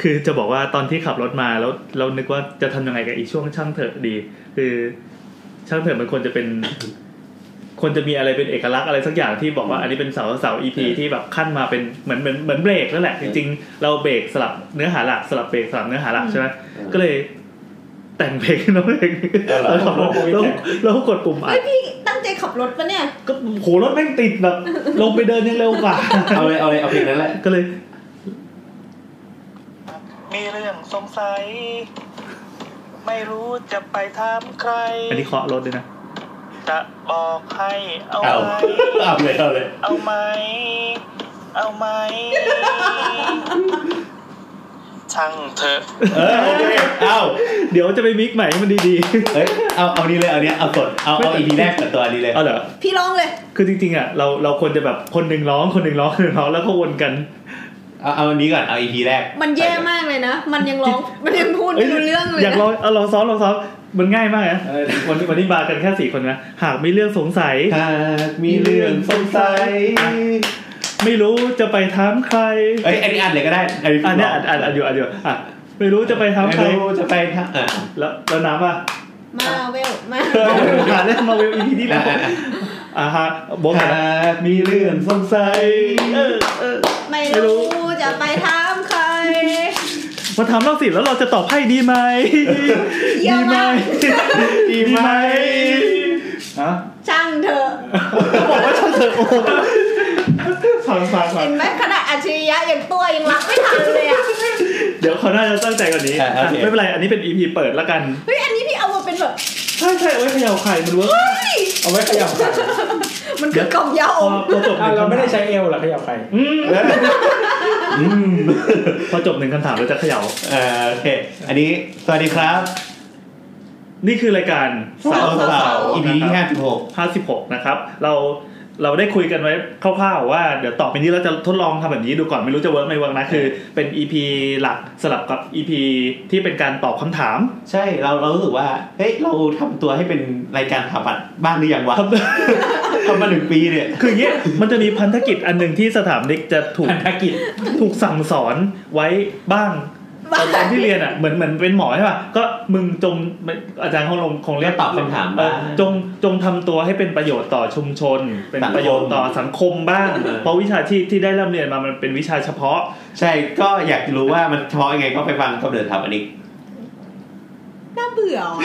คือจะบอกว่าตอนที่ขับรถมาแล้วเรานึกว่าจะทำยังไงกับอีช่วงช่างเถอะดี คือช่างเถอะมันควรจะเป็นควรจะมีอะไรเป็นเอกลักษณ์อะไรสักอย่างที่บอกว่าอันนี้เป็นเสาเสา EP เออ ที่แบบขั้นมาเป็นเหมือนเหมือนเหมือนเบรกนั่นแหละจริงๆเราเบรกสลับเนื้อหาหลักสลับเบรกสลับเนื้อหาหลักใช่ไหม เออ ก็เลย แต่งเพลงขึ้นมาเพลง เออเหรอ แล้วขับรถแล้วแล้วกดปุ่มอั เฮ้ ด ยพี่ตั้งใจขับรถปะเนี่ย ก็โหรถแม่งติดแบบลงไปเดินยังเร็วกว่า เอาเลยเอาเลยเอาเพลงนั้นแหละ ก็เลย มีเรื่องสงสัย ไม่รู้จะไปถามใคร อันนี้เคาะรถด้วยนะ จะบอกให้เอา เอา ไหม เอาเลยเอาเลย เอาไหม เอาไหม ช่างเถอะ เออโอเคเอา เดี๋ยวจะไปมิกใหม่ให้มันดี เอ้ยเอาเอานี้เลยเอาเนี้ยเอาสดเอาเอาอีพีแรกกับตัวอันนี้เลย ๆ เอาเหรอ พี่ร้องเลย คือจริงๆอ่ะเราเราควรจะแบบคนหนึ่งร้องคนหนึ่งร้องคนหนึ่งร้องแล้วก็วนกัน เอาเอาอันนี้ก่อนเอาอีพีแรก มันแย่มากเลยนะ มันยังร้ อง มันยังพูดไม่รู้เรื่องเลย อยากล นะ องเอาลองซ้อมลองซ้อมมันง่ายมากนะ เออ วันนี้วันนี้มากันแค่สี่คนนะ หากมีเรื่องสงสัย หากมีเรื่องสงสัย ไม่รู้จะไปถามใคร เอ้ยอันนี้อัดเลยก็ได้อันนี้ อันเนี้ยอันอันอันอยู่อันอยู่อ่ะไม่รู้จะไปถามใคร ไม่รู้จะไปทางอ่ะ แล้วแล้วน้ำอ่ะ มาเวล มา หาเรื่องมาเวลอีพีที่ อ่ะ แล้ว อ่ะอ่ะ อ่ะฮะบอก ห กันนะ ากมีเรื่องสงสัย เออเออ ไม่รู้จะไปถามใคร มาถามเราสิแล้วเราจะตอบให้ดีไหม เยี่ยมดีไหม มาก ดีไหม ฮะ ช่างเถอะ บอกว่าช่างเถอะโอ้โหฟังฟังฟัง เห็นไหมขนาดอัจฉริยะอย่างตัวยังรับไม่ทันเลยอ่ะ เดี๋ยวเขาวหน่าจะตั้งใจกว่านี้ ะโอเค ไม่เป็นไรอันนี้เป็น EP เปิดละกัน เฮ้ยอันนี้พี่เอามาเป็นแบบ ใช่ใช่เอาไว้เขย่าไข่มันเวิร์ก เฮ้ย เอาไว้ขยับไป มันคือกล่องยา พ อ อ ม พอจบห อ่ะ นึ่ง เราไม่ คำ ได้ ถาม ใช้เอลหรอขยับไป อืมพอจบหนึ่งคำถามเราจะเขย่า เออโอเค อันนี้สวัสดีครับ นี่คือรายการ สาวสาวอีพีที่ห้าสิบหก 56 นะครับ เราเราได้คุยกันไว้คร่าวๆว่าเดี๋ยวต่อไปนี้เราจะทดลองทำแบบนี้ดูก่อนไม่รู้จะเวิร์กไม่เวิร์กนะคือเป็น EP หลักสลับกับ EP ที่เป็นการตอบคำถาม ใช่เราเรารู้สึกว่าเฮ้ยเราทำตัวให้เป็นรายการถาปัดบ้างหรือยังวะ ทำมาหนึ่งปีเนี่ย คืออย่างเงี้ยมันจะมีพันธกิจอันหนึ่งที่สถาปนิกจะถูก พันธกิจ ถูกสั่งสอนไว้บ้างตอนตอนที่เรียนอ่ะเหมือนเหมือนเป็นหมอใช่ป่ะก็มึงจงอาจารย์คงลงคงเรียก ก็ตอบคำถาม เออ บ้าง จงจงทำตัวให้เป็นประโยชน์ต่อชุมชน เป็น สังคม ประโยชน์ต่อสังคมบ้าง เออ เพราะวิชาที่ที่ได้ร่ำเรียนมามันเป็นวิชาเฉพาะ ใช่ก็อยากจะรู้ว่ามันเฉพาะยังไงก็ไปฟังกำเนิดถาปัดอีก น่าเบื่อว่ะ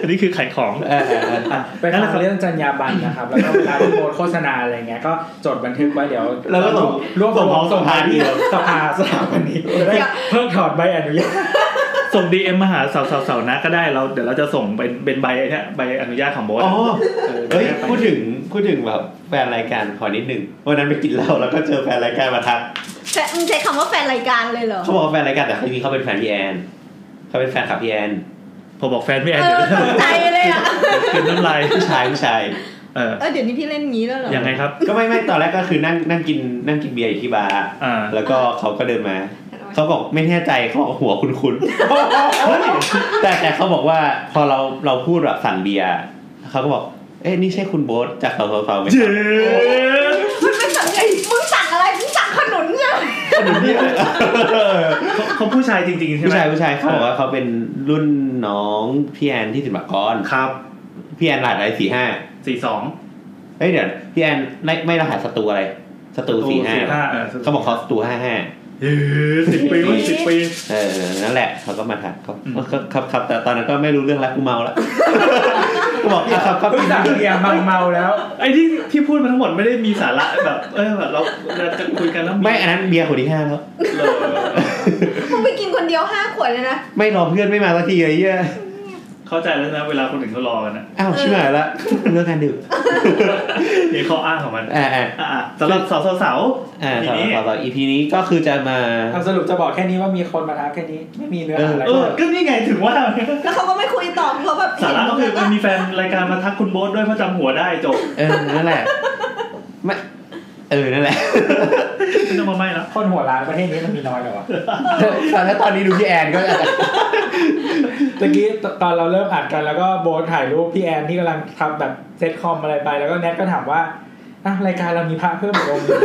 อันนี้คือขายของ เออเออเออ อ่ะ ไป นั่นแหละคทำรับ เรื่องจรรยาบรรณนะครับ แล้วก็เวลาที่โพสต์โฆษณาอะไรเงี้ย ก็จดบันทึกไว้เดี๋ยว แล้วก็ส่ง รวบร ส่ง ว ขอ ม งส่งพาที่เดียว สภาสถาปนิกจะได้เพิ่งถอดใบอนุญาต ส่งดีเอ็มมาหาสาวสาวสาวนะก็ได้เราเดี๋ยวเราจะส่งเป็นเป็นใบเนี่ยใบอนุญาตของโบส อ๋อ เฮ้ เฮ้ ย ยพูดถึงพูดถึงแบบแฟนรายการขอนิดหนึ่งวันนั้นไปกินเหล้าแล้วก็เจอแฟนรายการมาทัก แต่มึงใช้คำว่าแฟนรายการเลยเหรอ เขาบอกว่าแฟนรายการแต่เขามีเขาเป็นแฟนพี่แอนเขาเป็นแฟนขับพี่แอน พอบอกแฟน ไม่แอ เอน อ เดี๋ยว ตกใจเลยอ่ะ คืนน้ำลาย ผู้ชายผู้ชาย เออ เออเดี๋ยวนี้พี่เล่นงี้แล้วเหรอ ยังไงครับ ก็ไม่ไม่ตอนแรกก็คือนั่งนั่งกินนั่งกินเบียร์อยู่ที่บาร์ อ่า แล้วก็เขาก็เดินมา เขาบอกไม่แน่ใจเขาบอกหัวคุณคุณแต่แต่เขาบอกว่าพอเราเราพูดแบบสั่งเบียร์เขาก็บอกเอ๊ะนี่ใช่คุณโบ๊ทจากเขาเขาไหม เจ๊ มันเป็นสั่งไงมึงสั่งอะไร มึงสั่งขนุนไง คนนี้เลย เขาเขาผู้ชายจริงๆใช่ไหม ผู้ชายผู้ชายเขาบอกว่าเขาเป็นรุ่นน้องพี่แอนที่สิบกร ครับ พี่แอนรหัสอะไรสี่ห้า สี่สอง เฮ้ยเดี๋ยวพี่แอนไม่ไม่รหัสสตูอะไรสตูสี่ห้า เออ เขาบอกเขาสตูห้าห้า เออสิบปีเว้ยสิบปี เออนั่นแหละเขาก็มาทักเขา อืม เขาครับครับแต่ตอนนั้นก็ไม่รู้เรื่องแล้วกูเมา แล้ว ก็บอกอ่ะครับครับ เพิ่งสั่งเบียร์เมาเมาๆแล้ว ไอ้ที่ที่พูดมาทั้งหมดไม่ได้มีสาระแบบ เออแบบเราเราจะคุยกันแล้ว ไม่อันนั้นเบียร์ขวดที่ห้าแล้ว เลย มึงไปกินคนเดียวห้าขวดเลยนะ ไม่รอเพื่อนไม่มาสักทีไอ้เหี้ย เข้าใจแล้วนะเวลาคนอื่นเขารอกันนะ อ้าวชิบหายละเลิกงาน ดึก นี่ข้ออ้างของมัน อ่าอ่า อ่ะสำหรับสาวสาวๆ อ่า ที ต่อ นี้ ต่อต่ออีพีนี้ก็คือจะมา เอาสรุปจะบอกแค่นี้ว่ามีคนมาทักแค่นี้ ไม่มีเนื้อหาอะไร เออก็นี่ไงถึงว่า แล้วเขาก็ไม่คุยต่อเขาแบบ สาระก็คือ เห็น มัน มึง มีแฟนรายการมาทักคุณโบ๊ทด้วยเพราะจำหัวได้จบ เออนั่นแหละไม่เออนั่นแหละ ไม่ต้องมาไม่แล้ว คนหัวร้านประเทศนี้มันมีน้อยเหรอวะ ตอนนั้นตอนนี้ดูพี่แอนก็อาจจะ ตะกี้ตอนเราเริ่มอัดกันแล้วก็โบนถ่ายรูปพี่แอนที่กำลังทำแบบเซตคอมอะไรไป แล้วก็แนทก็ถามว่า อ่ะรายการเรามีพระเพิ่มอีกองค์หนึ่ง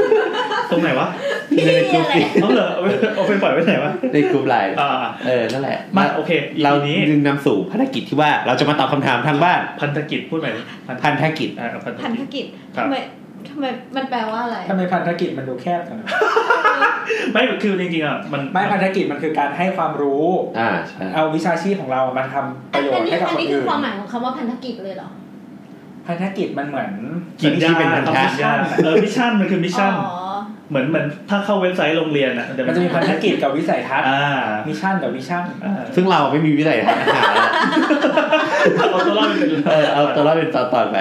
ตรงไหนวะ พี่ ใน อะไร กลุ่มสิ เอาเหรอเอาไปเอาไปปล่อยไว้ไหนวะ ในกลุ่มไลน์ อ่า เออนั่นแหละ มาโอเค เรา อีพีนี้ ดึงนำสู่ภารกิจที่ว่าเราจะมาตอบคำถามทางบ้าน พันธกิจพูดใหม่ดิพันธ พันธกิจ อ่าพันธ พันธกิกิจจ ครับ ทำไมทำไมมันแปลว่าอะไร ทำไมพันธกิจมันดูแคบจัง ไม่คือจริงๆอ่ะมัน ไม่พันธกิจมันคือการให้ความรู้ อ่าใช่ เอาวิชาชีพของเรามาทำประโยช อัน น์ นี้ ให้กับ อัน คน นี้คื อื่ อน ความหมายของคำว่าพันธกิจเลยเหรอ พันธกิจมันเหมือน กิจที่เป็นพันธะ มิชชั่นเออมิชชั่นมันคือมิชชั่น อ๋อ เหมือนเหมือนถ้าเข้าเว็บไซต์โรงเรียนอ่ะ มันจะมีพันธกิจกับวิสัยทัศน์ อ่า มิชชั่นกับวิชั่น อ่า ซึ่งเราไม่มีวิสัย ทัศน์อาหารแล้ว เอาตัวรอดเป็น เออเอาตัวเราเป็นตอนๆไป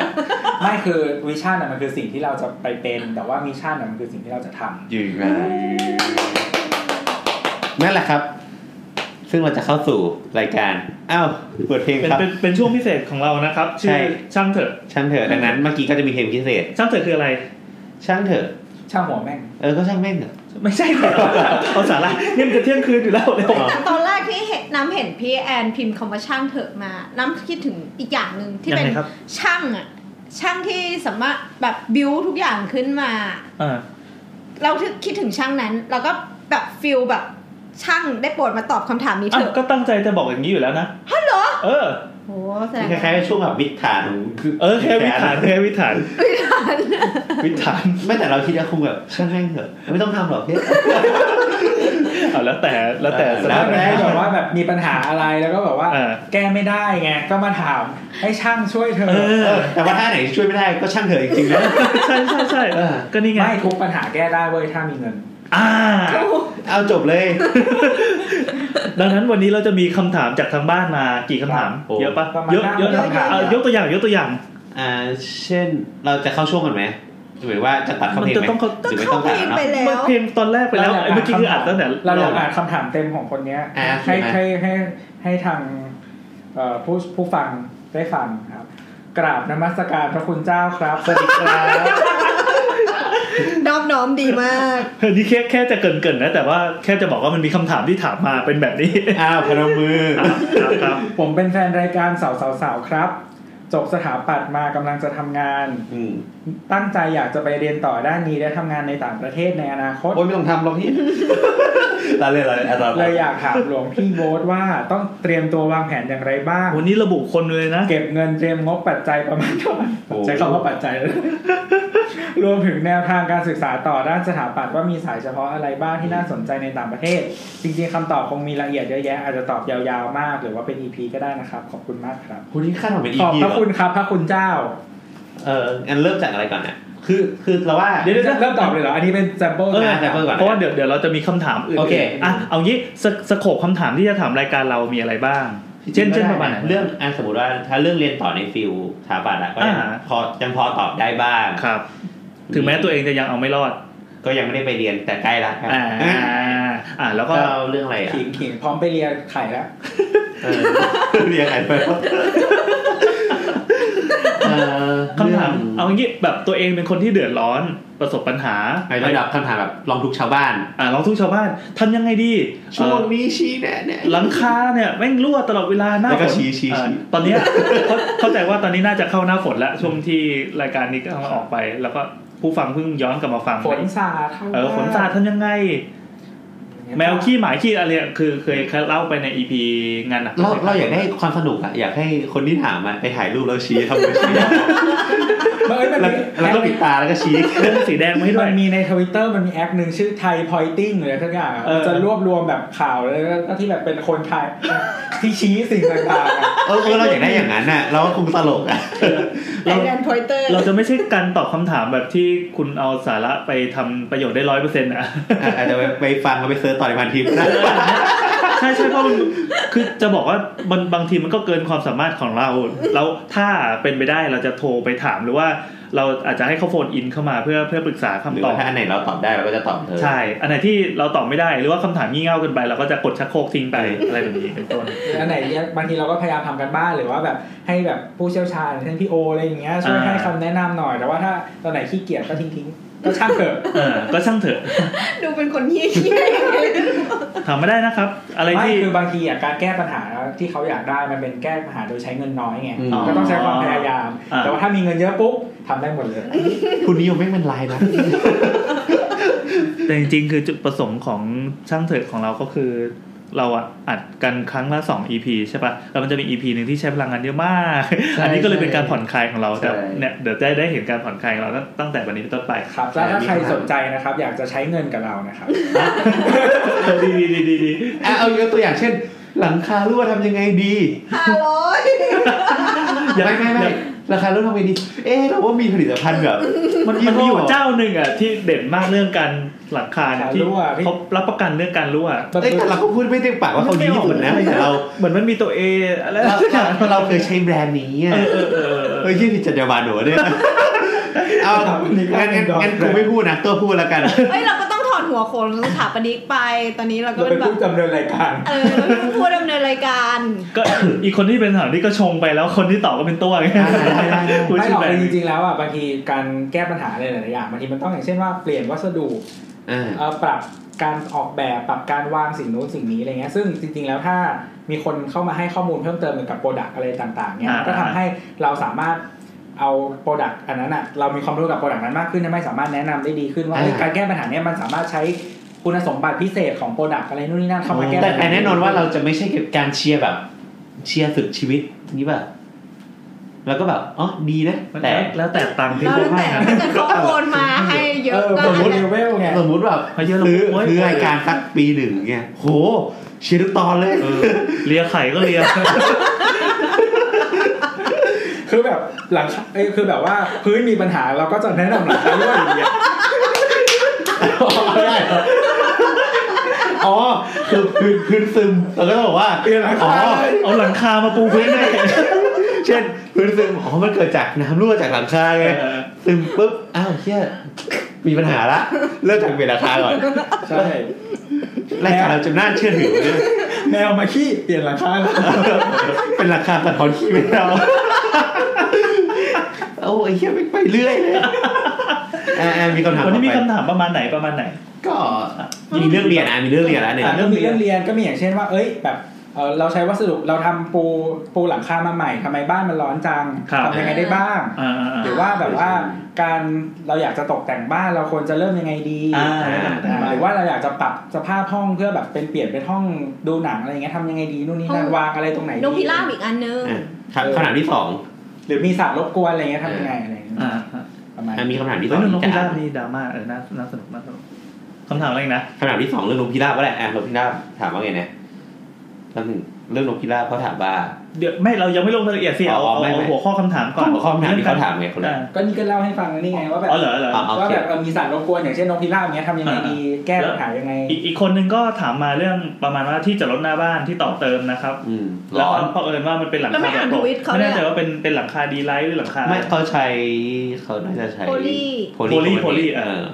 ไม่คือวิชั่นอ่ะมันคือสิ่งที่เราจะไปเป็น แต่ว่ามิชชั่นอ่ะมันคือสิ่งที่เราจะทำ อยู่มานั่นแหละครับ ซึ่งเราจะเข้าสู่รายการ อ้าวเปิดเพลง เป็น ครับ เป็นเป็นช่วงพิเศษของเรานะครับชื่ ใช่ อช่างเถอะ ช่างเถอะดังนั้นเมื่อกี้ก็จะมีเพลงพิเศษ ช่างเถอะคืออะไร ช่างเถอะ ช่างหัวแม่ง เออ ก็ช่างแม่งเถอะ ไม่ใช่เหรอเอาสาระเนี่ยมันจะเที่ยงคืนอยู่แล้วเนี่ย แต่ตอนแรกที่เห็นน้ำเห็นพี่แอนพิมพ์คำว่าช่างเถอะมา น้ำคิดถึงอีกอย่างหนึ่งที่ ยัง เป็น ไงครับ ช่างอะช่างที่สามารถแบบบิวทุกอย่างขึ้นมา อ่า เราถึงคิดถึงช่างนั้น เราก็แบบฟิลแบบช่างได้โปรดมาตอบคำถามนี้เถ อ้าว อะ ก็ตั้งใจจะบอกอย่างนี้อยู่แล้วนะ ฮัลโหล เออ โอ้แสดง คล้ายๆเป็นช่วงแบบวิถฐาน เออแค่วิถฐานแค่วิถฐาน ไม่ทัน วิถฐาน ไม่แต่เราคิดว่าคงแบบช่างแม่งเถอะ ไม่ต้องทำหรอกเนี่ย เอาแล้วแต่แล้วแต่ส แล้ ถานแล้วแล้ การณ์ แบบว่าแบบมีปัญหาอะไรแล้วก็แบบว่า เออ แก้ไม่ได้ไงก็มาถามให้ช่างช่วยเธอ เออ เออแต่ว่าถ้าไหนช่วยไม่ได้ก็ช่างเถอะจริงๆนะ ใช่ใช่ใช่ เออ ก็นี่ไง ไม่ทุกปัญหาแก้ได้เว้ยถ้ามีเงิน อ่า เอาจบเลย ดังนั้นวันนี้เราจะมีคำถามจากทางบ้านมากี่คำถาม โอ้ เยอะปะ ประมาณ เยอะเยอะ ห้าคำถาม เอายกตัวอย่างยกตัวอย่าง อ่า เช่นเราจะเข้าช่วงกันไหมหรือว่าจะตัดเข้า มั เพลง จะ ไหม ต้องเขา ห ก็ รือไม่ เข้า ต้อง เพ ตั ล ด ง เนาะ ไปแล้ว เพลงตอนแรกไปแล้วไอ้เมื่อกี้คืออัดตั้งแต่ เราอยาก แร อ่าน ก คำถามเต็มของคนเนี้ย อ่ะ ให้ ใช่ไหม ให้ให้ให้ทางเอ่อผู้ผู้ฟังได้ฟังครับ กราบนมัสการพระคุณเจ้าครับสวัสดีครับ น้อมน้อมดีมาก เฮ้ยนี่แค่แค่จะเกรินเกรินๆนะแต่ว่าแค่จะบอกว่ามันมีคำถามที่ถามมาเป็นแบบนี้ อ้าวพนมมือ ครับครับครับ ผมเป็นแฟนรายการสาวสาวสาวครับ จบสถาปัตย์มากำลังจะทำงาน อืม ตั้งใจอยากจะไปเรียนต่อด้านนี้และทำงานในต่างประเทศในอนาคต โอ้ยไม่ต้องทำหรอกพี่ ตาเลยตาเลยอ่ะตา เลยอยากถามหลวงพี่โบ๊ทว่าต้องเตรียมตัววางแผนอย่างไรบ้าง วันนี้ระบุคนเลยนะ เก็บเงินเตรียมงบปัจจัยประมาณเท่าไหร่ใช้คำว่าปัจจัย เลย รวมถึงแนวทางการศึกษาต่อด้านสถาปัตย์ว่ามีสายเฉพาะอะไรบ้างที่น่าสนใจในต่างประเทศ จริงๆคำตอบคงมีรายละเอียดเยอะแยะ อาจจะตอบยาวๆมาก หรือว่าเป็น EP ก็ได้นะครับ ขอบคุณมากครับ คุณนี่คาดหวังเป็น ขอบ EP พ เหร ระ อ คุณครับพระคุณเจ้า เอองั้นเริ่มจากอะไรก่อนเนี่ยคือคือเราว่า เดี๋ยวเดี๋ยวเดี๋ยว เริ่มตอบเลยเหรออันนี้เป็น sample เออ นะ แต่เพิ่งก่อนนะ เพราะว่าเดี๋ยวเดี๋ยวเราจะมีคำถามอื่น โอเค อ่ะเอางี้สสโคบคำถามที่จะถามรายการเรามีอะไรบ้าง เช่นเช่นประมาณไหน เรื่องอ่ะสมมติว่าถ้าเรื่องเรียนต่อในฟิลสถาปัตย์อะก็ยัง อ่า พอยังพอตอบได้บ้าง ครับ ถึงแม้ตัวเองจะยังเอาไม่รอด ก็ยังไม่ได้ไปเรียนแต่ใกล้ละครับ อ่า อ่ะ อ่าแล้ว ก็ ก็ เรื่องอะไรอ่ะ ขิงขิงพร้อมไปเรียนไข่แล้ว เออเรียนอะไรไปวะเอ่อ คำถามเอางี้แบบตัวเองเป็นคนที่เดือดร้อนประสบปัญหา ในระดับคำถามแบบลองทุกชาวบ้าน อ่าลองทุกข์ชาวบ้านทำยังไงดี ช่วง เอ่อ นี้ชี้แนะเนี่ย หลังคาเนี่ยแม่งรั่วตลอดเวลาหน้า แล้ว ฝ ก็ น ชี้ชี้ อ่า ชี้ ตอนเนี้ย เข้าเข้าใจว่าตอนนี้น่าจะเข้าหน้าฝนแล้วช่วงที่รายการนี้ก็ออกไป แล้วก็ผู้ฟังเพิ่งย้อนกลับมาฟัง ฝนสาดท่า เออฝนสาดทำยังไง แมวขี้หมาขี้อะไรอะคือเคยเล่าไปในอีพีงานหนัก เราเราอยากได้ความสนุกอะอยากให้คนที่ถามอะไปถ่ายรูปแล้วชี้ทำมือชี้ เอ้ยมัน แล้ว มี แล้วก็ปิดตาแล้วก็ชี้ เรื่องสีแดงมาให้ด้ มั วย นมีในทวิตเตอร์มันมีแอปหนึ่งชื่อไทยพอยติ้งหรืออะไรทุกอย่างอะ เออ จะรวบรวมแบบข่าวแล้วก็ที่แบบเป็นคนไทย ที่ชี้สิ่งต่างๆอะ เออเออเราอยากได้อย่างนั้นน่ะ เราก็คงตลกอะ ไอแดนพอยเตอร์ เราจะไม่ใช่การตอบคำถามแบบที่คุณเอาสาระไปทำประโยชน์ได้ร้อยเปอร์เซ็นต์อ่ะ อ่ะอาจจะไปไปฟังแล้วไปเซิร์ชต่อในพันทิปนะ ใช่ใช่เพราะมันคือจะบอกว่าบางบางทีมันก็เกินความสามารถของเรา เราถ้าเป็นไปได้เราจะโทรไปถามหรือว่า เราอาจจะให้เขาโฟนอินเข้ามาเพื่อเพื่อปรึกษาคำ หรือ ตอ ว่า บ ถ้าอันไหนเราตอบได้เราก็จะตอบเธอ ใช่ อันไหนที่เราตอบไม่ได้หรือว่าคำถามงี่เง่าเกินไป เราก็จะกดชักโครกทิ้งไปอะไรแบบนี้เป็นต้น อันไหนเนี่ยบางทีเราก็พยายามทำกันบ้านหรือว่าแบบให้แบบผู้เชี่ยวชาญเช่นพี่โออะไรอย่างเงี้ยช่วย อ่า ให้คำแนะนำหน่อยแต่ว่าถ้าตอนไหนขี้เกียจก็ทิ้งทิ้ง ก็ช่างเถอะ เออก็ช่างเถอะ ดูเป็นคนเฮี้ยเฮี้ย ทำไม่ได้นะครับ อะไร ไม่ ที่ คือบางทีอะการแก้ปัญหาที่เขาอยากได้มันเป็นแก้ปัญหาโดยใช้เงินน้อยไง อืม ก็ต้องใช้ความพยายาม อ่า แต่ว่าถ้ามีเงินเยอะปุ๊บทำได้หมดเลย คุณนิยมแม่งเป็นลายนะ แต่จริงๆ คือจุดประสงค์ของช่างเถิดของเราก็คือ เราอะอัดกันครั้งละสอง EP ใช่ปะ่ะแล้วมันจะมี EP หนึ่งที่ใช้พลังงานเยอะมาก ใช่ อันนี้ก็เลยเป็นการผ่อนคลายของเรา ใช่ แต่เนี่ยเดี๋ยวจะได้เห็นการผ่อนคลายของเราตั้งตั้งแต่วันนี้เป็นต้นไป ครับแล้วถ้าใครสนใจนะครับ อยากจะใช้เงินกับเรานะครับ ดีดีดีดี อ่ะเอายกตัวอย่างเช่น หลังคารั่วทำยังไงดี ห้าร้อย อย่า ไม่ไม่ไม่หลังคารั่วทำยังไงดี เอ๊ะเราว่ามีผลิตภัณฑ์แบบ มันมีอยู่เจ้าหนึ่งอะที่เด่นมากเรื่องการหลังคาเนี่ยที่ รั่วพี่ เขารับประกันเรื่องการรั่ว เอ้ยแต่เราก็พูดไม่เต็มปากว่าเขาญี่ปุ่นนะแต่เรา เหมือนมันมีตัวเออะไร เรา สักอย่าง เราเราเคยใช้แบรนด์นี้อะ เออเออเออเออ เฮ้ยยี่ผิดจรรยาบรรณหนูเนี่ยเอางั้นงั้นงั้นกูไม่พูดนะตัวพูดแล้วกัน เฮ้ยเราก็ต้องถอดหัวโขนสถาปนิกไป ตอนนี้เราก็ เรา เป็ เป็น น แบ ผู้ บ ดำเนินรายการ เออเราเป็นผู้ดำเนินรายการ ก็ อีกคนที่เป็นถามนี่ก็ชงไปแล้วคนที่ตอบก็เป็นตัวไง ได้ได้ได้ คุณ ไม่ ชื่ หร อ อก แบ แต่ บ จริงๆแล้วอ่ะบางทีการแก้ปัญหาอะไรหลายๆอย่างบางทีมันต้องอย่างเช่นว่าเปลี่ยนวัสดุ อ่า เอ่อปรับการออกแบบปรับการวางสิ่งนู้นสิ่งนี้อะไรเงี้ยซึ่งจริงๆแล้วถ้ามีคนเข้ามาให้ข้อมูลเพิ่มเติมเกี่ยวกับโปรดักอะไรต่างๆเนี่ยก็ทำให้เราสามารถเอาโปรดักอันนั้นอ่ะเรามีความรู้กับโปรดักนั้นมากขึ้นทำให้สามารถแนะนำได้ดีขึ้นว่า อ่า เอ้ยการแก้ปัญหาเนี่ยมันสามารถใช้คุณสมบัติพิเศษของโปรดักอะไรนู่นนี่นั่นเข้ามาแก้ แต่ ปัญหา แต่แน่นอนว่าเราจะไม่ใช่การเชียร์แบบ เชียร์สุดชีวิตนี้ป่ะแล้วก็แบบอ๋อดีนะ มัน แต่ แล้วแล้วแต่ตังค์ที่ แล้ว เขาให้ แต่ นะ ถ้าเกิดเขาโอนมาให้เย เอ อะ อ ก็ สมมติ ให้ เลเวลไง สมมติแบบ พอเยอะแล้ว รือ โอ้ย รือรายการสักปีหนึ่งเงี้ยโหเชียร์ทุกตอนเลย เออเลียไข่ก็เลีย คือแบบหลังเอ้ยคือแบบว่าพื้นมีปัญหาเราก็จะแนะนำหลังคาด้วยอย่างเงี้ย อ๋อคือพื้นพื้นซึมเราก็ต้องบอกว่า เปลี่ยนหลัง อ๋อ คาเลย เอาหลังคามาปูพื้นได้ เช่นพื้นซึมอ๋อมันเกิดจากน้ำรั่วจากหลังคาไง เออ ซึมปุ๊บอ้าวเฮียมีปัญหาละเริ่มจากเปลี่ยนราคา ก่อน ใช่ รายการเราจะน่าเชื่อถือ ไหมเนี่ย แมวมาขี้เปลี่ยนหลังคาเลย เป็นราคาสะท้อนขี้ไม่ เราเอ้าไอ้เฮียไม่ไปเรื่อย เลยอ่าอ่ามีคำถาม วันนี้มี ต่อ คำ ไป ถามประมาณไหนประมาณไหน ก็มีเรื่องเรียนอ่ะมีเรื่องเรียนแล้วเนี่ย อ่ะเรื่องเรียนเรื่องเรียนก็มีอย่างเช่นว่า เอ้ยแบบเอ่อเราใช้วัสดุเราทำปูปูหลังคามาใหม่ทำไมบ้านมันร้อนจัง ครับ ทำยังไงได้บ้าง อ่าๆ หรือว่าแบบว่าการเราอยากจะตกแต่งบ้านเราควรจะเริ่มยังไงดี ๆอ่า อ่าหรือว่าเราอยากจะปรับสภาพห้องเพื่อแบบเป็นเปลี่ยนเป็นห้องดูหนังอะไรอย่างเงี้ยทำยังไงดีนู่นนี่นั่นวางอะไรตรงไหนดี นกพิราบอีกอันนึง อ่ะครับคำถามที่สอง หรือมีสัตว์รบกวนอะไรเงี้ยทำยังไงอะไรเงี้ย อ่า ประมาณ อ่ะมีคำถามที่ส แล้ อ ว ง เรื่องนกพิ จะ ราบนี่ดราม่าเออน่าน่าสนุกมากสนุกคำถามอะไรอีกนะ คำถามที่สองเรื่องนกพิราบก็แหละอ่ะนกพิราบถามว่าไงนะแล้วหนึ่งเรื่องนกพิราบเขาถามว่า เดี๋ยวไม่เรายังไม่ลงรายละเอียดสิเอา อ๋อ เอา ไม่ไม่ เอาหัวข้อคำถามก่อน หัวข้อคำถามที่เขาถามไงคนละ อ่า ก็นี่ก็เล่าให้ฟังแล้วนี่ไงว่าแบบ อ๋อเหรอเหรอ อ่า โเค ว่าแบบเออมีสัตว์รบกวนอย่างเช่นนกพิราบเงี้ยทำยังไงดีแก้ปัญหายังไง อีกอีกคนนึงก็ถามมาเรื่องประมาณว่าที่จอดรถหน้าบ้านที่ต่อเติมนะครับ อืม แล้ ร้ ว อน เขาเผอิญว่ามันเป็นหลัง แล้วไม่ คาแบ อ่าน บโปร่ง ทวิตเขา ไม่ เนี่ย แน่ใจว่าเป็นเป็นหลังคาดีไลท์หรือหลังคา ไม่เขาใช้เขาน่าจะใช้ โพลี โพ โพลี ลี โพลี เอ เอ อ อ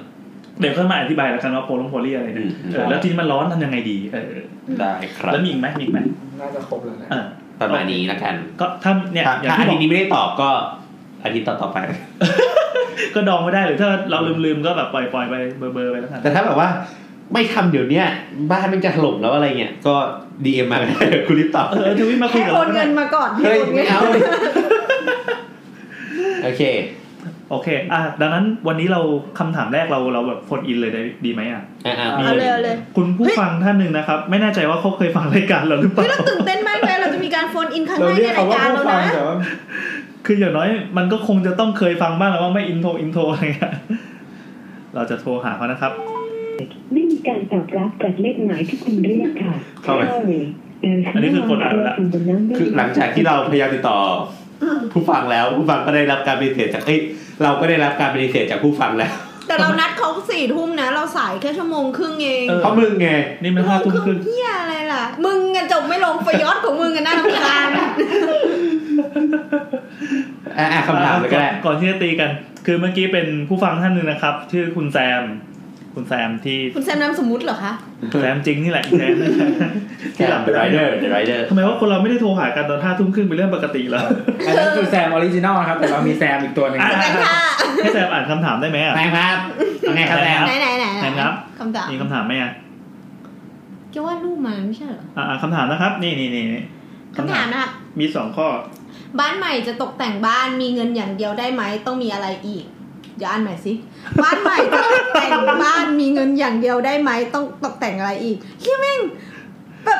เดี๋ยวค่อยมาอธิบายแล้วกันว่าโพลงโพลี่อะไรเนี่ย อืม เออแล้วทีนี้มันร้อนทำยังไงดีเออ ได้ครับ แล้วมีอีกไหมมีอีกไหม น่าจะครบแล้วนะ เออ ประมาณนี้ละกัน ก็ถ้าเนี่ย ถ้า อย่าง ถ้า ที่ อา บอกทิตย์นี้ไม่ได้ตอบก็อาทิตย์ต่อต่อๆไป ก็ดองไม่ได้หรือถ้าเราลืมๆก็แบบปล่อยปล่อยๆไปเบอร์เบอร์ๆไปแล้วกัน แต่ถ้าแบบว่า ไม่ทำเดี๋ยวเนี้ยบ้านมันจะถล่มแล้วอะไรเงี้ยก็ดีเอ็มมา คุณรีบตอบ เออทวิตมาคุ ให้ ยกับ โอ เรา นเงินมาก่อน เฮ้ยไม่เอา โอนเงิน โอเค โอเคอ่ะดังนั้นวันนี้เราคำถามแรกเราเราแบบโฟนอินเลยได้ดีไหมอ่ะ อ่ะๆมี เอาเลยเอาเลย คุณผู้ฟังท่านหนึ่งนะครับ ไม่แน่ใจว่าเขาเคยฟังรายการเราหรือเป เฮ้ย ล่า เราตื่นเต้นมากเลย เราจะมีการโฟนอินครั้ง เรา แรก เรีย ใน กเขา รายการว่าแล้ผู้ว ฟัง นะ แต่ว่า คืออย่างน้อยมันก็คงจะต้องเคยฟังบ้างแล้วว่าไม่อินโทรอินโทรอะไรเงี้ยเราจะโทรหาเขานะครับ ไม่มีการตอบรับจากเลขหมายที่คุณเรียกค่ะ เข้าไป อันนี้คือกดอัดแล้ว คือหลังจากที่เราพยายามติดต่ออผู้ฟังแล้วผู้ฟังก็ได้รับการปฏิเสธจากเอ้ยเราก็ได้รับการปฏิเสธจากผู้ฟังแล้ว แต่เรานัดเขาสี่ทุ่มนะ เราสายแค่ชั่วโมงครึ่งเอง เออ เพราะมึงไง นี่มันห้าทุ่มครึ่ง เฮียอะไรล่ะ มึงกันจบไม่ลงไฟยอดของมึงกันหน้าลำคาญ อ่ะอ่ะคำถามเลยก็ได้ ก่อนก่อนที่จะตีกัน คือเมื่อกี้เป็นผู้ฟังท่านหนึ่งนะครับ ชื่อคุณแซม คุณแซมที่ คุณแซมนามสมมุติเหรอคะ แซมจริงนี่แหละแซม ที่หลับ เดอะไรเดอร์เดอะไรเดอร์ ทำไมว่าคนเราไม่ได้โทรหากันตอนห้าทุ่มครึ่งเป็นเรื่องปกติ เหรอ อันนี้คือแซมออริจินอลนะครับ แต่เรามีแซมอีกตัวหนึ่ง อ่ะ แซมค่ะ ให้แซมอ่านคำถามได้ไหมอ่ะ แซมครับยังไงครับแซม ไหนไหนไหน ไหนครับ คำตอบ มีคำถามไหมอ่ะ แกวาดรูปมาไม่ใช่เหรอ อ่ะอ่ะคำถามนะครับ นี่นี่นี่นี่ คำถามนะครับ มีสองข้อ บ้านใหม่จะตกแต่งบ้านมีเงินอย่างเดียวได้ไหมต้องมีอะไรอีก เดี๋ยวอ่านใหม่สิ บ้านใหม่จะตกแต่งบ้านมีเงินอย่างเดียวได้ไหมต้องตกแต่งอะไรอีกเฮียแม่งแบบ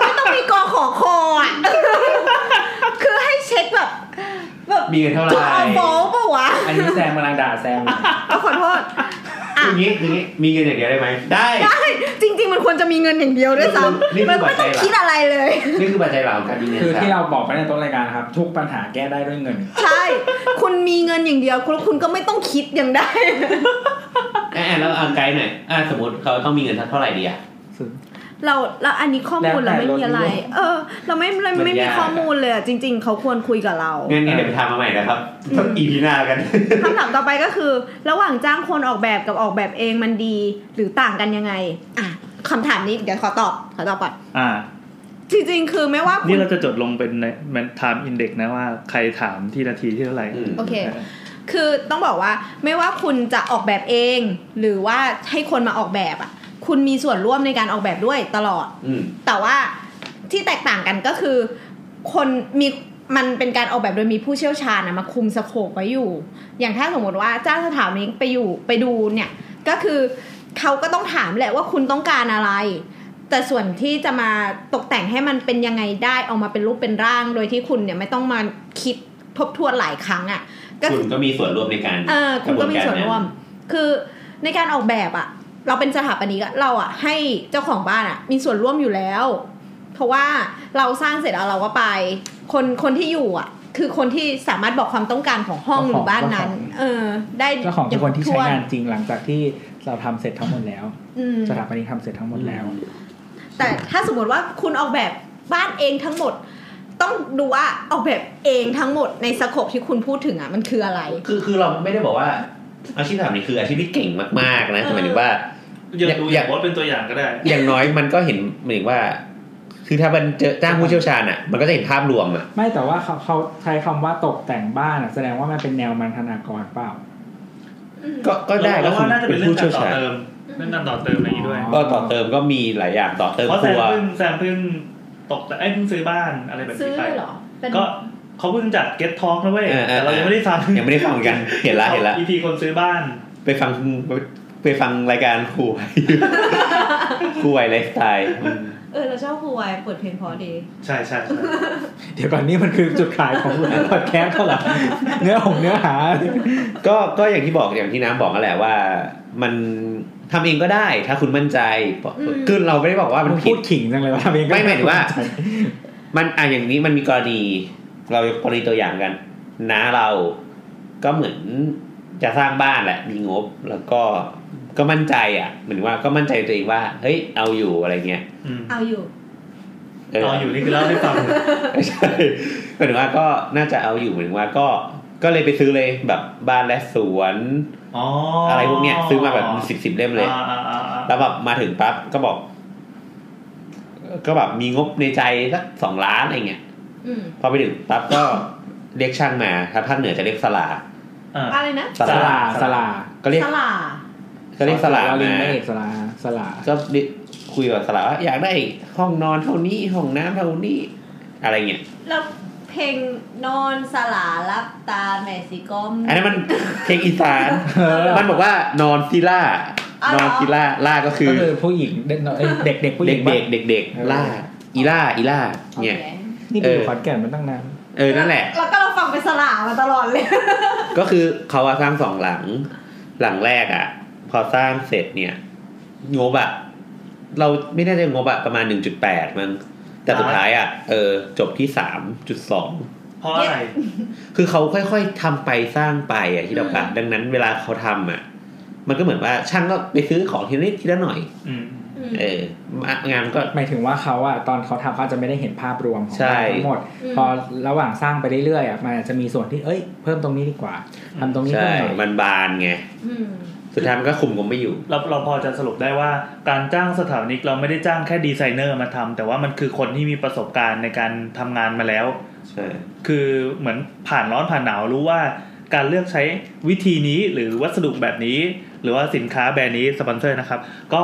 ไม่ต้องมีกอขอคออ่ะ คือให้เช็คแบบแบบ มีกันเท่าไหร่ ถูกเอาโป๊ปะวะ อันนี้แซมกำลังด่าแซม เอาขอโทษ คืออย่างงี้คืออย่างงี้มีเงินอย่างเดียวได้ไหมได้ ได้จริง ๆ มันควรจะมีเงินอย่างเดียวด้วยซ้ นี่ ำ คื มัน อหัว ไม่ ใจ ต้อง หลัก คิดอะไรเลย นี่คือปัจจัยหลักของการมีเงิน คือ ค ที่ รับ เราบอกไปในต้นรายการนะครับ ทุกปัญหาแก้ได้ด้วยเงิน ใช่ คุณมีเงินอย่างเดียวคุณคุณก็ไม่ต้องคิดยังได้ แอนแล้วเอาไกด์หน่อยอ่ะสมมติเขาต้องมีเงินเท่าไหร่ดีอ่ะ เราเราอันนี้ข้อมูล แล้ เรา วแต่ ไม่มีอะไร รถนิยม เออ เราไม่เรา มัน ไม่มี ยาก ข้อมูลเลยอะจริง ๆ เขาควรคุยกับเรา งั้นงั้นเดี๋ยวไปทำมาใหม่นะครับต้องอีพีหน้ากัน คำถามต่อไปก็คือ ระหว่างจ้างคนออกแบบกับออกแบบเองมันดี หรือต่างกันยังไง อ่ะคำถามนี้เดี๋ยวขอตอบขอตอบก่อน อ่า จริง ๆ คือไม่ว่าคุ นี่ ณ เราจะจดลงเป็นในมัน time index นะว่าใครถามที่นาทีที่เท่าไหร่ อืม โอเค คือต้องบอกว่าไม่ว่าคุณจะออกแบบเอง หรือว่าให้คนมาออกแบบอ่ะ คุณมีส่วนร่วมในการออกแบบด้วยตลอด อืม แต่ว่าที่แตกต่างกันก็คือ คนมีมันเป็นการออกแบบโดยมีผู้เชี่ยวชาญนะมาคุมสโคปไว้อยู่ อย่างถ้าสมมติว่าจ้างสถาปนิกไปอยู่ไปดูเนี่ยก็คือเขาก็ต้องถามแหละว่าคุณต้องการอะไร แต่ส่วนที่จะมาตกแต่งให้มันเป็นยังไงได้ออกมาเป็นรูปเป็นร่าง โดยที่คุณเนี่ยไม่ต้องมาคิดทบทวนหลายครั้งอะ่ะก็ คุ คือ ณก็มีส่วนร่วมในการ เออคุณก็มีส่วนร่วม กะบกา คือในการออกแบบอะเราเป็นสถาปนิกอะเราอะให้เจ้าของบ้านอะมีส่วนร่วมอยู่แล้ว เพราะว่าเราสร้างเสร็จแล้วเราก็ไป คนคนที่อยู่อะคือคนที่สามารถบอกความต้องการของห้องห เจ้าของ รือบ้านนั้น เจ้าของ เออ ได้ เจ้าของเป็นคนที่ใช้งาน ทั่ว จริงหลังจากที่เราทำเสร็จทั้งหมดแล้ว อืม สถาปนิกทำเสร็จทั้งหมดแล้ว แต่ถ้าสมมติว่าคุณออกแบบบ้านเองทั้งหมด ต้องดูว่าออกแบบเองทั้งหมดในสโคปที่คุณพูดถึงอะมันคืออะไร คือคือเราไม่ได้บอกว่า อาชีพแบบนี้คืออาชีพที่เก่งมากๆนะแต่หมายถึงว่า อยากดูอยากว่าเป็นตัวอย่างก็ได้ อย่างน้อยมันก็เห็นเหมือนว่า คือถ้ามันเจอจ้างผู้เชี่ยวชาญอ่ะ มันก็จะเห็นภาพรวมอ่ะ ไม่แต่ว่าเขาเขาใช้คำว่าตกแต่งบ้านอะแสดงว่ามันเป็นแนวมันธนากรเปล่า ก็ก็ได้ เรา ก็คื ว่า อ น่าจะเป็ เป็น น เรื่อง ผู้ กา เชี่ย รต่วอ ชาญ เติมเรื่องการต่อเติมอะไรอย่างงี้ด้วย อ๋ ก็ต่อเติมก็มีหลายอย่างต่อเติม เพราะ ค แซ รั ม ว เพิ่งแซมเพิ่งตกแต่ไอ้ยเพิ่งซื้อบ้านอะไรแบบ ซื้อนี้ไป เหรอเป็น ก็เขาเพิ่งจัดเก็ตทอ k นะเว้ย เออเออ แต่เรายังไม่ได้ฟัง ยังไม่ได้ฟังเหมือ นกัน เห็นละเห็นละ อีพีคนซื้อบ้าน ไปฟังไปฟังรายการครูไว ครูไวไลฟ์สไตล์อืม เออเราชอบครูวายเปิดเพลงเพอดี ใช่ใช่ใช่ เดี๋ยวก่อนนี่มันคือจุดขายของ พอดแคสต์เขาเหรอเนื้อหงเนื้อหา ก็ก็อย่างที่บอกอย่างที่น้ำบอกนั่นแหละว่า มันทำเองก็ได้ถ้าคุณมั่นใจ อืม คือเราไม่ได้บอกว่ามัน มัน ผิ พู ด ดขิงจังเลยว่าเองก็ ไม่หมายถึงว่า มันอ่ะอย่างนี้มันมีกรณี เรายกกรณีตัวอย่างกันน้าเราก็เหมือนจะสร้างบ้านแหละมีงบ แล้วก็ก็มั่นใจอ่ะเหมือนว่าก็มั่นใจตัวเองว่า เฮ้ยเอาอยู่อะไรเงี้ย อืม เอาอยู่ เออ ตอนอยู่นี่คือเล่าให้ฟัง ไม่ใช่ หมายถึงว่าก็น่าจะเอาอยู่เหมือนว่าก็ก็เลยไปซื้อเลยแบบบ้านและสวน อ๋อ อะ อะไร พวกเนี้ยซื้อมาแบบสิบสิบเล่มเลย อ่าอ่าอ่าอ่า แล้วแบบมาถึงปั๊บก็บอก ก็แบบมีงบในใจสักสองล้านอะไรเงี้ย อืม พอไปถึงปั๊บก็เรียกช่างมาถ้าภาคเหนือจะเรียกสลา อ่า อะไรนะ ส ส ลา ลาสลา ก็เรียก สลา ก็เรียกสลา เร มา เรียนได้เอกสลาสลา ก็เรียกคุยกับสลาว่าอยากได้ห้องนอนเท่านี้ห้องน้ำเท่านี้ อะไรเงี้ย แล้วเพลงนอนสลารับตาแม่สีกอม อันนั้นมัน เพลงอีสาน เออ มันบอกว่านอนซิล่า อ๋อเหรอ นอนซิล่าล่าก็คื ก็ อ คือผู้หญิงเด็กน้อยเด็กเด็กผู้ห เด็ ญิ ก ง เด็ก ปะ เด็กเด็ก เออ ล่าอีล่าอีล่า โอ เนี่ย ค นี่ไปอยู่ เออ ขอนแก่นมันตั้งนาน เออนั่นแหละ แล้วก็เราฟังเป็นสลามาตลอดเลย ก็คือเขาว่าสร้างสองหลัง หลังแรกอ่ะ พอสร้างเสร็จเนี่ย งบอะเราไม่แน่ใจงบอะประมาณหนึ่งจุดแปดมั้งแต่สุดท้ายอ่ะเออจบที่สามจุดสอง เพราะอะไร คือเขาค่อยๆทำไปสร้างไปอ่ะที่เรากะ อืม ดังนั้นเวลาเขาทำอ่ะ มันก็เหมือนว่าช่างก็ไปซื้อของทีละนิดทีละหน่อย อืม เออ งานก็ หมายถึงว่าเขาอะตอนเขาทำเขาจะไม่ได้เห็นภาพรวมของ ใช่ บ้านทั้งหมด อืม พอระหว่างสร้างไปเรื่อยๆอะมันอาจจะมีส่วนที่เอ้ยเพิ่มตรงนี้ดีกว่าทำตรงนี้ ใช่ เพิ่มหน่อย มันบานไง อืม สุดท้ายมันก็คุมผมไม่อยู่ เราเราพอจะสรุปได้ว่าการจ้างสถาปนิกเราไม่ได้จ้างแค่ดีไซเนอร์มาทำแต่ว่ามันคือคนที่มีประสบการณ์ในการทำงานมาแล้ว ใช่ คือเหมือนผ่านร้อนผ่านหนาวรู้ว่าการเลือกใช้วิธีนี้หรือวัสดุแบบนี้ หรือว่าสินค้าแบรนด์นี้สปอนเซอร์นะครับ ก็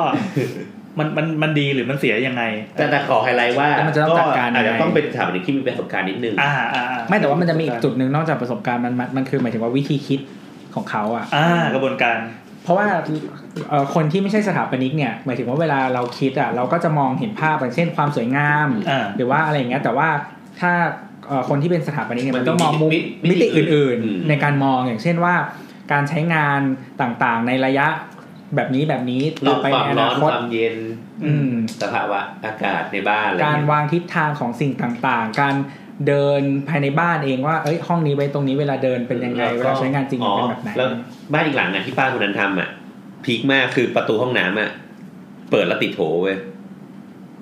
มันมันมันดีหรือมันเสียยังไง แต่แต่ขอไฮไลท์ว่า แล้วมันจะต้องจัดการยังไง อาจจะต้องเป็นสถาปนิกที่มีประสบการณ์นิดนึง อ่าอ่าอ่า ไม่แต่ว่ามันจะมีอีกจุดหนึ่งนอกจากประสบการณ์มันมันมันคือหมายถึงว่าวิธีคิดของเขาอ่ะ อ่ากระบวนการ เพราะว่าเอ่อคนที่ไม่ใช่สถาปนิกเนี่ยหมายถึงว่าเวลาเราคิดอ่ะเราก็จะมองเห็นภาพอย่างเช่นความสวยงาม อ่า หรือว่าอะไรอย่างเงี้ยแต่ว่าถ้าเอ่อคนที่เป็นสถาปนิกเนี่ย มั มัน นต้องมองมุม มิมิ มิ ติ ติอื่น อืม ๆ ในการมองอย่างเช่นว่า การใช้งานต่างๆ ในระยะแบบนี้แบบนี้ เรื่ ต่ อ อง ไป ความ ในอ ร้อ นาคต นความเย็น อืม สภาวะอากาศในบ้านอะไร กาเงี้ยวรางทิศทางของสิ่งต่างๆ การเดินภายในบ้านเองว่าเอ้ยห้องนี้ไว้ตรงนี้เวลาเดินเป็นยังไง เว แก็ ลาใช้งานจริง อ๋อ เป็นแบบไหน แล้วบ้านอีกหลังอ่ะที่ป้าคนนั้นทำอ่ะพีคมากคือประตูห้องน้ำอ่ะเปิดแล้วติดโถเว้ย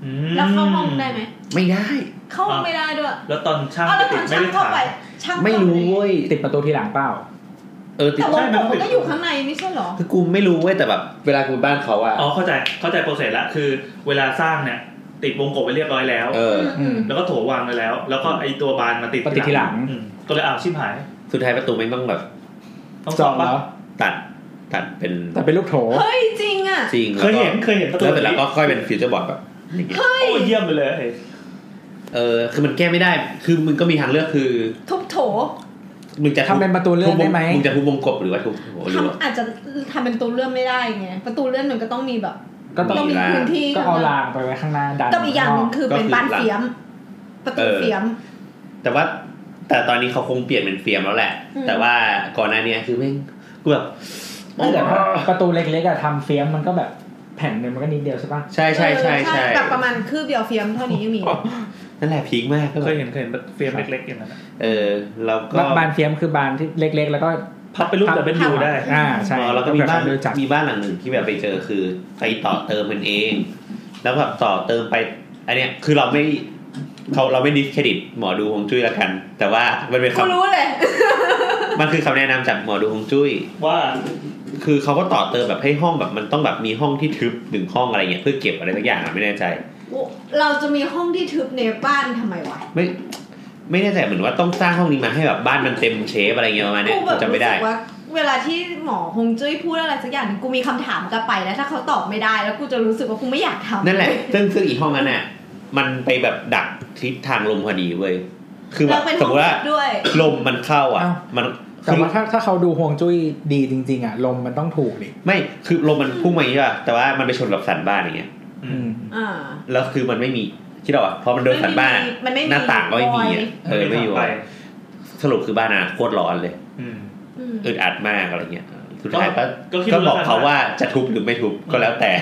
อืม แล้วเข้าห้องได้ไหม ไม่ได้ เข้าไม่ได้ด้วย แล้วตอนช่าง เอาแล้ว ติ คุณดไม่ ช่าง ได้ เข้า ถาม ไป ช่างเข้าป ไม่รู้เว้ย ติดประตูทีหลังเปล่า เออติด แต่ว่าผมก็อยู่ข้างในไม่ใช่เหรอ คือกูไม่รู้เว้ยแต่แบบเวลากูไปบ้านเขาอ่ะ อ๋อเข้าใจเข้าใจโปรเซสละคือ เวลาสร้างเนี่ย ติดวงกบไปเรียบร้อยแล้ว เออ อืม แล้วก็โถวางไปแล้ว แล้วก็ไอตัวบานมาติด มาติดทีหลัง อืมก็เลยอ้าวชิบหาย สุดท้ายประตูไม่ต้องแบบ ต้อง จ ส อ อ ด บ แล้ ปะ ว ตัดตัดเป็น แต่เป็นลูกโถ เฮ้ยจริงอ่ะ จริง เคยเห็นเคยเห็นประตู แล้วก็แล้วเสร็จแล้วก็ค่อยเป็นฟิวเจอร์บอร์ดแบบอย่างเงี้ย เฮ้ย โอ้ยเยี่ยมไปเลย เออคือมันแก้ไม่ได้ คือมึงก็มีทางเลือกคือ ทุบโถ มึงจะ ทำเป็นประตูเลื่อนได้ไหม มึงจะทุบวงกบหรือว่าทุบโหหรือว่า ทำอาจจะทำเป็นตัวเลื่อนไม่ได้ไงประตูเลื่อนมันก็ต้องมีแบบ ก็ต้อง ต้องมี มีราง พื้นที่ ก็เอารางไปไว้ข้างหน้าดัน กับอีกอย่างหนึงคือเป็นบานเสียม ประตูเสียม แต่ว่า แต่ตอนนี้เขาคงเปลี่ยนเป็นเฟียมแล้วแหละ อืม แต่ว่าก่อนหน้าเนี้ยคือแม่งกูแบบ เออแต่ว่าประตูเล็กๆอะทำเฟียมมันก็แบบแผ่นหนึ่งมันก็นิดเดียวใช่ปะ ใช่ใช่ใช่ใช่ เออแบบประมาณคืบเดียวเฟียมเท่านี้ยังมี นั่นแหละพีคมากก็ เค แบ ย บ เห็นเคยเห็นเฟรมเล็กๆอย่างนั้นอะ เออแล้วก็ บานเฟียมคือบานที่เล็ก ๆ แล้วก็ พับเป็นรูปแต่เป็นยูได้ อ่าใช่ อ๋อแล้วก็มีบ้าน โดยจัก มีบ้านหลังหนึ่งที่แบบไปเจอคือไปต่อเติมมันเอง แล้วแบบต่อเติมไปอันเนี้ยคือเราไม่เขาเราไม่ดิสเครดิตหมอดูฮวงจุ้ยละกัน แต่ว่ามันเป็น กู คำ รู้เลย มันคือคำแนะนำจากหมอดูฮวงจุ้ย ว่า คือเขาก็ต่อเติมแบบให้ห้องแบบมันต้องแบบมีห้องที่ทึบหนึ่งห้องอะไรเงี้ยเพื่อเก็บอะไรสักอย่างอะไม่แน่ใจ เราจะมีห้องที่ทึบในบ้านทำไมวะ ไม่ ไม่แน่ใจเหมือนว่าต้องสร้างห้องนี้มาให้แบบบ้านมันเต็มเชฟอะไรเงี้ยประมาณเนี้ย กูแบบ จำไม่ รู้ ได้ สึกว่า เวลาที่หมอฮงจุ้ยพูดอะไรสักอย่างหนึ่งกูมีคำถามกลับไปแล้วถ้าเขาตอบไม่ได้แล้วกูจะรู้สึกว่ากูไม่อยากทำ นั่นแหละ ซึ่งซึ่งอีกห้องนั้นน่ะมันไปแบบดักทิศทางลมพอดีเว้ยคือแบ เรา บ เป็น ส ห้อมงมลัติว่า บด้วย ลมมันเข้าอ่ะ มัน แต่ คือ ว่าถ้าถ้าเขาดูฮวงจุ้ยดีจริง ๆอะลมมันต้องถูกดิ ไม่คือลมมันพุ่งมาอย่างนี้ป่ะแต่ว่ามันไปชนกับสันบ้านอย่างเงี้ย อื อื ม ม อ่า แล้วคือมันไม่มีคิดเอาอ่ะเพราะมันโดนสันบ้านอะ มันไม่มี หน้าต่างก็ไม่มี ร อ่ะ อย เออไม่อยู่ ไป อะสรุปคือบ้านอ่ะโคตรร้อนเลย อืม อืม อึดอัดมากอะไรเงี้ย สุดท้ายก็ ก็คิด ก็ ว่า บอกเขาว่าจะทุบหรือไม่ทุบก็แล้วแต่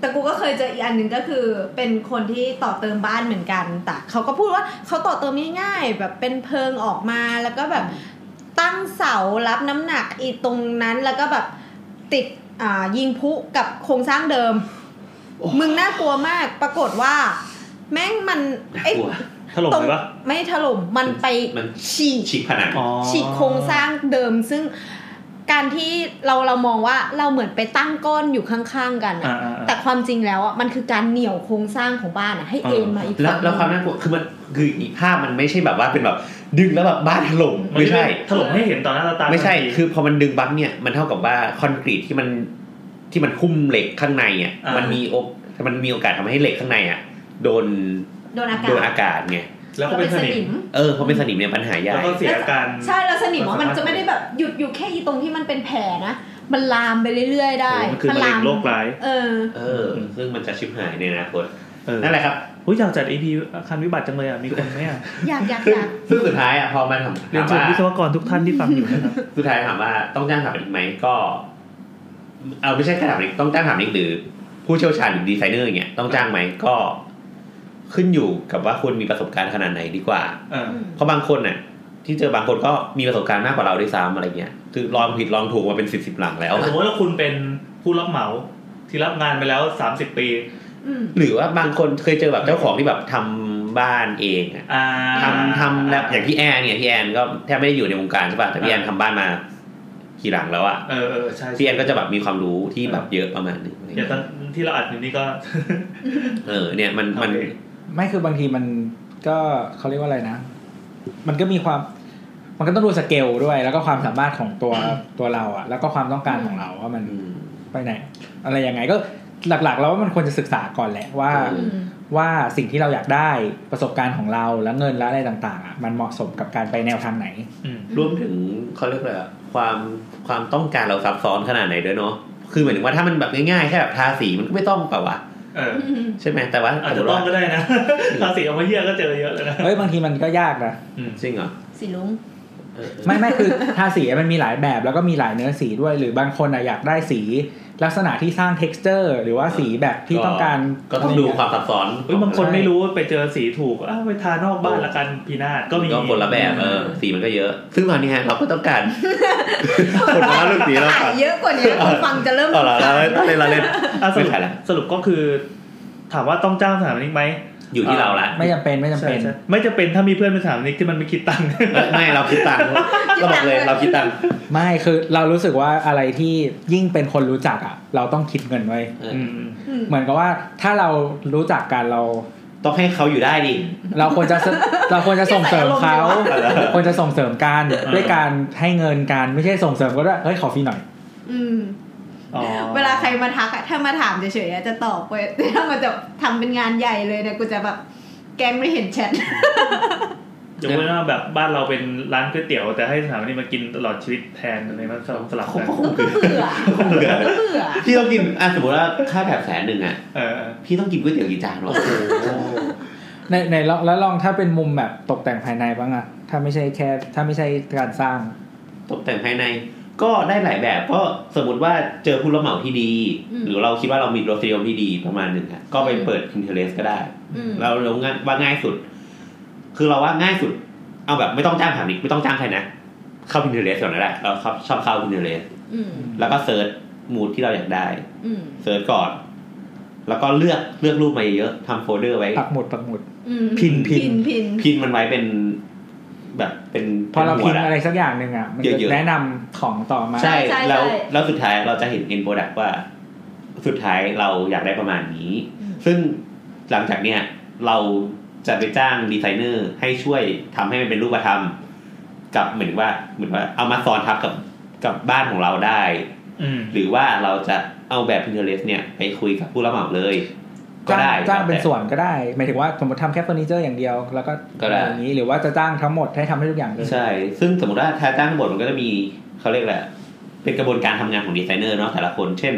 แต่กูก็เคยเจออีกอันหนึ่งก็คือ เป็นคนที่ต่อเติมบ้านเหมือนกัน แต่เขาก็พูดว่าเขาต่อเติมง่ายๆ แบบเป็นเพิงออกมาแล้วก็แบบตั้งเสารับน้ำหนักอีกตรงนั้นแล้วก็แบบติดอ่ายิงพลุกับโครงสร้างเดิม มึงน่ากลัวมากปรากฏว่า แม่งมันไอ้ กลัว ถล่ม ตรง เลยปะ ไม่ถล่มมันไป มัน ฉีก ฉีกผนัง อ๋อ ฉีกโครงสร้างเดิมซึ่งการที่เราเรามองว่าเราเหมือนไปตั้งก้อนอยู่ข้างๆกัน อ่า อะ อ่าอ่า แต่ความจริงแล้วอะมันคือการเหนี่ยวโครงสร้างของบ้านอะให้ อ่า เอ็นมาอีก แล้ว ง แล้วความน่ากลัวคือมันคืออีกภาพมันไม่ใช่แบบว่าเป็นแบบดึงแล้วแบบบ้านถล่ม น ไม่ใช่ ถล่มให้เห็นต่อหน้าต่อตา ไม่ใช่ ทันที คือพอมันดึงบั๊กเนี่ยมันเท่ากับว่าคอนกรีตที่มันที่มันคุ้มเหล็กข้างในอ่ะ อ่ามั มันมีโอกมันมีโอกาสทำให้เหล็กข้างในอ่ะโดน โดนอากา โดน ศ อากาศไง แล้วก็เป็นสนิม เออพอเป็นสนิมเนี่ยปัญหาใหญ่ แล้วก็เสียการ ใช่แล้วสนิมอะ มั มันน สามารถ จะไม่ได้แบบหยุดอยู่แค่อีตรงที่มันเป็นแผลนะมันลามไปเรื่อย ๆ ได้ โอ้มันคือมะเร็ ลางม โรคร้าย เออ เออ ซึ่งมันจะชิบหายในอนาคต เออ นั่นแหละครับ อุ้ยอยากจัดอีพีคันวิบัติจังเลยอ่ะ มีคนไหมอ่ะ อยากอยาก ซึ่ อง ยาก ซึ่งสุดท้ายอ่ะพอมันถาม เรียน ถาม เชิญ ว่า วิศวกรทุกท่านที่ฟังอยู่นะครับ สุดท้ายถามว่าต้องจ้างสถาปนิกไหมก็เอาไม่ใช่แค่สถาปนิกต้องจ้างสถาปนิกหรือ ผู้เชี่ยวชาญหรือดีไซเนอร์อย่างเงี้ยต้องจ้างไหมก็ขึ้นอยู่กับว่าคุณมีประสบการณ์ขนาดไหนดีกว่า เออ อืม เพราะบางคนน่ะ ที่เจอบางคนก็มีประสบการณ์มากกว่าเราด้วยซ้ำอะไรเงี้ยคือลองผิดลองถูกมาเป็นสิบสิบหลังแล้ว สมมติว่าคุณเป็นผู้รับเหมาที่รับงานไปแล้ว 30 ปี อืม หรือว่าบางคนเคยเจอแบบเจ้าของที่แบบทำบ้านเองอะ อ่า ทำทำแล้วอย่างพี่แอนเนี่ยพี่แอนก็แทบไม่ได้อยู่ในวงการใช่ป่ะแต่พี่แอนทำบ้านมา ทีหลังแล้วอะ เออเออใช่ พี่แอนก็จะแบบมีความรู้ที่แบบเยอะประมาณหนึงอะไร อย่าง เงี้ย ตอนที่เราอัดอยู่นี่ก็ เออเนี่ยมันมัน โอเค ไม่คือบางทีมันก็เขาเรียกว่าอะไรนะ มันก็มีความ มันก็ต้องดูสเกลด้วย แล้วก็ความสามารถของตัวตัวเราอะแล้วก็ความต้องการของเราว่ามัน อืม ไปไหน อะไรยังไงก็หลักๆ แล้วว่ามันควรจะศึกษาก่อนแหละว่า อื อืม ว่าสิ่งที่เราอยากได้ประสบการณ์ของเราและเงินและอะไรต่างๆอะมันเหมาะสมกับการไปแนวทางไหน อืม รวมถึงเขาเรียกอะไรอะความความต้องการเราซับซ้อนขนาดไหนด้วยเนาะคือหมายถึงว่าถ้ามันแบบง่ายๆแค่แบบทาสีมันก็ไม่ต้องเปล่าวะ เออ ใช่ไหมแต่ว่า อาจจะต้องก็ได้นะ ภาษีเอามาเยี่ยก็เจอเยอะเลยนะ เฮ้ยบางทีมันก็ยากนะ อืม จริงเหรอ สีลุง เออ ไม่ไม่คือทาสีมันมีหลายแบบแล้วก็มีหลายเนื้อสีด้วย หรือบางคนอะอยากได้สี ลักษณะที่สร้าง t e x t อร์หรือว่าสีแบบที่ต้องการ ก็ต้องดูความซับซ้อน เฮ้ยบางคน ใช่ ไม่รู้ว่าไปเจอสีถูกอ้าวไปทานอกบ้านละกันพีนาศก็มี ก็คนละแบบเออสีมันก็เยอะ ซึ่งตอนนี้ฮะเราก็ต้องการ คนมาเล่าเรื่องสีเรา ขา ค่ะ ยเยอะกว่านี้คนฟังจะเริ่ม เอาละเราเล่นเราเล่น อ่ะส ไม่ รุป ขายละ สรุปก็คือ ถามว่าต้องจ้างสถาปนิกไหม อยู่ที่เราละ ไม่จำเป็นไม่จำ ใช่ เป็น ใช่ไม่จะเป็นถ้ามีเพื่อนเป็นสถาปนิกที่มันไม่คิดตังค์ เอ้ยไม่เราคิดตังค์เราบอกเลยเราคิดตังค์ ไม่คือเรารู้สึกว่าอะไรที่ยิ่งเป็นคนรู้จักอ่ะ เราต้องคิดเงินไว้ เออ อืมอืม อืม เหมือนกับว่าถ้าเรารู้จักกันเรา ต้องให้เขาอยู่ได้ดิ เราควรจะเราควรจะส่งเสริมเขาควรจะส่งเสริมกัน เออ ด้วยการให้เงินกันไม่ใช่ส่งเสริมก็ได้เฮ้ยขอฟรีหน่อย อืม อ๋อ เวลาใครมาทักอะถ้ามาถามเฉยๆอะจะตอบเว้ยแต่ถ้ามันจะทำเป็นงานใหญ่เลยเนี่ยกูจะแบบแกไม่เห็นแชท ยกเว้นว่าแบบบ้านเราเป็นร้านก๋วยเตี๋ยวแต่ให้สถาปนิกมากินตลอดชีวิตแทนอะไรมันสลับสลับกัน ก็เบื่อ เบื่อ ก็เบื่อ พี่ต้องกินอ่ะสมมติว่าค่าแบบแสนหนึ่งอ่ะ เออเออ พี่ต้องกินก๋วยเตี๋ยวกี่จานวะ ในในแล้วแล้วลองถ้าเป็นมุมแบบตกแต่งภายในบ้างอะถ้าไม่ใช่แค่ถ้าไม่ใช่การสร้าง ตกแต่งภายใน ก็ได้หลายแบบก็สมมติว่าเจอผู้รับเหมาที่ดี หรือเราคิดว่าเรามีรสนิยมที่ดีประมาณหนึ่งอ่ะก็ไปเปิด Pinterest ก็ได้ อืม เราเราง่ายว่าง่ายสุด คือเราว่าง่ายสุด เอาแบบไม่ต้องจ้างถามนิกไม่ต้องจ้างใครนะ เข้า Pinterest ก่อนก็ได้เราชอบชอบเข้า Pinterest อืม แล้วก็เซิร์ชมูดที่เราอยากได้ อืม เซิร์ชก่อน แล้วก็เลือกเลือกรูปมาเยอะๆทำโฟลเดอร์ไว้ ปักหมุดปักหมุด อืม พินพิน พินพิน พินมันไว้เป็นแบบเป็น พอเรา ป็ พิ ว ม ด พ์อะไรสักอย่างหนึ่งอะมันจะ เยอะๆ แนะนำของต่อมา ใช่แล้วแล้วสุดท้ายเราจะเห็น end product ว่า สุดท้ายเราอยากได้ประมาณนี้ ซึ่งหลังจากเนี้ยเราจะไปจ้างดีไซเนอร์ให้ช่วยทำให้มันเป็นรูปธรรม กับเหมือนว่าเหมือนว่าเอามาซ้อนทับกับกับบ้านของเราได้ อืม หรือว่าเราจะเอาแบบ Pinterest เนี่ยไปคุยกับผู้รับเหมาเลย ก็ จ้าง ได้ จ้างเป็น แล้วแต่ ส่วนก็ได้หมายถึงว่าสมมติทำแค่เฟอร์นิเจอร์อย่างเดียว แล้วก็ ก็ได้ อย่างนี้หรือว่าจะจ้างทั้งหมดให้ทำให้ทุกอย่างเลย ใช่ ซึ่งสมมติว่าถ้าจ้างบทมันก็จะมีเขาเรียกแหละไรเป็นกระบวนการทำงานของดีไซเนอร์เนาะแต่ละคน เช่น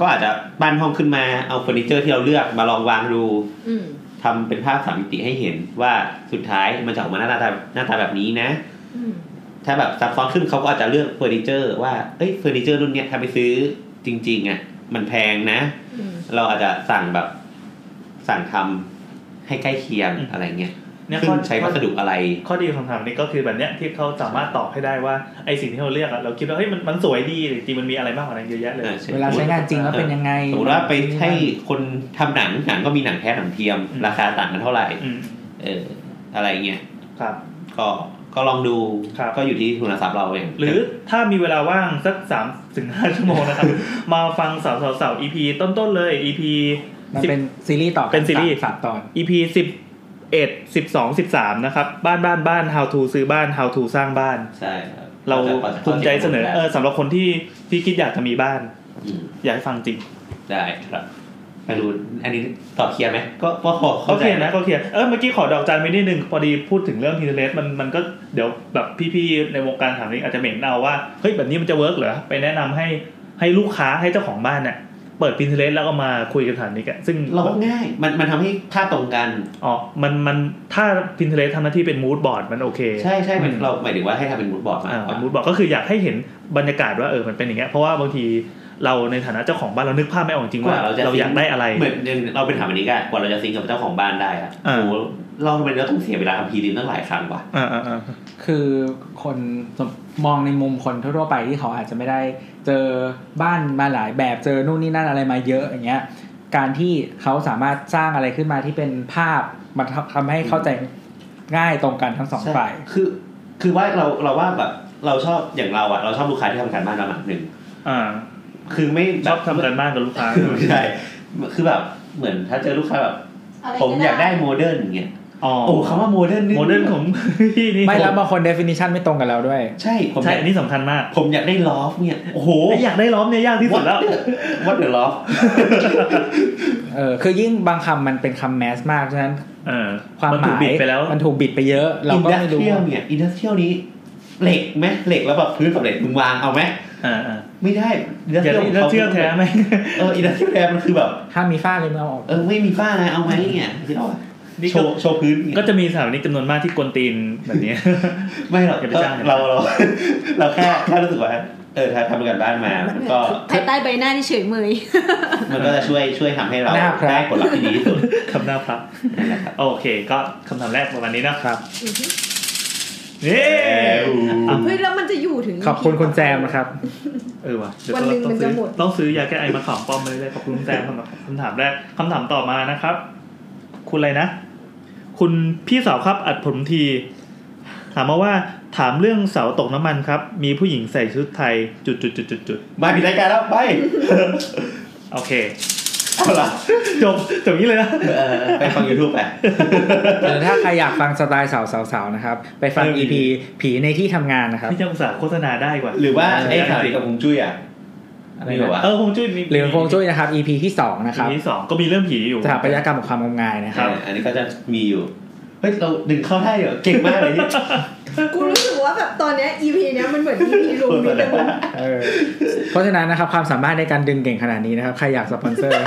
ก็อาจจะปั้นห้องขึ้นมาเอาเฟอร์นิเจอร์ที่เราเลือกมาลองวางดู อืม ทำเป็นภาพสามมิติให้เห็นว่าสุดท้ายมันจะออกมาหน้าตาหน้าตาแบบนี้นะ อืม ถ้าแบบซับซ้อนขึ้นเขาก็อาจจะเลือกเฟอร์นิเจอร์ว่าเอ้ยเฟอร์นิเจอร์รุ่นเนี้ยถ้าไปซื้อจริงๆอ่ะมันแพงนะ อืม เราอาจจะสั่งแบบสั่งทำให้ใกล้เคียง อืม อะไรเงี้ย เนี่ย ซึ่ ข้อง ใช้วัสดุอะไร ข้อดีของคำถามนี้ก็คือแบบเนี้ยที่เขาสามารถตอบให้ได้ว่าไอสิ่งที่เราเลือกอะเราคิดว่าเฮ้ยมันมันสวยดีแต่จริงๆมันมีอะไรมากกว่านั้นเยอะแยะเลย เออใช่ เวลาใช้งานจริงแล้วเป็นยังไง สมมติว่าไปให้คนทำหนังหนังก็มีหนังแท้หนังเทียม อืม ราคาต่างกันเท่าไหร่ อืม เออ อะไรเงี้ย ครับ ก็ก็ลองดู ครับ ก็อยู่ที่ทุนทรัพย์เราเอง หรือถ้ามีเวลาว่างสักสามถึงห้าชั่วโมง นะครับ มาฟังสาวสาวสาว EP ต้นๆเลย EP มัน สิบ เป็นซีรีส์ต่อกั เป็นซีรีส์ สามตอน EP สิบเอ็ดสิบสองสิบสามนะครับบ้านบ้านบ้าน how to ซื้อบ้าน how to สร้างบ้าน ใช่ครับ เรา ก็จะ ภูมิใจเสนอเออสำหรับคนที่ที่คิดอยากจะมีบ้าน ม อยากให้ฟังจริง ได้ครับไม่รู้อันนี้ตอบเคลียร์ไหมก็ก็พอ ก็ เข้า เค ใจ ลียร์นะก็เคลียร์เออเมื่อกี้ขอดอกจันไปนิดนึงพอดีพูดถึงเรื่อง Pinterest มันมันก็เดี๋ยวแบบพี่ๆในวงการถามนี้อาจจะเหม็นเอาว่าเฮ้ยแบบนี้มันจะเวิร์กเหรอไปแนะนำให้ให้ลูกค้าให้เจ้าของบ้านเนี่ยเปิด Pinterest แล้วก็มาคุยกันถามนี้กันซึ่ง เราว่าง่าย มันมันทำให้ภาพตรงกัน อ๋อ มัน มัน ถ้า Pinterest ทำหน้าที่เป็นมูดบอร์ดมันโอเค ใช่ใช่มัน อืม เราหมายถึงว่าให้ทำเป็นมูดบอร์ดมา อ่ามูดบอร์ดก็คืออยากให้เห็นบรรยากาศว่าเออ มันเป็นอย่างเงี้ย เพราะว่าบางทีเราในฐานะเจ้าของบ้านเรานึกภาพไม่ออกจริง ก ว่า ว่าเราจะ เราอยากได้อะไร เหมือนเราเป็นถามอันนี้กันกว่าเราจะซิงค์กับเจ้าของบ้านได้อะ อ่า โอ้โหเราทำไมเราต้องเสียเวลาทำพีดินตั้งหลายครั้งวะ อ่าอ่าอ่า คือคนมองในมุมคนทั่วๆไปที่เขาอาจจะไม่ได้เจอบ้านมาหลายแบบเจอนู่นนี่นั่นอะไรมาเยอะอย่างเงี้ย การที่เขาสามารถสร้างอะไรขึ้นมาที่เป็นภาพมันทำให้เข้าใจง่ายตรงกันทั้งสอง ใช่ ฝ่าย คือ คือว่าเรา เราว่าแบบ เราชอบอย่างเราอะเราชอบลูกค้าที่ทำการบ้านระดับหนึ่ง อ่า คือไม่ ช แ อบทำกันบ้านกับลูกค้า ไม่ใช่คือแบบเหมือนถ้าเจอลูกค้าแบบผมอยากได้โมเดิร์น อย่างเงี้ย อ๋อ โอ้คำว่าโมเดิร์น โมเดิร์นของ พี่นี่ ไม่แล้วบางคน definition ไม่ตรงกับเราด้วย ใช่ผม ใช่ อยาก อันนี้สำคัญมาก ผมอยากได้ลอฟเนี่ยโอ้โห โอ้อยากได้ล้อมเนี่ยยากที่สุดแล้ว what the loft เออคือยิ่งบางคำมันเป็นคำแมสมากฉะนั้น เออ ความ น ห ถูก มาย บิดไปแล้ว มันถูกบิดไปเยอะ เรา อิน ก็ ดัส ไม่ เท รู้ รียลเนี่ยอินดัสเทรียลนี้เหล็กไหมเหล็กแล้วแบบพื้นกับเหล็กมึงวางเอาไหม อ่าอ่า ไม่ได้อินดัอสเท ย่า รียล เชื่อแท้ไหม เอออินดัสเทรียลแท้มันคือแบบ ถ้ามมีฝ้าเลยมึงเอาออก เออไม่มีฝ้านะเอาไหมเนี่ยที่เราอะ นี่ โช ก็ ว์โชว์พื้นเนี่ย ก็จะมีสถาปนิกจำนวนมากที่กวนตีนแบบนี้ ไม่หรอก อย่าไป ก็ จ้าง เราเรา เราแค่แค่รู้สึกว่าเออถ้าทำกันบ้านมามันก็ ภายใต้ใบหน้าที่เฉยเมย มันก็จะช่วยช่วยทำให้เรา หน้าพระ ได้ผลลัพธ์ที่ดีที่สุด คำหน้า พระ นั่นแหละครับ โอเค ก็คำถามแรกประมาณนี้นะครับ อือฮึ เย้อ่ะ เฮ้ยแล้วมันจะอยู่ถึง ขอบคุณคุณแจมนะครับ เออว่ะเดี๋ยว วันหนึ่ง ต้อ มัน ซื้ จะ อ หมด ต้องซื้อยาแก้ไอมาขอมป้อมไปเลยขอบคุณคุณแซมสำหรับคำถามแรกคำถามต่อมานะครับ คุณอะไรนะ คุณพี่สาวครับอัดผมที ถามมาว่าถามเรื่องเสาตกน้ำมันครับ มีผู้หญิงใส่ชุดไทยจุดจุดจุดจุดจุด มาผิดรายการแล้วไป โอเค เอาละ จบจบนี้เลยนะ เออไปฟัง YouTube ไป หรือถ้าใครอยากฟังสไตล์สาวๆๆนะครับ ไปฟัง เออ EP ผีในที่ทำงานนะครับ พี่เจ้าอุตสาห์โฆษณาได้กว่า หรือว่าไอ้ข่าวเกี่ยวกับฮวงจุ้ยอ่ะ อะไร มี นะ แบบว่า เออคงจุ้ยมี หรือพงจุ้ยนะครับ EP ที่สองนะครับ ทีที่สองก็มีเรื่องผีอยู่ สถาปัตยกรรมของความงมงายนะเอครับ ออันนี้ก็จะมีอยู่ เฮ้ย เราดึงเข้าได้เหรอเก่งมากเลยที่ กูรู้สึกว่าแบบตอนเนี้ย EP เนี้ยมันเหมือน EP รวมมิตรบุญ เออเพราะฉะนั้นนะครับความสามารถในการดึงเก่งขนาดนี้นะครับ ใครอยากสปอนเซอร์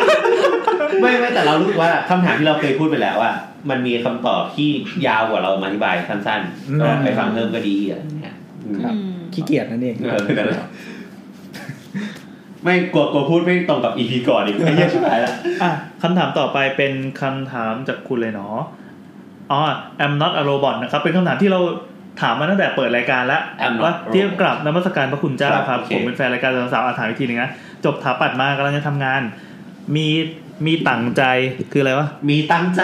ไม่ไม่แต่เรารู้สึกว่าคำถามที่เราเคยพูดไปแล้วว่า มันมีคำตอบที่ยาวกว่าเรามาอธิบายสั้น อืม ๆก็ไปฟังเพิ่มก็ดีอะไรอย่างเงี้ยอืม ครับ ขี้เกียจนั่นเอง เออนั่นแหละไม่กลัวกลัวพูดไม่ตรงกับอีพีก่อนอีกไอ้เหี้ยชิบหายละ อ่ะคำถามต่อไปเป็นคำถามจากคุณเลยเนาะอ๋อ I'm not a robot นะครับ เป็นคำถามที่เราถามมาตั้งแต่เปิดรายการแล้ว I'm not ว่า wrong เทียบกลับนมัสการพระคุณเจ้า ครับ ครับ โอเค ผมเป็นแฟนรายการสาวๆอาถามอีกทีหนึงนะ จบถาปัดมากำลังจะทำงาน มีมีต่างใจคืออะไรวะ มีตั้งใจ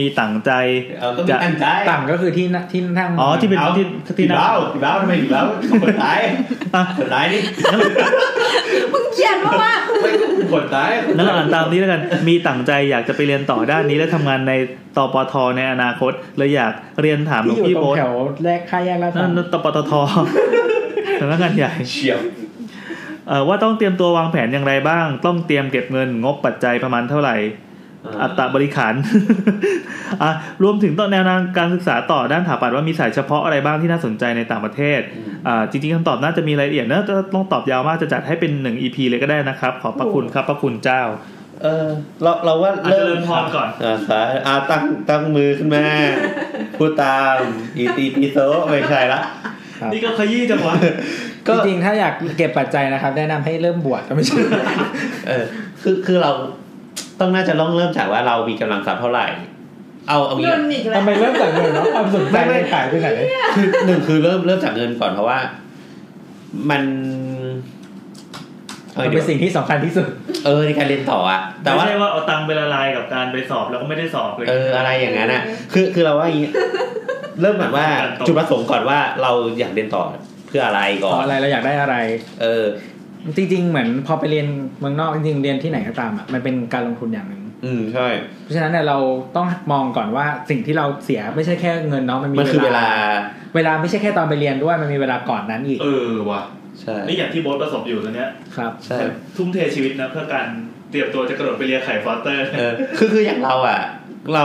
มีต่างใจ เอาก็มีตั้งใจ ต่างก็คือที่นที่นั่ง อ๋อที่เป็น เอา ที่ที่ ที่ นั่ง เบ้าที่เบ้าทำไมที่เบ้าคนตาย อ่ะ คนตายนี่ มึงเขียนว่าว่า ไม่คนตาย งั้นเราอ่านตามนี้แล้วกัน มีต่างใจอยากจะไปเรียนต่อด้านนี้และทำงานในตปทในอนาคตเลยอยากเรียนถามหลวงที่อยู่ พี่ ตร โบ๊ ง ท แถวแรกค่ายแยกลาดพ นั่ ร้าน ว ตปตท สำนักงานใหญ่ เฉียบ เอ่อว่าต้องเตรียมตัววางแผนอย่างไรบ้าง ต้องเตรียมเก็บเงินงบปัจจัยประมาณเท่าไหร่ อัตราบริขาร อ่ะรวมถึงต้นแนวทางการศึกษาต่อด้านสถาปัตย์ว่ามีสายเฉพาะอะไรบ้างที่น่าสนใจในต่างประเทศอ่าจริงๆคำตอบน่าจะมีรายละเอียดเนอะแต่ต้องตอบยาวมากจะจัดให้เป็นหนึ่ง EP เลยก็ได้นะครับ ขอบพระคุณครับพระคุณเจ้า เออเราเราว่า อ่ะเจริญพรก่อน เออสาอาตั้งตั้งมือขึ้นมาพูดตามอีตีปีโซไม่ใช่ละ ครับ นี่ก็ขยี้จังวะ ก็ จริงๆ ถ้าอยากเก็บปัจจัยนะครับ แนะนำให้เริ่มบวชก็ไม่ใช่ เออคือคือเราต้องน่าจะต้องเริ่มจากว่าเรามีกำลังทรัพย์เท่าไหร่ เอาเอางี้ เงินอีกแล้ ทำ ว ไมเริ่มจากเงินเนาะความสนใจไม่ขายไปไหน คือหนึ่งคือเริ่มเริ่มจากเงินก่อนเพราะว่า มันเอ มั อน เดี๋ เป็ ย น ว สิ่งที่สำคัญที่สุด เออในการเรียนต่ออะ แต่ ไม่ ว่า ใช่ว่าเอาตังค์ไปละลายกับการไปสอบแล้วก็ไม่ได้สอบเลย เอออะไรอย่างนั้นอ่ะ คือคือเราว่าอย่างนี้ เริ่มก่อนว่าจุดประสงค์ก่อนว่าเราอยากเรียนต่อเพื่ออะไรก่อ ขอน อะไรเราอยากได้อะไร เออ จริง ๆ เหมือนพอไปเรียนเมืองนอกจริงๆเรียนที่ไหนก็ตามอ่ะมันเป็นการลงทุนอย่างหนึ่ง อืมใช่ เพราะฉะนั้นเนี่ยเราต้องมองก่อนว่าสิ่งที่เราเสียไม่ใช่แค่เงินเนาะมันมี มันคือเวลา เวลาไม่ใช่แค่ตอนไปเรียนด้วยมันมีเวลาก่อนนั้นอีก เออว่ะ ใช่ นี่อย่างที่โบ๊ทประสบอยู่ตอนเนี้ย ครับ ใช่ ทุ่มเทชีวิตนะเพื่อการเตรียมตัวจะกระโดดไปเรียนไข่ฟอสเตอร์ เออคือคืออย่างเราอ่ะ เรา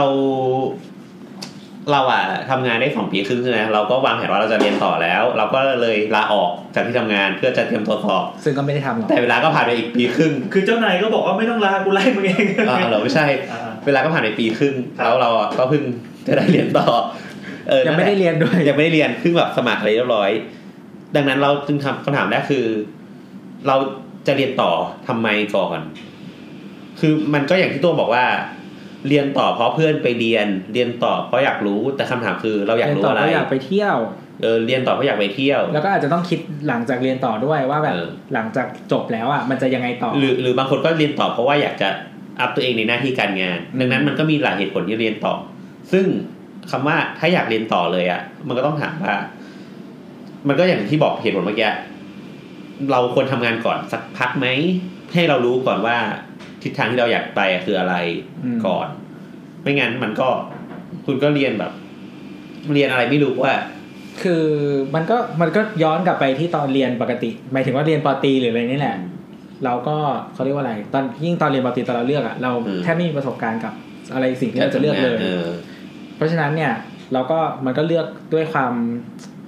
เราอ่ะทำงานได้สองปีครึ่งใช่ไหมเราก็วางแผนว่าเราจะเรียนต่อแล้ว เราก็เลยลาออกจากที่ทำงานเพื่อจะเตรียมตัวสอบ ซึ่งก็ไม่ได้ทำหรอก แต่เวลาก็ผ่านไปอีกปีครึ่ง คือเจ้านายก็บอกว่าไม่ต้องลา กูไล่มึงเอง อ่าเหรอไม่ใช่ อ่ า เวลาก็ผ่านไปปีครึ่ง ครับ แล้วเราอ่ะก็เพิ่งจะได้เรียนต่อ เออ ยังไม่ นั่นแหละ ได้เรียนด้วย ยังไม่ได้เรียนเพิ่งแบบสมัครอะไรเรียบร้อย ดังนั้นเราจึงทำคำถามแรกคือ เราจะเรียนต่อทำไมก่อน คือมันก็อย่างที่ตัวบอกว่า เรียนต่อเพราะเพื่อนไปเรียน เรียนต่อเพราะอยากรู้แต่คำถามคือเราอยาก เรียน รู้ ต่อ อะไร ก็อยากไปเที่ยว เออเรียนต่อเพราะอยากไปเที่ยว แล้วก็อาจจะต้องคิดหลังจากเรียนต่อด้วยว่าแบบ เออ หลังจากจบแล้วอ่ะมันจะยังไงต่อ หรือหรือบางคนก็เรียนต่อเพราะว่าอยากจะอัพตัวเองในหน้าที่การงาน อืม ดังนั้นมันก็มีหลายเหตุผลที่เรียนต่อ ซึ่งคำว่าถ้าอยากเรียนต่อเลยอะ่ะ มันก็ต้องถามว่า มันก็อย่างที่บอกเหตุผลเมื่อกี้เราควรทำงานก่อนสักพักไหม ให้เรารู้ก่อนว่าทิศทางที่เราอยากไปอะคืออะไร อืม ก่อน ไม่งั้นมันก็คุณก็เรียนแบบ เรียนอะไรไม่รู้ว่า คือมันก็มันก็ย้อนกลับไปที่ตอนเรียนปกติ หมายถึงว่าเรียนปอตรีหรืออะไรนี่แหละ เราก็เขาเรียกว่าอะไร ตอนยิ่งตอนเรียนปอตรีตอนเราเลือกอะเรา อืม แทบไม่มีประสบการณ์กับอะไรสิ่งที่เราจะเลือกเลย เพราะฉะนั้นเนี่ยเราก็มันก็เลือกด้วยความ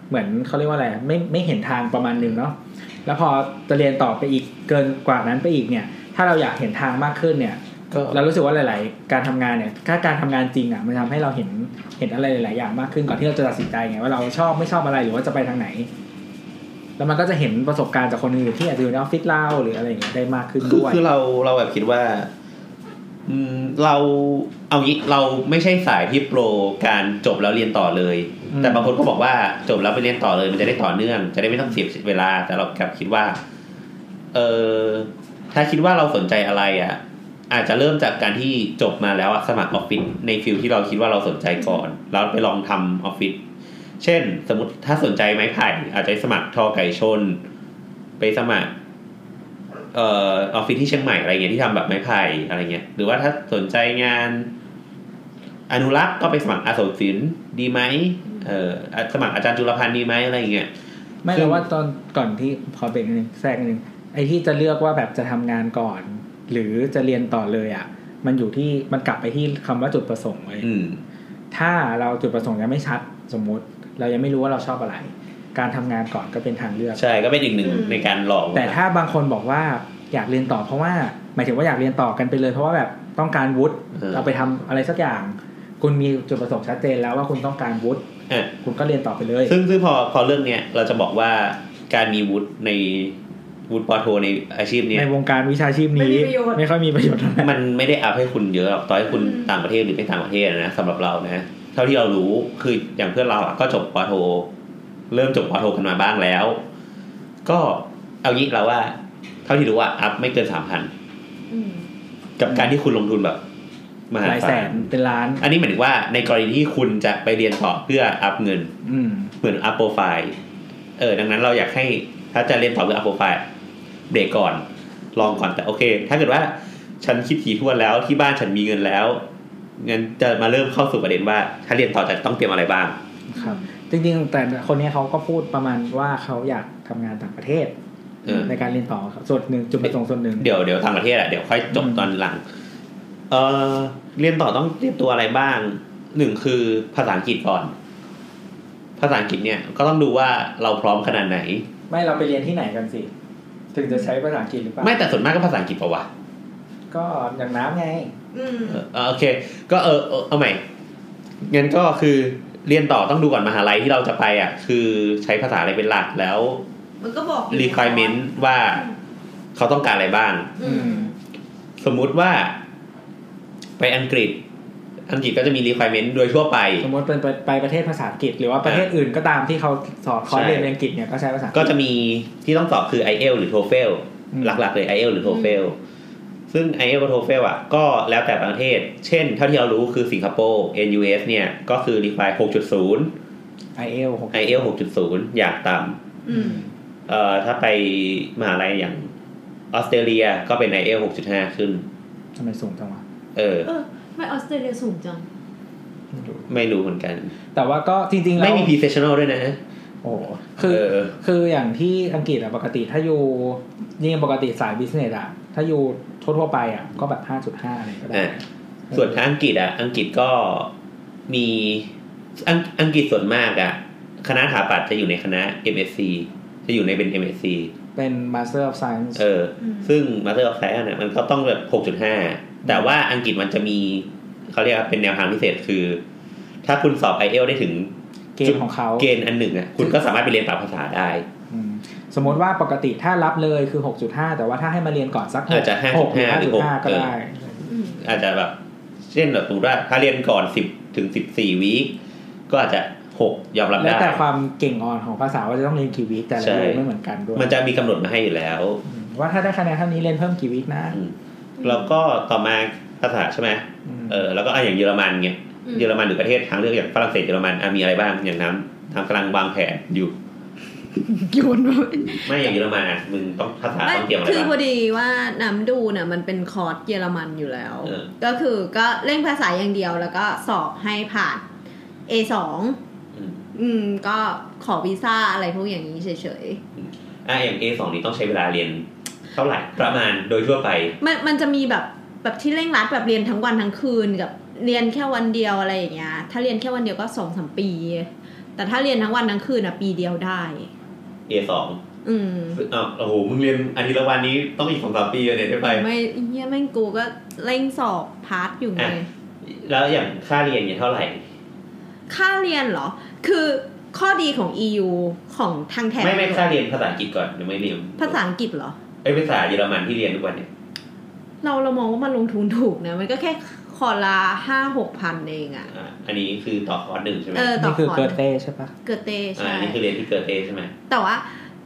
เหมือนเขาเรียกว่าอะไรไม่ไม่เห็นทางประมาณหนึ่งเนาะแล้วพอจะเรียนต่อไปอีกเกินกว่านั้นไปอีกเนี่ย ถ้าเราอยากเห็นทางมากขึ้นเนี่ย ก็ เรารู้สึกว่าหลาย ๆ การทำงานเนี่ยถ้าการทำงานจริงอ่ะมันทำให้เราเห็นเห็นอะไรหลาย ๆ อย่างมากขึ้นก่อนที่เราจะตัดสินใจไงว่าเราชอบไม่ชอบอะไรหรือว่าจะไปทางไหน แล้วมันก็จะเห็นประสบการณ์จากคนอื่นที่อาจจะอยู่ในออฟฟิศเราหรืออะไรอย่างเงี้ยได้มากขึ้น คือ ด้วย คือเราเราแบบคิดว่า อืมเราเอางี้เราไม่ใช่สายที่โปรการจบแล้วเรียนต่อเลย แต่บางคนก็บอกว่าจบแล้วไปเรียนต่อเลย มันจะได้ต่อเนื่อง จะได้ไม่ต้องเสียเวลา แต่เรากลับคิดว่า เออถ้าคิดว่าเราสนใจอะไรอะ่ะ อาจจะเริ่มจากการที่จบมาแล้วอะสมัครออฟฟิศในฟิลที่เราคิดว่าเราสนใจก่อน แล้วไปลองทำออฟฟิศเช่น สมมติถ้าสนใจไม้ไผ่อาจจะสมัครทอไก่ชน ไปสมัคร เอ่อออฟฟิศที่เชียงใหม่อะไรเงี้ยที่ทำแบบไม้ไผ่อะไรเงี้ยหรือว่าถ้าสนใจงาน อนุรักษ์ก็ไปสมัครอาสมศิลป์ดีไหมเอ่ออ่ะสมัครอาจารย์จุลพันธ์ดีไหมอะไรเงี้ย ไม่ คือ เราว่าตอนก่อนที่ขอเบรกนิดนึงแทรกนิดนึงไอ้ที่จะเลือกว่าแบบจะทำงานก่อน หรือจะเรียนต่อเลยอ่ะมันอยู่ที่มันกลับไปที่คำว่าจุดประสงค์เลย อืม ถ้าเราจุดประสงค์ยังไม่ชัดสมมุติ เรายังไม่รู้ว่าเราชอบอะไร การทำงานก่อนก็เป็นทางเลือก ใช่ก็เป็นอีกหนึ่ง อืม ในการหลอก แต่ถ้าบางคนบอกว่าอยากเรียนต่อเพราะว่า หมายถึงว่าอยากเรียนต่อกันไปเลย เพราะว่าแบบต้องการวุฒิ เออ เราไปทำอะไรสักอย่าง คุณมีจุดประสงค์ชัดเจนแล้วว่าคุณต้องการวุฒิ อ่ะ คุณก็เรียนต่อไปเลย ซึ่งซึ่งพอพอเรื่องเนี้ยเราจะบอกว่าการมีวุฒิในวุฒิปอโทในอาชีพเนี้ย ในวงการวิชาชีพนี้ ไม่มีประโยชน์ ไม่ค่อยมีประโยชน์เท่าไหร่ มันไม่ได้อัพให้คุณเยอะหรอกต่อให้คุณ อืม ต่างประเทศหรือไม่ต่างประเทศนะสำหรับเรานะเท่าที่เรารู้คืออย่างเพื่อนเราอะก็จบปอโท เริ่มจบปอโทกันมาบ้างแล้ว ก็เอางี้เราว่า เท่าที่รู้ว่าอัพไม่เกินสามพัน อืม กับการที่คุณลงทุนแบบมหา หลาย ศา แส ล นเป็นล้าน อันนี้หมายถึงว่าในกรณีที่คุณจะไปเรียนต่อเพื่ออัพเงิน อืม เหมือนอัพโปรไฟล์เออดังนั้นเราอยากให้ถ้าจะเรียนต่อเพื่ออัพโปรไฟล์เบรกก่อน ลองก่อนแต่โอเค ถ้าเกิดว่าฉันคิดถี่ถ้วนแล้วที่บ้านฉันมีเงินแล้วงั้นจะมาเริ่มเข้าสู่ประเด็นว่า ถ้าเรียนต่อจะต้องเตรียมอะไรบ้าง ครับ จริงๆ แต่คนเนี้ยเขาก็พูดประมาณว่าเขาอยากทำงานต่างประเทศ เออ ในการเรียนต่อครับส่วนหนึ่งจุดประสงค์ส่วนหนึ่ง เดี๋ยวเดี๋ยวทางประเทศอะเดี๋ยวค่อยจบ อืม ตอนหลัง เออเรียนต่อต้องเตรียมตัวอะไรบ้างหนึ่งคือภาษาอังกฤษก่อน ภาษาอังกฤษเนี่ยก็ต้องดูว่าเราพร้อมขนาดไหน ไม่เราไปเรียนที่ไหนกันสิ ถึงจะใช้ภาษาอังกฤษหรือเปล่า ไม่แต่ส่วนมากก็ภาษาอังกฤษปะวะ ก็อย่างน้ำไง อืม เออเออโอเค ก็เออเออเอาใหม่งั้นก็คือเรียนต่อต้องดูก่อนมหาลัยที่เราจะไปอ่ะ คือใช้ภาษาอะไรเป็นหลักแล้ว มันก็บอก requirement ว่าเขาต้องการอะไรบ้าง อืม สมมุติว่า ไปอังกฤษ อังกฤษก็จะมี requirement โดยทั่วไป สมมติเป็นไปประเทศภาษาอังกฤษ หรือว่าประเทศอื่นก็ตามที่เขาสอนคอร์สเรียนอังกฤษเนี่ยก็ใช้ภาษาอังฤษ ก็จะมีที่ต้องสอบคือ i อ l หรือ TOEFL อืม หลักๆเลย i อ l หรือ TOEFL ซึ่ง i อ l กับ TOEFL อ่ะ ก็แล้วแต่ประเทศ เช่น เท่าที่เรารู้คือสิงคโปร์ NUS เนี่ยก็คือ require 6.0 ไอเอลหก i อ6.0 อยากต่ อืม ำเอ่อถ้าไปมหาลัยอย่างออสเตรเลียก็เป็น i อ6.5 ขึ้น ทำไมสูงจังวะ เออ เออไม่ออสเตรเลียสูงจัง ไม่รู้ ไม่รู้เหมือนกัน แต่ว่าก็จริงๆแล้ ไม่ ว มี professional ด้วยนะ โอ้โหคือ เออ คืออย่างที่อังกฤษอะปกติถ้าอยู่ยิ่งปกติสายบิสเนสอะถ้าอยู่ทั่วๆไปอะก็แบบห้าจุดห้าอะไรก็ได้ อ่ะ ส่วนถ้าอังกฤษอ่ะ อังกฤษก็มีอังอังกฤษส่วนมากอ่ะ คณะสถาปัตย์จะอยู่ในคณะ MSc จะอยู่ในเป็น MSc เป็น Master of Science เออ ซึ่ง Master of Science เนี่ยมันก็ต้องแบบ 6.5 แต่ว่าอังกฤษมันจะมีเขาเรียกว่าเป็นแนวทางพิเศษคือ ถ้าคุณสอบ i อ l ได้ถึง เกณฑ์ของเขา เกณฑ์อันหนึ่งอ่ะคุณก็สามารถไปเรียนปรับภาษาได้ อืมสมมติว่าปกติถ้ารับเลยคือ 6.5 แต่ว่าถ้าให้มาเรียนก่อนสัก อาจจะ หกหรือ 5.5หรือ6 5.5 ก็ได้ อืม อาจจะแบบเช่นแบบสมมติว่าถ้าเรียนก่อนสิบถึงสิบสี่วีคก็อาจจะหกยอมรับ แล้ว ได้ แต่ความเก่งออนของภาษาว่าจะต้องเรียนกี่วิคแต่ละ ใช่ วิคไม่เหมือนกันด้วย มันจะมีกำหนดมาให้อยู่แล้ว อืมว่าถ้าได้คะแนนเท่านี้เรียนเพิ่มกี่วิคนะ อืมแล้วก็ต่อมาภาษาใช่ไหม ม เออแล้วก็อ่ะอย่างเยอรมันเงี้ยเยอรมันหรือประเทศทางเลือกอย่างฝรั่งเศสเยอรมันอ่ะมีอะไรบ้างอย่างน้ำทางกำลังวางแผนอยู่ โยนมา ไม่อย่างเยอรมันอ่ะมึงต้องภาษา ไม่ ต้องเตรียมอะไร คือพ บ้า อง ดีว่าน้ำดูเนี่ยมันเป็นคอร์สเยอรมันอยู่แล้ว เออ ก็คือก็เร่งภาษาอย่างเดียวแล้วก็สอบให้ผ่าน A2 อืม อืมก็ขอวีซ่าอะไรพวกอย่างนี้เฉย อ่ะอย่าง A สองนี้ต้องใช้เวลาเรียนเท่าไหร่ประมาณโดยทั่วไป ๆมันมันจะมีแบบแบบที่เร่งรัดแบบเรียนทั้งวันทั้งคืนกับเรียนแค่วันเดียวอะไรอย่างเงี้ยถ้าเรียนแค่วันเดียวก็สองสามปี แต่ถ้าเรียนทั้งวันทั้งคืนอ่ะปีเดียวได้ A สอง อืม อ้าวโอ้โหมึงเรียนอาทิตย์ละวันนี้ต้องอีกสองสามปีเลยเนี่ยได้ไป ไม่ไอ้เฮียแม่งกูก็เร่งสอบพาร์ทอยู่ไง อ่ะ แล้วอย่างค่าเรียนเนี่ยเท่าไหร่ ค่าเรียนเหรอ คือข้อดีของ EU ของทางแถบ ไม่ไม่ค่าเรียนภาษาอังกฤษก่อนเดี๋ยวไม่เรียน ภาษาอังกฤษเหรอ ไอยภาษาเยอรมันที่เรียนทุกวันเนี่ย เราเรามองว่ามันลงทุนถูกนะ มันก็แค่คอร์สละห้าหกพันเองอะ อ่ะอันนี้คือต่อคอร์สหนึ่งใช่ไหม เออต่อ นี่คือ คอร์ส เกิร์เต้ใช่ปะ เกิร์เต อ่ะ ใช่ อันนี้คือเรียนที่เกิดเตใช่ไหม แต่ว่า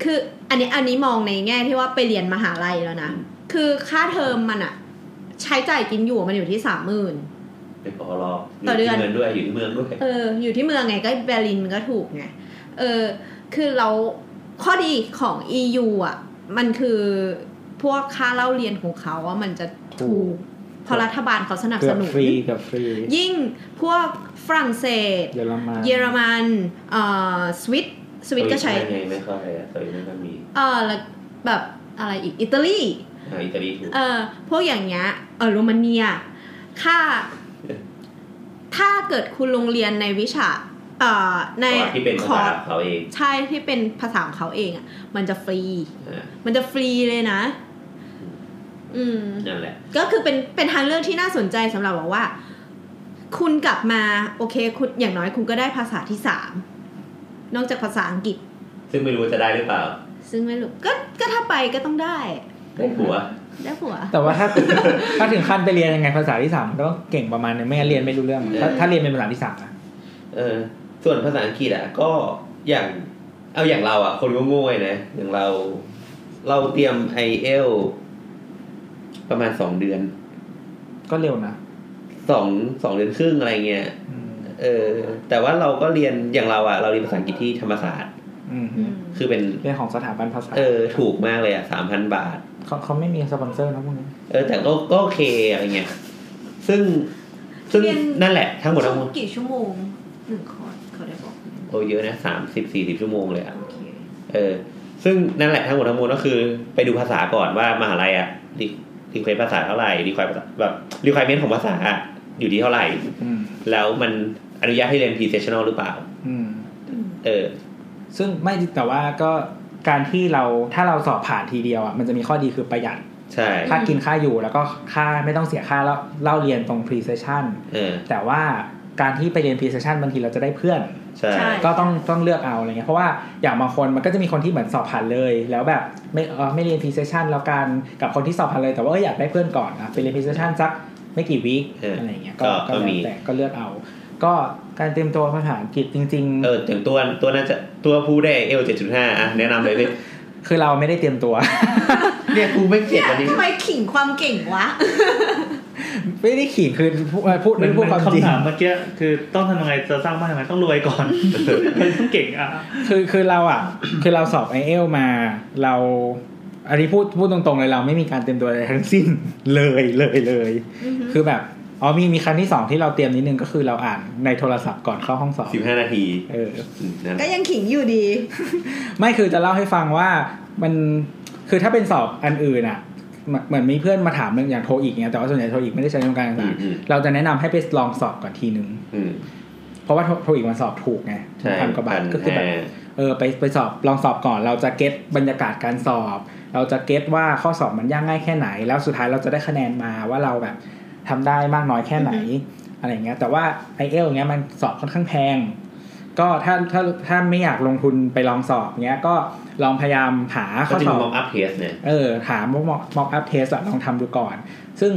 คืออันนี้อันนี้มองในแง่ที่ว่าไปเรียนมหาลัยแล้วนะ คือค่าเทอมมันอะใช้จ่ายกินอยู่มันอยู่ที่สามหมื่น เป็นปอรอ ต่อเดือน ยู่ที่เงินด้วยอยู่ที่เมืองด้วย เอออยู่ที่เมืองไงก็เบอร์ลินมันก็ถูกไงเออคือเราข้อดีของ EU อ่ะ มันคือพวกค่าเล่าเรียนของเขาอ่ะมันจะถูกเพราะรัฐบาลเขาสนับ เกื ส อบ นุน ฟรีเกือบฟรี ยิ่งพวกฝรั่งเศส เยอรมัน เยอรมันเอ่อสวิตสวิตก็ใช้ ไม่ไม่ไม่ค่อยอะสวิตไม่ค่อยมี เออแล้วแบบอะไรอีกอิตาลี อ่าอิตาลีถูก เออพวกอย่างเงี้ยเออโรมาเนียค่าถ้าเกิดคุณโรงเรียนในวิชาเอ่อใน คอร์สที่เป็น ค ภา อ ษา ร์ส เขาเอง ใช่ที่เป็นภาษาของเขาเองอะ่ะ มันจะฟรี อ่ะ มันจะฟรีเลยนะ อืม นั่นแหละ ก็คือเป็นเป็นทางเลือกที่น่าสนใจสำหรับบอกว่า คุณกลับมาโอเค คุณอย่างน้อยคุณก็ได้ภาษาที่สามนอกจากภาษาอังกฤษ ซึ่งไม่รู้ว่าจะได้หรือเปล่า ซึ่งไม่รู้ก็ก็ถ้าไปก็ต้องได้ ได้ผัว ได้ผัว แต่ว่าถ้า ถ้าถึงขั้นไปเรียนยังไงภาษาที่สามมันก็เก่งประมาณนึงไม่งั้นเรียนไม่รู้เรื่องถ้าถ้าเรียนเป็นภาษาที่สามอะ เออ ส่วนภาษาอังกฤษอ่ะก็อย่างเอาอย่างเราอ่ะ คนก็โง่ๆไงนะอย่างเรา เราเตรียมไอเอลประมาณสองเดือน ก็เร็วนะ สองสองเดือนครึ่งอะไรเงี้ย อืม เออ แต่ว่าเราก็เรียนอย่างเราอ่ะ เราเรียนภาษาอังกฤษที่ธรรมศาสตร์ อืม อืม คือเป็น เรื่องของสถาบันภาษา เออ ถูกมากเลยอ่ะสามพันบาท เขาเขาไม่มีสปอนเซอร์นะพวกนี้ เออแต่ก็ก็โอเคอะไรเงี้ย ซึ่งซึ่งนั่นแหละทั้งหมดทั้งมวล กี่ชั่วโมงหนึ่งคอร์สเขาได้บอก โอ้เยอะนะสามสิบสี่สิบชั่วโมงเลยอะ โอเค เออ ซึ่งนั่นแหละทั้งหมดทั้งมวลก็คือ ไปดูภาษาก่อนว่ามหาลัยอะรีรีเควสภาษาเท่าไหร่รีควสแบบรีควสเมนของภาษาอะอยู่ที่เท่าไหร่ อืม แล้วมันอนุญาตให้เรียนพรีเซชั่นอลหรือเปล่า อืม เออ ซึ่งไม่แต่ว่าก็การที่เราถ้าเราสอบผ่านทีเดียวอ่ะมันจะมีข้อดีคือประหยัด ใช่ ค่ากินค่าอยู่แล้วก็ค่าไม่ต้องเสียค่าเล่าเล่าเรียนตรง pre session เออ แต่ว่าการที่ไปเรียน pre session บางทีเราจะได้เพื่อน ใช่ ใช่ ก็ต้องต้องเลือกเอาอะไรเงี้ยเพราะว่าอย่างบางคนมันก็จะมีคนที่เหมือนสอบผ่านเลย แล้วแบบไม่เออไม่เรียน pre session แล้วกันกับคนที่สอบผ่านเลยแต่ว่าเอออยากได้เพื่อนก่อนอ่ะไปเรียน pre session สักไม่กี่วีคอะไรเงี้ยก็ก็แล้วแต่ก็เลือกเอา ก็การเตรียมตัวภาษาอังกฤษจริง เออถึงตัวตัวน่าจะตัวผู้ได้เอลเจ็ดจุดห้าอะแนะนำเลยพี่ ๆ คือเราไม่ได้เตรียมตัว เนี่ยกูไม่เกลียดวันนี้ ทำไมขิงความเก่งวะ ไม่ได้ขิงคือพูดพูด มัน พูดความจริง คำถามเมื่อกี้คือต้องทำยังไงจะสร้างบ้านทำไมต้องรวย ก่อน มันต้องเก่งอ่ะ คือคือเราอ่ะ คือเราสอบไอเอลมาเราอันนี้พูดพูดตรงๆเลยเราไม่มีการเตรียมตัวอะไรทั้งสิ้น เลย เลยเลย คือแบบอ๋อมีมีครั้งที่สองที่เราเตรียมนิดนึงก็คือเราอ่านในโทรศัพท์ก่อนเข้าห้องสอบ สิบห้านาที เออ อืมนั่นแห ก็ ละ ยังขิงอยู่ดี ไม่คือจะเล่าให้ฟังว่ามันคือถ้าเป็นสอบอันอื่นอ่ะเหมือนเหมือนมีเพื่อนมาถามเรื่องอย่างโทอีกเนี้ยแต่ว่าส่วนใหญ่โทอีกไม่ได้ใช้ในการ อื ต่าม ง อืม ๆเราจะแนะนำให้ไปลองสอบก่อนทีนึง อืม เพราะว่าโทโทอีกมันสอบถูกไง ใช่ พันกว่าบาท พัน ก็คือแบบ ห้า เออไปไปสอบลองสอบก่อน เราจะเก็ตบรรยากาศการสอบ เราจะเก็ตว่าข้อสอบมันยากง่ายแค่ไหน แล้วสุดท้ายเราจะได้คะแนนมาว่าเราแบบทำได้มากน้อยแค่ไหนอะไรอย่างเงี้ยแต่ว่าไอเอลเงี้ยมันสอบค่อนข้างแพง ก็ถ้าถ้าถ้าไม่อยากลงทุนไปลองสอบเงี้ยก็ลองพยายามหาข้ ก็ อ จะ ส มี อบ มอมอัพเทสเนี่ย เออถามว่าม็อกม็อกอัพเทสอะลองทำดูก่อน ซึ่ง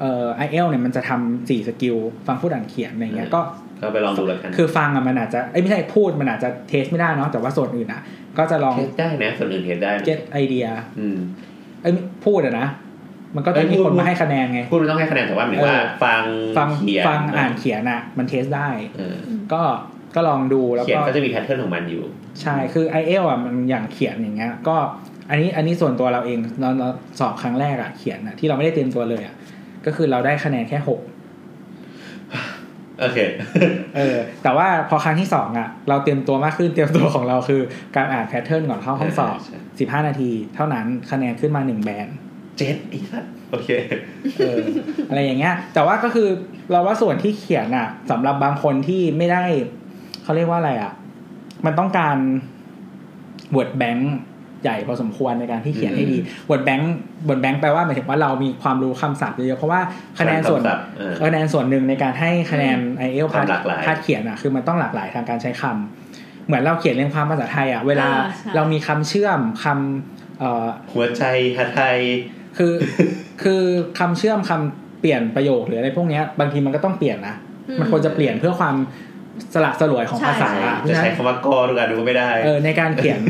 เอ่อไอเอลเนี่ยมันจะทำสี่สกิลฟังพูดอ่านเขียนอะไรเงี้ย อืม ก็ ก็ไปลองดูแล้วกัน คือฟังอะมันอาจจะเอ้ยไม่ใช่พูดมันอาจจะเทสไม่ได้เนาะแต่ว่าส่วนอื่นอะก็จะลอง เทสได้นะ ส่วนอื่นเทสได้นะ get idea อืม เอ้ยพูดอะนะ มันก็จะ เอ้ย มีคน พูด มาให้คะแนนไง พูดมันต้องให้คะแนนแต่ว่าหมายถึงว่า เออ ฟัง ฟัง เขียน ฟังอ่านเขียนอะมันเทสได้ เออ ก็ ก็ลองดูแล้ว เขียน ก็ ก็จะมีแพทเทิร์นของมันอยู่ ใช่ คือ i อเอลอ่ะ มันอย่างเขียนอย่างเงี้ย ก็ อันนี้ อันนี้ส่วนตัวเราเองเราเราสอบครั้งแรกอ่ะ เขียนอ่ะ ที่เราไม่ได้เตรียมตัวเลยอ่ะ ก็คือเราได้คะแนนแค่หก โอเค เออ แต่ว่าพอครั้งที่สองอ่ะ เราเตรียมตัวมากขึ้น เตรียมตัวของเราคือการอ่านแพทเทิร์นก่อนเข้าห้องสอบ ใช่ 15 นาที เท่านั้น คะแนนขึ้นมาหนึ่งแบน เจ็ดอีกแล้วโอเค เอออะไรอย่างเงี้ย แต่ว่าก็คือเราว่าส่วนที่เขียนอ่ะสำหรับบางคนที่ไม่ได้เขาเรียกว่าอะไรอ่ะ มันต้องการ word bank ใหญ่พอสมควรในการที่เขียนให้ดี word bank word bank แปลว่าหมายถึงว่าเรามีความรู้คำศัพท์เยอะๆเพราะว่าคะแนนส่วน คำศัพท์เออ คะแนนส่วนหนึ่งในการให้คะแนน i อเอล ความหลากหลาย พาดเขียนอ่ะคือมันต้องหลากหลายทางการใช้คำเหมือนเราเขียนเรียงความภาษาไทยอ่ะเวลา อ่าใช่ เรามีคำเชื่อมคำเอ่อ หัวใจฮาไทย คือ คือคำเชื่อมคำเปลี่ยนประโยคหรืออะไรพวกเนี้ยบางทีมันก็ต้องเปลี่ยนนะ อืม มันควรจะเปลี่ยนเพื่อความสละสลวยของภาษา ใช่ เพราะ จะ ฉะนั้ ใช้ น คำว่ากอทุกอันดูก็ไม่ได้ เออในการเขียน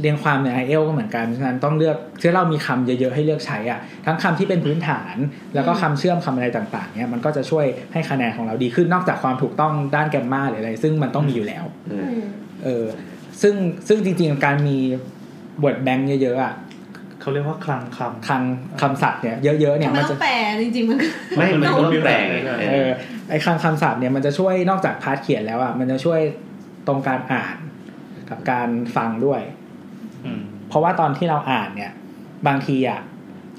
เรียงความในไอเอลก็เหมือนกันเพราะฉะนั้นต้องเลือกที่เรามีคำเยอะๆให้เลือกใช้อ่ะทั้งคำที่เป็นพื้นฐาน แล้วก็คำเชื่อมคำอะไรต่างๆเนี้ยมันก็จะช่วยให้คะแนนของเราดีขึ้นนอกจากความถูกต้องด้านแกรมมาหรืออะไรซึ่งมันต้องมีอยู่แล้ว เออซึ่งซึ่งจริงๆการมีบทแบงค์เยอะๆอ่ะ เขาเรียกว่าคลังคำ คลังคำศัพท์เนี่ยเยอะๆเนี่ย มั มันน ต้ จะ องแปลจริงๆมันก็ ไม่มันก็ต้องแปลง เออไอคำคำศัพท์เนี่ยมันจะช่วยนอกจากพาร์ทเขียนแล้วอ่ะมันจะช่วยตรงการอ่านกับการฟังด้วย อืม เพราะว่าตอนที่เราอ่านเนี่ย บางทีอ่ะ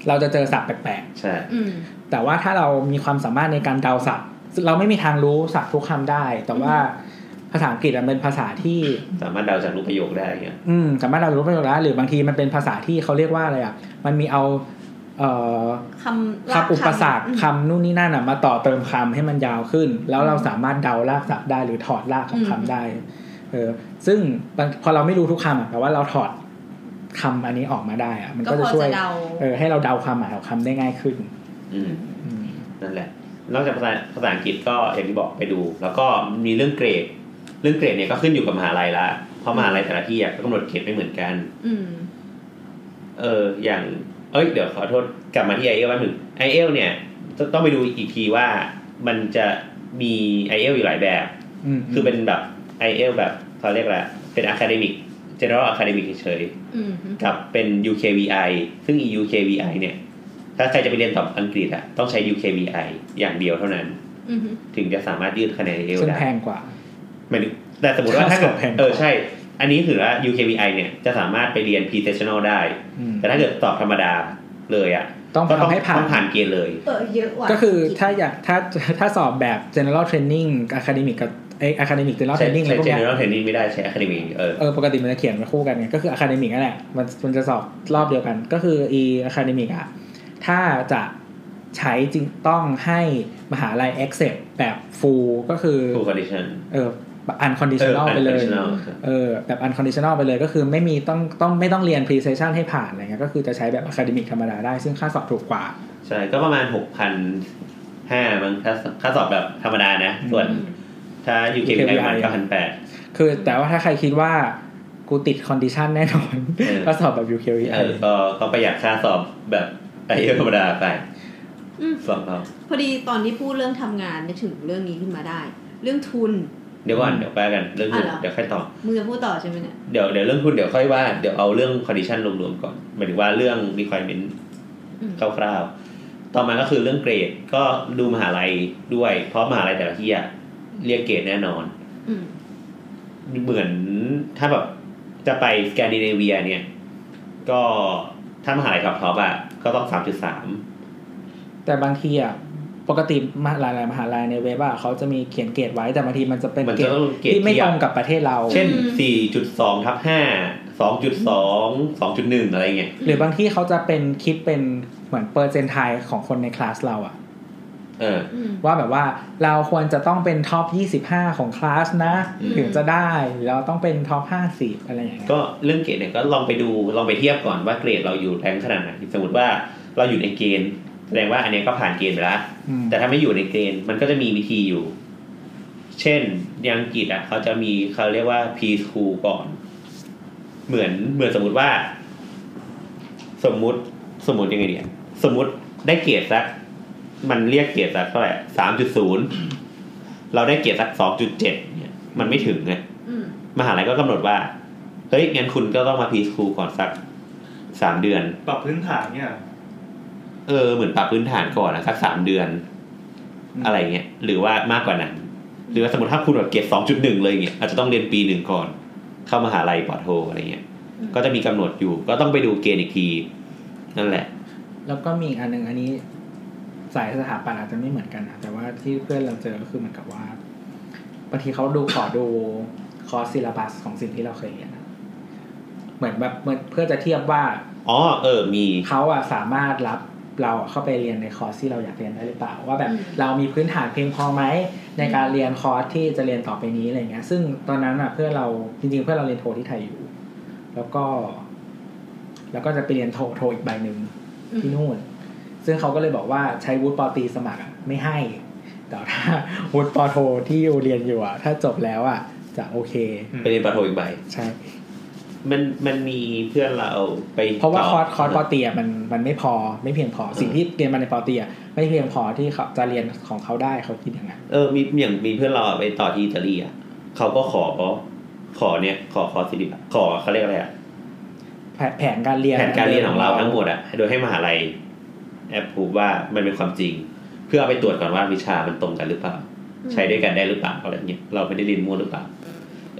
เราจะเจอศัพท์แปลก ใช่ อืม ๆแต่ว่าถ้าเรามีความสามารถในการเดาศัพท์ เราไม่มีทางรู้ศัพท์ทุกคำได้ แต่ว่าภาษาอังกฤษมันเป็นภาษาที่ สามารถเดาจากรูปประโยคได้เงี้ย อืมสามารถเรารู้ประโยชน์ได้หรือบางทีมันเป็นภาษาที่เขาเรียกว่าอะไรอ่ะมันมีเอาเอ่อ คำ คำอุปสรรค ค คำนู่นนี่นั่นอ่ะมาต่อเติมคำให้มันยาวขึ้น แล้วเราสามารถเดารากศัพท์ได้หรือถอดรากของ อืม คำได้เออซึ่งบางพอเราไม่รู้ทุกคำอ่ะแต่ว่าเราถอดคำอันนี้ออกมาได้อ่ะมัน ำก็พก็จะ อ ช่ว จะ ย เดา เออให้เราเดาความหมายของคำได้ง่ายขึ้น อืม อืม นั่นแหละ นอกจากภาษาภาษาอังกฤษก็อย่างที่บอกไปดู แล้วก็มีเรื่องเกรด เรื่องเกรดเนี่ยก็ขึ้นอยู่กับมหาลัยละ เพราะมหาลัยแต่ละที่อ่ะก็กำหนดเกรดไม่เหมือนกัน อืม เออ อย่าง เอ้ย เดี๋ยวขอโทษ กลับมาที่ไอเอลวันหนึ่งไอเอลเนี่ยจะต้องไปดูอีกทีว่ามันจะมีไอเอลอยู่หลายแบบ ม คือเป็นแบบไอเอลแบบเขาเรียกแหละไรเป็นอะคาเดมิก general academic เฉยๆ อืม กับเป็น UKVI ซึ่ง EUKVI เนี่ย ถ้าใครจะไปเรียนต่ออังกฤษอะต้องใช้ UKVI อย่างเดียวเท่านั้น อืม ถึงจะสามารถยื่นคะแนนเอล ซึ่ง ได้ แพงกว่า หมายถึงแต่สมมติว่าถ้าเกิด แพงกว่า เออใช่ อันนี้ถือว่า UKVI เนี่ย จะสามารถไปเรียน Professional ได้ อืม แต่ถ้าเกิดตอบธรรมดาเลยอะ ต้อง ก็ต้อง ทำให้ผ่าน ต้องผ่านเกณฑ์เลย เออเยอะว่ะ ก็คือถ้าอยากถ้าถ้าสอบแบบ general training academic กับไอ academic general ใช้ training อะไร ใช้ พวกเนี้ย General Training ไม่ได้ใช้ Academy เออ เออปกติมันจะเขียนมาคู่กันไงก็คืออะคาเดมิกนั่นแหละมันมันจะสอบรอบเดียวกัน ก็คืออีอะคาเดมิกอ่ะถ้าจะใช้จริงต้องให้มหาลัย accept แบบ full ก็คือ Full Condition เออ unconditional เออ ไปเลย unconditional ครับ เออแบบ unconditional ไปเลยก็คือไม่มีต้องต้องไม่ต้องเรียน precision ให้ผ่านอะไรเงี้ยก็คือจะใช้แบบอะคาเดมิกธรรมดาได้ซึ่งค่าสอบถูกกว่า ใช่ก็ประมาณหกพันห้ามั้งถ้าถ้าสอบแบบธรรมดานะ ส่วนถ้า UKVI ประมาณเก้าพันแปด คือแต่ว่าถ้าใครคิดว่ากูติด condition แน่นอน เออ ก็สอบแบบ UQE เออก็ก็ประหยัดค่าสอบแบบไอเอธรรมดาไป อืม สอบเขา พอดีตอนที่พูดเรื่องทำงานนึกถึงเรื่องนี้ขึ้นมาได้ เรื่องทุน เดี๋ยวก่อนเดี๋ยวแปกันเรื่องทุน อ่ะเหรอ เดี๋ยวค่อยต่อ มึงจะพูดต่อใช่ไหมเนี่ย เดี๋ยวเดี๋ยวเรื่องทุนเดี๋ยวค่อยว่าเดี๋ยวเอาเรื่อง condition รวมๆก่อนหมายถึงว่าเรื่อง requirement อืม คร่าวๆ ต่อมาก็คือเรื่องเกรดก็ดูมหาลัยด้วย เพราะมหาลัยแต่ละที่อะเรียกเกรดแน่นอน อืม เหมือนถ้าแบบจะไปสแกนดิเนเวียเนี่ย ก็ถ้ามหาลัยขับท็อปอะก็ต้องสามจุดสาม แต่บางทีอ่ะปกติมหาลัยมหาลัยในเว็บอ่ะเขาจะมีเขียนเกรดไว้แต่บางทีมันจะเป็น มัน เกร จะ ด ต้องเกรด ที่ไม่ เทียบ ตรงกับประเทศเรา เช่น อืม 4.2ทับ5 2.2 2.1 อะไรเงี้ย หรือบางที่เขาจะเป็นคิดเป็นเหมือนเปอร์เซนต์ไทของคนในคลาสเราอ่ะ เออ อืม ว่าแบบว่าเราควรจะต้องเป็นท็อป 25 ของคลาสนะ อืม ถึงจะได้หรือเราต้องเป็นท็อป 50 อะไรอย่างเงี้ย ก็เรื่องเกรดเนี่ยก็ลองไปดู ลองไปเทียบก่อนว่าเกรดเราอยู่แรงขนาดไหน สมมติว่าเราอยู่ในเกณฑ์แสดงว่าอันเนี้ยก็ผ่านเกณฑ์ไปแล้ว อืม แต่ถ้าไม่อยู่ในเกณฑ์มันก็จะมีวิธีอยู่ เช่นยังอังกฤษอ่ะเขาจะมีเขาเรียกว่า P school ก่อน เหมือนเหมือนสมมติว่า สมมุติสมมติยังไงเนี่ยสมมติได้เกรดสัก มันเรียกเกรดสักเท่าไหร่สามจุดศูนย์เราได้เกรดสักสองจุดเจ็ดเนี่ย มันไม่ถึงไง อืม มหาลัยก็กำหนดว่า เฮ้ยงั้นคุณก็ต้องมาพีสคูลก่อนสักสามเดือน ปรับพื้นฐานเนี่ย เออเหมือนปรับพื้นฐานก่อนนะสักสามเดือน อืม อะไรเงี้ยหรือว่ามากกว่านั้น หรือว่าสมมติถ้าคุณแบบเกรดสองจุดหนึ่งเลยเงี้ยอาจจะต้องเรียนปีหนึ่งก่อน เข้ามหาลัยปอโทอะไรเงี้ย ก็จะมีกำหนดอยู่ ก็ต้องไปดูเกณฑ์อีกที นั่นแหละ แล้วก็มีอีกอันหนึ่งอันนี้ สายสถาปัตย์อาจจะไม่เหมือนกันนะแต่ว่าที่เพื่อนเราเจอก็คือเหมือนกับว่าบางทีเขาดูขอดูคอร์สซิลาบัสของสิ่งที่เราเคยเรียนอะเหมือนแบบเหมือนเพื่อจะเทียบว่า อ๋อเออมี เขาอะสามารถรับเราอะเข้าไปเรียนในคอร์สที่เราอยากเรียนได้หรือเปล่า ว่าแบบเรามีพื้นฐานเพียงพอไหมในการเรียนคอร์สที่จะเรียนต่อไปนี้อะไรเงี้ย ซึ่งตอนนั้นอะเพื่อนเราจริงๆเพื่อนเราเรียนโทที่ไทยอยู่ แล้วก็ แล้วก็จะไปเรียนโทโทอีกใบหนึ่ง ที่นู่น ซึ่งเขาก็เลยบอกว่าใช้วุฒิปอตรีสมัครอะไม่ให้ แต่ถ้า วุฒิปอโทที่อยู่เรียนอยู่อ่ะ ถ้าจบแล้วอ่ะ จะโอเค ไปเรียนปอโทอีกใบ ใช่ มันมันมีเพื่อนเราไป เพราะว่า ต่ คอร์สคอร์สปอตรีอะมันมันไม่พอไม่เพียงพอ สิ่งที่เรียนมาในปอตรีอะไม่เพียงพอที่เขาจะเรียนของเขาได้เขาคิดอย่างนั้น เออมีอย่างมีเพื่อนเราอะไปต่อที่อิตาลีอ่ะเขาก็ขอขอเนี่ย ขอขอสิริขอเขาเรียกอะไรอ่ะ แผนแผนการเรียน แผนการเรียนของเราทั้งหมดอะโดยให้มหาลัยแอปพูว่ามันเป็นความจริง เพื่อเอาไปตรวจก่อนว่าวิชามันตรงกันหรือเปล่า ใช้ด้วยกันได้หรือเปล่าอะไรเงี้ยเราไม่ได้เรียนมั่วหรือเปล่า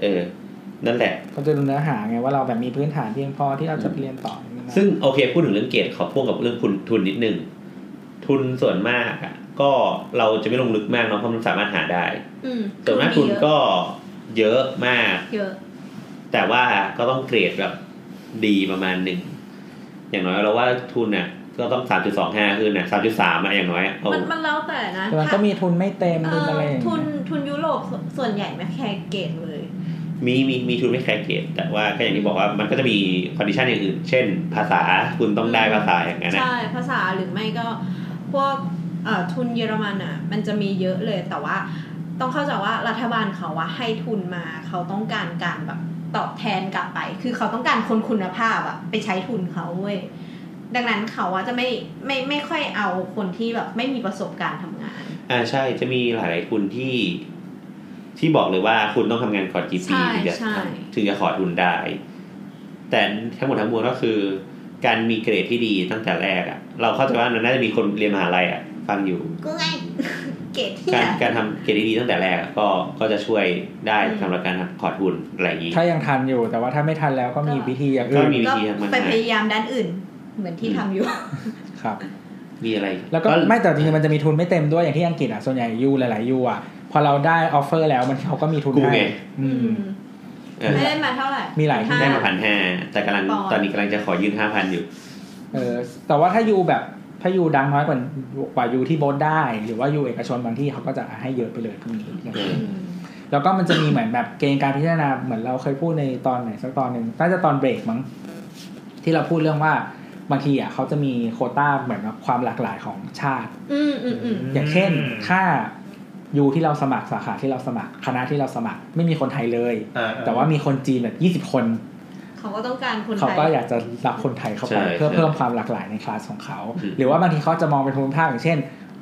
เออ นั่นแหละ เขาจะดูเนื้อหาไงว่าเราแบบมีพื้นฐานเพียงพอที่เราจะไปเรียนต่ออย่างนั้นนะ ซึ่งโอเคพูดถึงเรื่องเกรดขอพ่วงกับเรื่องทุนทุนนิดนึง ทุนส่วนมากอะก็เราจะไม่ลงลึกมากเนาะเพราะมันสามารถหาได้ อืม ส่วนมากทุนก็เยอะมาก เยอะ แต่ว่าก็ต้องเกรดแบบดีประมาณหนึ่ง อย่างน้อยเราว่าทุนน่ะ ก็ต้องสามจุดสองห้าขึ้นน่ะสามจุดสามอะอย่างน้อยอะเอา มันมันแล้วแต่นะ แต่มันก็มีทุนไม่เต็ม เอ่ ทุนอะไร อ อย่าง ทุ เงี้ยนทุนยุโรปสส่วนใหญ่ไม่แคร์เกรดเลย มีมีมีทุนไม่แคร์เกรดแต่ว่าก็อย่างที่บอกว่ามันก็จะมีคอนดิชันอย่างอื่น เช่น ภาษาคุณต้องได้ภาษาอย่างนั้นนะ ใช่ภาษาหรือไม่ก็พวกเอ่อทุนเยอรมันอ่ะ มันจะมีเยอะเลยแต่ว่าต้องเข้าใจว่ารัฐบาลเขาว่าให้ทุนมาเขาต้องการการแบบตอบแทนกลับไป คือเขาต้องการคนคุณภาพอะไปใช้ทุนเขาเว้ยดังนั้นเขาว่าจะไม่ไม่ไม่ค่อยเอาคนที่แบบไม่มีประสบการณ์ทำงาน อ่าใช่จะมีหลายๆทุนที่ ที่บอกเลยว่าคุณต้องทำงานก่อนกี่ปี ใช่ ถึงจะ ใช่ ถึงจะขอทุนได้ แต่ทั้งหมดทั้งมวลก็คือ การมีเกรดที่ดีตั้งแต่แรกอะเราเข้าใจว่ามันน่าจะมีคนเรียนมหาลัยอะฟังอยู่ ก็ไง เกรดที่ การ อะ การทำเกรดดีๆตั้งแต่แรกอะก็ก็จะช่วยได้สำหรับการขอทุนอะไรอย่างนี้ ถ้ายังทันอยู่ แต่ว่าถ้าไม่ทันแล้วก็มีวิธีอย่าง ก็ อื่น มีวิ ก็ ธีทำมัน ไป ให้ พยายามด้านอื่น เหมือนที่ทำอยู่ ครับ มีอะไร แล้วก็ไม่แต่จริงๆมันจะมีทุนไม่เต็มด้วยอย่างที่อังกฤษอ่ะส่วนใหญ่ยูหลายๆยูอ่ะพอเราได้ออฟเฟอร์แล้วมันเขาก็มีทุน กูไง ให้อื อื ม ม เออ ไม่ได้มาเท่าไหร่ มีหลายที่ ได้มาพันห้าแต่กำลัง ปอนด์ ตอนนี้กำลังจะขอยื่นห้าพันอยู่ เออแต่ว่าถ้ายูแบบถ้ายูดังน้อยกว่ากว่ายูที่โบสได้ หรือว่ายูเอกชนบางที่เขาก็จะให้เยอะไปเลยก็มีนะ อืม แล้วก็มันจะมีเหมือนแบบเกณฑ์การพิจารณาเหมือนเราเคยพูดในตอนไหนสักตอนหนึ่งน่าจะตอนเบรกมั้งที่เราพูดเรื่องว่าบางทีอ่ะเขาจะมีโควต้าเหมือนแบบความหลากหลายของชาติ อืมอืมอืม อย่างเช่นถ้ายูที่เราสมัครสาขาที่เราสมัคร คณะที่เราสมัครไม่มีคนไทยเลย อ่ๆ แต่ว่ามีคนจีนแบบ 20 คน เขาก็ต้องการคนไทย เขาก็อยากจะรับคนไทยเข้า ใช่ ไป เพื่อ ใช่ เพิ่มความหลากหลายในคลาสของเขา อืม หรือว่าบางทีเขาจะมองเป็นภูมิภาคอย่างเช่น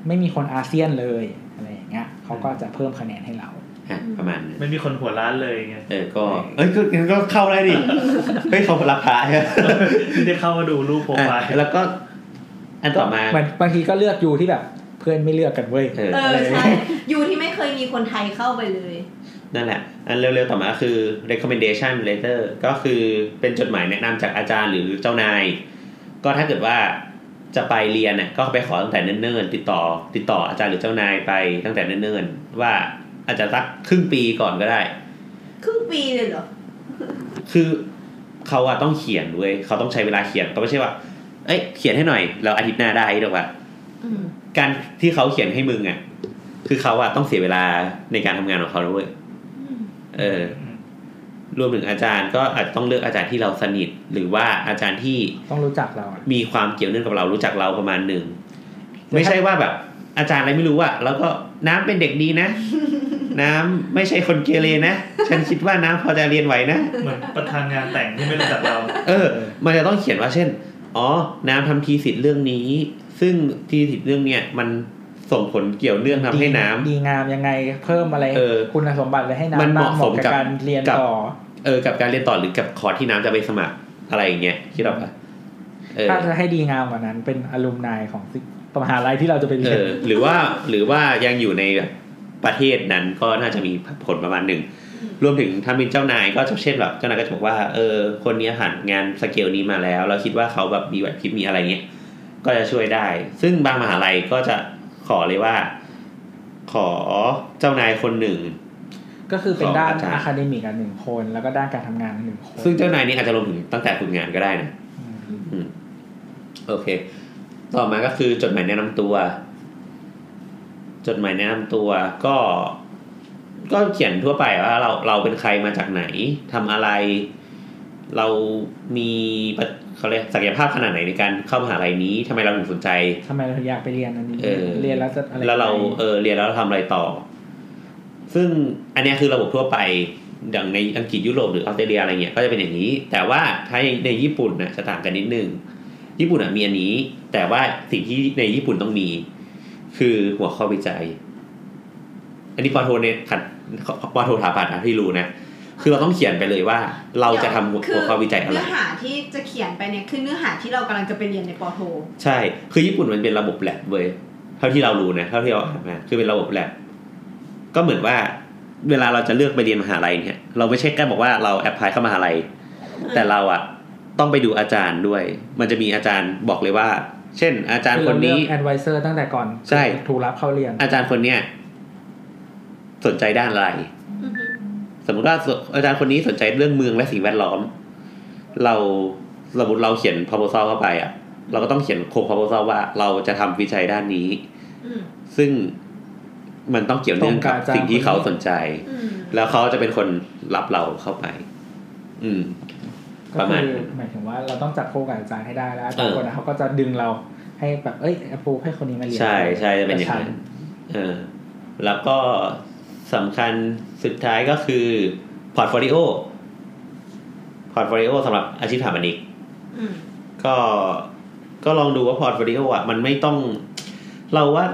ไม่มีคนอาเซียนเลยอะไรอย่างเงี้ยเขาก็จะเพิ่มคะแนนให้เรา ฮะประมาณนั้น ไม่มีคนหัวร้านเลยไง เออก็ เอ้ยก็งั้นก็เข้าได้ดิเฮ้ยเขารับพระใช่ไหม ที่ได้เข้ามาดูรูปโปรไฟล์ อ่ะแล้วก็ อันต่อมา มันบางทีก็เลือกยูที่แบบเพื่อนไม่เลือกกันเว้ย เออ เออใช่ อยู่ที่ไม่เคยมีคนไทยเข้าไปเลย นั่นแหละ อันเร็วๆต่อมาคือ recommendation letter ก็คือเป็นจดหมายแนะนำจากอาจารย์หรือเจ้านาย ก็ถ้าเกิดว่าจะไปเรียนเนี่ยก็ไปขอตั้งแต่เนิ่นๆ ติดต่อ ติดต่ออาจารย์หรือเจ้านายไปตั้งแต่เนิ่นๆ ว่าอาจจะสักครึ่งปีก่อนก็ได้ ครึ่งปีเลยเหรอ คือเขาอะต้องเขียนเว้ยเขาต้องใช้เวลาเขียนก็ไม่ใช่ว่า เอ้ยเขียนให้หน่อยเราอาทิตย์หน้าได้หรอกว่า อืม การที่เขาเขียนให้มึงอะคือเขาอะต้องเสียเวลาในการทำงานของเขาด้วยเออ รวมถึงอาจารย์ก็อาจจะต้องเลือกอาจารย์ที่เราสนิท หรือว่าอาจารย์ที่ ต้องรู้จักเราอะ มีความเกี่ยวเนื่องกับเรารู้จักเราประมาณหนึ่ง ไม่ใช่ว่าแบบ อาจารย์อะไรไม่รู้อะแล้วก็น้ำเป็นเด็กดีนะ น้ำไม่ใช่คนเกเรนะ ฉันคิดว่าน้ำพอจะเรียนไหวนะ เหมือนประธานงานแต่งที่ไม่รู้จัก เรา เออ มันจะต้องเขียนว่าเช่น อ๋อ น้ำทำทีสิทธิ์เรื่องนี้ ซึ่งทีสิทธิ์เรื่องเนี้ยมัน ส่งผลเกี่ยวเนื่องทำให้น้ำ ดีงามยังไงเพิ่มอะไร เออ คุณสมบัติอะไรให้น้ำ มันเหมาะ บ้ง สมกับ การเรียน กับ ต่อ เออกับการเรียนต่อหรือกับคอร์สที่น้ำจะไปสมัครอะไรอย่างเงี้ยคิดออกปะเออ ถ้าจะให้ดีงามกว่านั้น เป็นอลูมไนายของมหาลัยที่เราจะไป เอ เรียน อ หรือว่าหรือว่ายังอยู่ในแบบประเทศนั้นก็น่าจะมีผลประมาณหนึ่ง รวมถึงถ้าเป็นเจ้านายก็จะเช่นแบบเจ้านายก็จะบอกว่าเออคนนี้ผ่านงานสเกลนี้มาแล้ว เราคิดว่าเขาแบบมีไหวพริบมีอะไรเงี้ยก็จะช่วยได้ ซึ่งบางมหาลัยก็จะขอเลยว่า ขอเจ้านายคนหนึ่ง ก็คือเป็น ของ ด้าน อาจารย์ อาคาเดมิกอันหนึ่งคน แล้วก็ด้านการทำงานอันหนึ่งคน ซึ่งเจ้านายนี่อาจจะรวมถึงตั้งแต่ฝึกงานก็ได้นะ อืม โอเค ต่อมาก็คือจดหมายแนะนำตัว จดหมายแนะนำตัวก็ ก็เขียนทั่วไปว่าเราเราเป็นใครมาจากไหนทำอะไร เรามีปะเขาเรียกศักยภาพขนาดไหนในการเข้ามหาลัยนี้ทำไมเราถึงสนใจ ทำไมเราถึงอยากไปเรียนอันนี้ เออ เรียนแล้วจะอะไร แล้วเรา ไป เออเรียนแล้วเราทำอะไรต่อ ซึ่งอันเนี้ยคือระบบทั่วไปอย่างในอังกฤษยุโรปหรือออสเตรเลียอะไรเงี้ยก็จะเป็นอย่างนี้ แต่ว่าถ้าในญี่ปุ่นนะจะต่างกันนิดนึง ญี่ปุ่นอะมีอันนี้ แต่ว่าสิ่งที่ในญี่ปุ่นต้องมี คือหัวข้อวิจัย อันนี้ปอโทในถัดปอโทถาปัดนะที่รู้นะคือเราต้องเขียนไปเลยว่า เราจะทำหัว คื หัวข้อวิจัยอะไร เนื้อหาที่จะเขียนไปเนี่ยคือเนื้อหาที่เรากำลังจะไปเรียนในปอโท ใช่ คือญี่ปุ่นมันเป็นระบบแลบเว้ย เท่าที่เรารู้นะ เท่าที่เราอ่านมา คือเป็นระบบแลบ ก็เหมือนว่า เวลาเราจะเลือกไปเรียนมหาลัยเนี่ย เราไม่ใช่แค่บอกว่าเราแอพพลายเข้ามหาลัย แต่เราอะต้องไปดูอาจารย์ด้วย มันจะมีอาจารย์บอกเลยว่า เช่น อาจารย์ คือ ค เรา น เลือ นี้ กแอดไวเซอร์ตั้งแต่ก่อน ใช่ ถูกรับเข้าเรียน อาจารย์คนเนี้ยสนใจด้านอะไร สมมติว่าอาจารย์คนนี้สนใจเรื่องเมืองและสิ่งแวดล้อม เราสมมติเราเขียน proposal เข้าไปอ่ะ เราก็ต้องเขียนโครง proposal ว่าเราจะทำวิจัยด้านนี้ อืม ซึ่งมันต้องเกี่ยวเนื่องกับ ตรงกับอาจารย์ สิ่งที่เขาสนใจ อืม แล้วเขาจะเป็นคนรับเราเข้าไป อืม ก็ ประมาณ คือหมายถึงว่าเราต้องจับคู่กับอาจารย์ให้ได้แล้วอาจารเอย์อ คนนั้นเขาก็จะดึงเราให้แบบเอ้ยแอปให้คนนี้มาเรียน ใช่ใช่จะเป็นอย่าง กั นั้ บ น ฉั เออ แล้วก็สำคัญสุดท้ายก็คือพอร์ตโฟลิโอพอร์ตโฟลิโอสำหรับอาชีพสถาปนิก อืม ก็ก็ลองดูว่าพอร์ตโฟลิโออ่ะมันไม่ต้อง เราว่า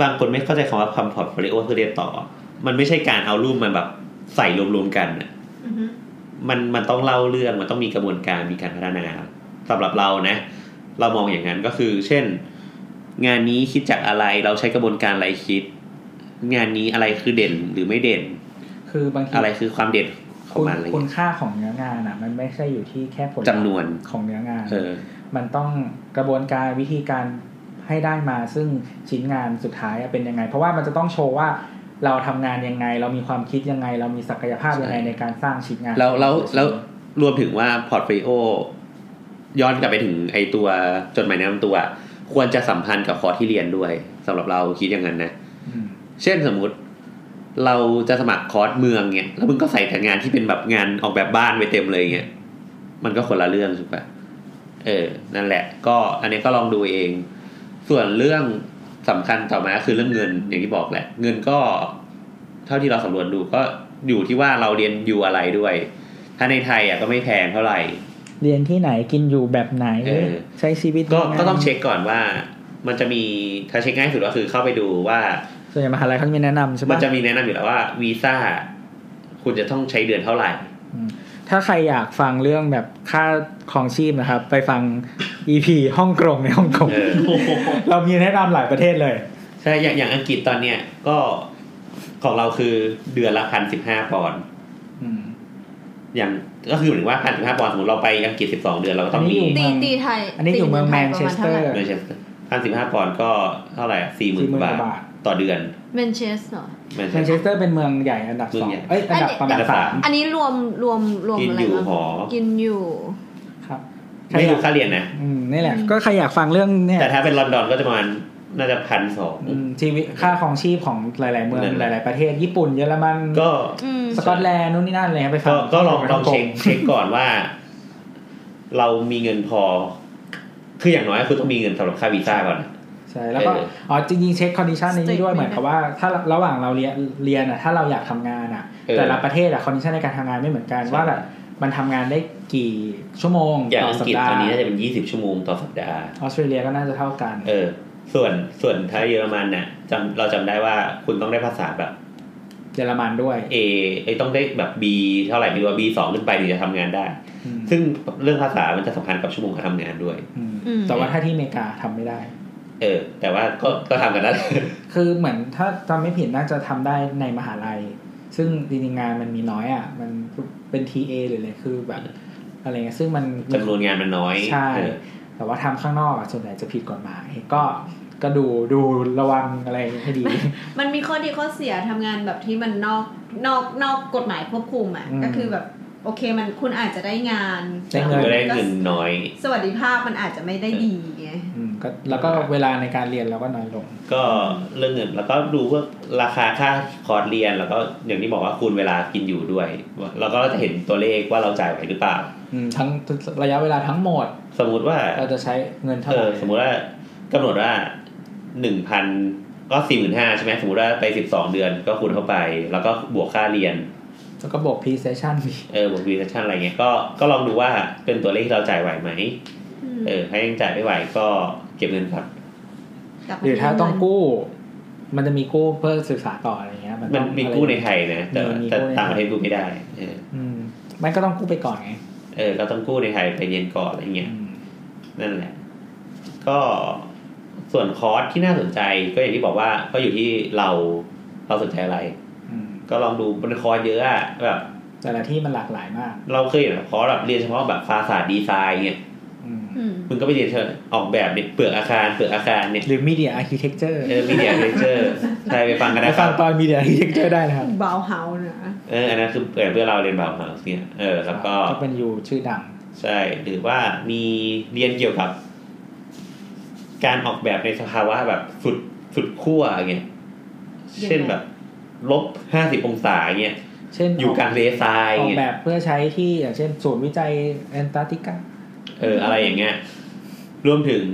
บางคนไม่เข้าใจคำว่าคำพอร์ตโฟลิโอคือเรียนต่อ มันไม่ใช่การเอารูปมันแบบใส่รวมๆกันน่ะ อือฮึ มันมันต้องเล่าเรื่องมันต้องมีกระบวนการมีการพัฒนาสำหรับเรานะ เรามองอย่างนั้นก็คือ เช่น งานนี้คิดจากอะไรเราใช้กระบวนการอะไรคิด งานนี้อะไรคือเด่นหรือไม่เด่น คือบางที อะไรคือความเด่นของ คุณ มันอะไร คุณ เงี้ย ค่าของเนื้องานอ่ะ มันไม่ใช่อยู่ที่แค่ผล จำนวน ของเนื้องาน เออ มันต้องกระบวนการวิธีการให้ได้มาซึ่งชิ้นงานสุดท้ายอะเป็นยังไง เพราะว่ามันจะต้องโชว์ว่าเราทำงานยังไง เรามีความคิดยังไง เรามีศักยภาพยังไง ใช่ ในการสร้างชิ้นงาน แล้วแล้วแล้วรวมถึงว่าพอร์ตโฟลิโอย้อนกลับไปถึงไอตัวจดหมายแนะนำตัว ควรจะสัมพันธ์กับคอร์สที่เรียนด้วยสำหรับเราคิดอย่างนั้นนะ อืม เช่นสมมุติเราจะสมัครคอร์สเมืองเนี่ยแล้วมึงก็ใส่แต่งานที่เป็นแบบงานออกแบบบ้านไปเต็มเลยเงี้ยมันก็คนละเรื่องถูกปะเออ นั่นแหละ ก็อันนี้ก็ลองดูเอง ส่วนเรื่องสำคัญต่อมาคือเรื่องเงินอย่างที่บอกแหละ เงินก็ เท่าที่เราสำรวจดูก็อยู่ที่ว่าเราเรียนอยู่อะไรด้วย ถ้าในไทยอ่ะก็ไม่แพงเท่าไหร่ เรียนที่ไหนกินอยู่แบบไหน เออ ใช้ชีวิต ก็ ยัไ ก็ต้องเช็คก่อนว่า มันจะมีถ้าเช็คง่ายสุดก็คือเข้าไปดูว่า ส่วนใหญ่มหาลัยเขาจะมีแนะนำใช่ มัน ปะ จะมีแนะนำอยู่แล้วว่าวีซ่าคุณจะต้องใช้เดือนเท่าไหร่ ถ้าใครอยากฟังเรื่องแบบค่าครองชีพนะครับ ไปฟัง EP ห้องกรงในห้องกรง เออ โอ้โห เรามีแนะนำหลายประเทศเลย ใช่อย่างอย่างอังกฤษตอนเนี้ยก็ของเราคือเดือนละพันสิบห้าปอนด์ อืม อย่างก็คือเหมือนว่าพันสิบห้าปอนด์สมมติเราไปอังกฤษสิบสองเดือนเราก็ต้องมี อันนี้อยู่ ตีตีไทย อันนี้อยู่เมืองแมนเชสเตอร์ เดือนพันสิบห้าปอนด์ก็เท่าไหร่สี่หมื่น 40,000 บาท บาท ต่อเดือน แมนเชสเตอร์ แมน แม เช น ส เช เตอร์ สเตอร์เป็นเมืองใหญ่อันดับ เมื ส อ องง ใหญ่ เอ้ยอันดับ อันนี้อันประมาณดับ สา สาม ม อันนี้รวมรวมรวม กิน อะไร อยู่ห บ้าง อ กินอยู่ ครับใคร ไม่ อ รู้ ยาก ค่าเรียนนะ อืมนี่แหละ ก็ใครอยากฟังเรื่องเนี่ย แต่ถ้าเป็นลอนดอนก็จะประมาณน่าจะพันสอง อืมชีวิตค่าของชีพของหลาย ๆ เมืองหลาย ๆ ประเทศ ญี่ปุ่นเยอรมัน ก็ อืม สกอตแลนด์นู่นนี่นั่นอะไรเลยไปฟั ก็ ง ก็ลองลองเช็คเช็คก่อนว่า เรามีเงินพอ คืออย่างน้อยคือต้องมีเงินสำหรับค่าวีซ่าก่อน ใช่แล้วก็ เออ อ๋อจริง ๆ เช็คคอนดิชันนี้ด้วยเหมือนกับว่า ถ้าระหว่างเราเรียนเรียนอ่ะถ้าเราอยากทำงานอ่ะ เออ แต่ละประเทศอะคอนดิชันในการทำงานไม่เหมือนกัน ใช่ ว่าแบบมันทำงานได้กี่ชั่วโมง อย่าง ต่อ อัง สัป กฤษ ดา ตอน ห์ นี้น่าจะเป็นยี่สิบชั่วโมงต่อสัปดาห์ ออสเตรเลียก็น่าจะเท่ากัน เออ ส่วนส่วนถ้าเยอรมันเนี่ยจำเราจำได้ว่าคุณต้องได้ภาษาแบบ เยอรมันด้วย A เอ้ยต้องได้แบบ B เท่าไหร่ไม่รู้ว่า B สองขึ้นไปถึงจะทำงานได้ อืม ซึ่งเรื่องภาษามันจะสำคัญกับชั่วโมงการทำงานด้วย อืม อืม แต่ว่าถ้าที่อเมริกาทำไม่ได้ เออ แต่ว่า ก็ก็ทำกันได้ คือเหมือนถ้าจำไม่ผิดน่าจะทำได้ในมหาลัย ซึ่งจริงๆงานมันมีน้อยอ่ะ มันเป็น TA หรืออะไรคือแบบอะไรเงี้ยซึ่งมัน จำนวนงานมันน้อย ใช่ เออ แต่ว่าทำข้างนอกอะส่วนใหญ่จะผิดกฎหมาย ก็ก็ดูดูระวังอะไรให้ดี มันมีข้อดีข้อเสียทำงานแบบที่มันนอกนอกนอกกฎหมายควบคุมอ่ะ อืม ก็คือแบบโอเคมันคุณอาจจะได้งาน ได้เงิ คุณ น ก็ได้เงินน้อย สวัสดิภาพมันอาจจะไม่ได้ดีไง อืมก็แล้วก็เวลาในการเรียนเราก็น้อยลง ก็เรื่องเงินแล้วก็ดูพวกราคาค่าคอร์สเรียนแล้วก็อย่างที่บอกว่าคูณเวลากินอยู่ด้วยแล้วก็เราจะเห็นตัวเลขว่าเราจ่ายไหวหรือเปล่า อืมทั้งระยะเวลาทั้งหมด สมมุติว่า เราจะใช้เงินเท่า เอ ไห อ ร่ สมมุติว่ากำหนดว่าหนึ่งพันก็สี่หมื่นห้าใช่ไหมสมมติว่าไปสิบสองเดือนก็คูณเข้าไป แล้วก็บวกค่าเรียน แล้วก็บวก pre session อีก เออบวกวีเชั่นอะไรเงี้ยก็ก็ลองดูว่าเป็นตัวเลขที่เราจ่ายไหวไหมเออถ้ายังจ่ายไม่ไหวก็เก็บเงินก่อน กลับม หรือถ้า ที่ ต้อง เน กู้ มันจะมีกู้เพื่อศึกษาต่ออะไรเงี้ย มั ต้ น อง มี อะไร กู้ในไทยนะแต่ มีมี แต่ กู้ในไทย ต่างประเทศกู้ไม่ได้เออ อืมมันก็ต้องกู้ไปก่อนไง เออก็ต้องกู้ในไทยไปเรียนก่อนอะไรเงี้ย อืม นั่นแหละ ก็ส่วนคอร์สที่น่าสนใจก็อย่างที่บอกว่าก็อยู่ที่เราเราสนใจอะไร อืม ก็ลองดูมันคอร์สเยอะอะแบบ แต่ละที่มันหลากหลายมาก เราเคยเห็นแบบคอร์สแบบเรียนเฉพาะแบบภาษาดีไซน์เนี่ย อืม อืม มึงก็ไปเรียนเชิญออกแบบเนี่ยเปลือกอาคารเปลือกอาคารเนี่ย หรือ media architecture เออมีเดียเลเจอร์ใครไปฟังกัน ไป นะค ฟั รั ง บ ตอน media architecture ได้นะครับ บาวเฮานะ เอออันนั้นคือเปิดเพื่อเราเรียนแบบเฮาส์เนี่ยเออแล้วก็ ก็เป็นยูชื่อดัง ใช่หรือว่ามีเรียนเกี่ยวกับ การออกแบบในสภาวะแบบสุดสุดขั้วเงี้ยเช่นแบบลบห้าสิบองศาเงี้ย เช่น อยู่กลางเลทราย ออก เงี้ย แบบเพื่อใช้ที่อย่างเช่นศูนย์วิจัยแอนตาร์กติกา เอออะไรอย่างเงี้ยรวมถึง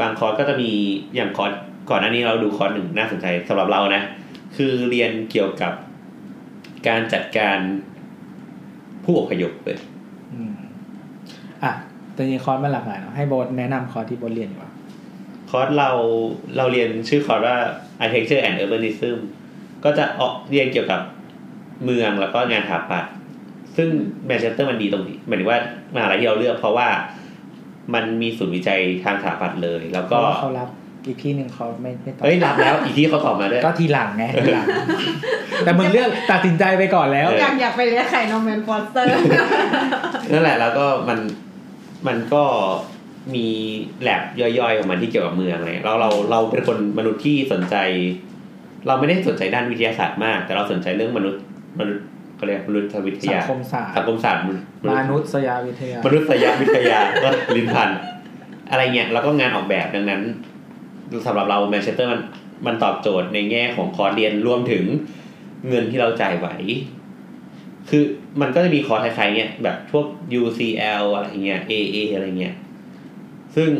บางคอร์สก็จะมีอย่างคอร์สก่อนหน้านี้เราดูคอร์สหนึ่งน่าสนใจสำหรับเรานะ คือเรียนเกี่ยวกับการจัดการผู้อพยพเลย อืมอ่ะแต่จริงๆคอร์สมันหลากหลายเนอะให้โบทแนะนำคอร์สที่โบทเรียนดีกว่า คอร์สเราเราเรียนชื่อคอร์สว่า architecture and urbanism ก็จะออกเรียนเกี่ยวกับเมืองแล้วก็งานสถาปัตย์ซึ่งแมนเชสเตอร์มันดีตรงนี้หมายถึงว่ามหาลัยที่เราเลือกเพราะว่ามันมีศูนย์วิจัยทางสถาปัตย์เลย แล้ว เพ ก็ ราะว่าเขารับอีกที่หนึ่งเขาไม่ไม่ตอบ เอ้ยรับแล้วอีกที่เขาตอบมาด้วย ก็ทีหลัง ไงทีหลัง แต่มึงเลือกตัดสินใจไปก่อนแล้ว เอ อยากอยากไปเลี้ยงไข่นมแมนฟอสเตอร์ นั่นแหละแล้วก็มันมันก็มีแลบย่อยๆของมันที่เกี่ยวกับเมืองอะไรเราเราเราเป็นคนมนุษย์ที่สนใจ เราไม่ได้สนใจด้านวิทยาศาสตร์มาก แต่เราสนใจเรื่องมนุษย์มนุษย์เขาเรียกมนุษยวิท สัง ยา คมศาสตร์ สังคมศาสตร์ มนุษยวิทยาม นุษยวิทยา ก็ลินพันธุ์อะไรเงี้ยแล้วก็งานออกแบบดังนั้นสำหรับเราแมนเชสเตอร์มันมันตอบโจทย์ในแง่ของคอร์สเรียนรวมถึงเงินที่เราจ่ายไหว คือมันก็จะมีคอร์สคล้ายๆเนี่ยแบบพวก UCL อะไรเงี้ย AA อะไรเงี้ย ซึ่ง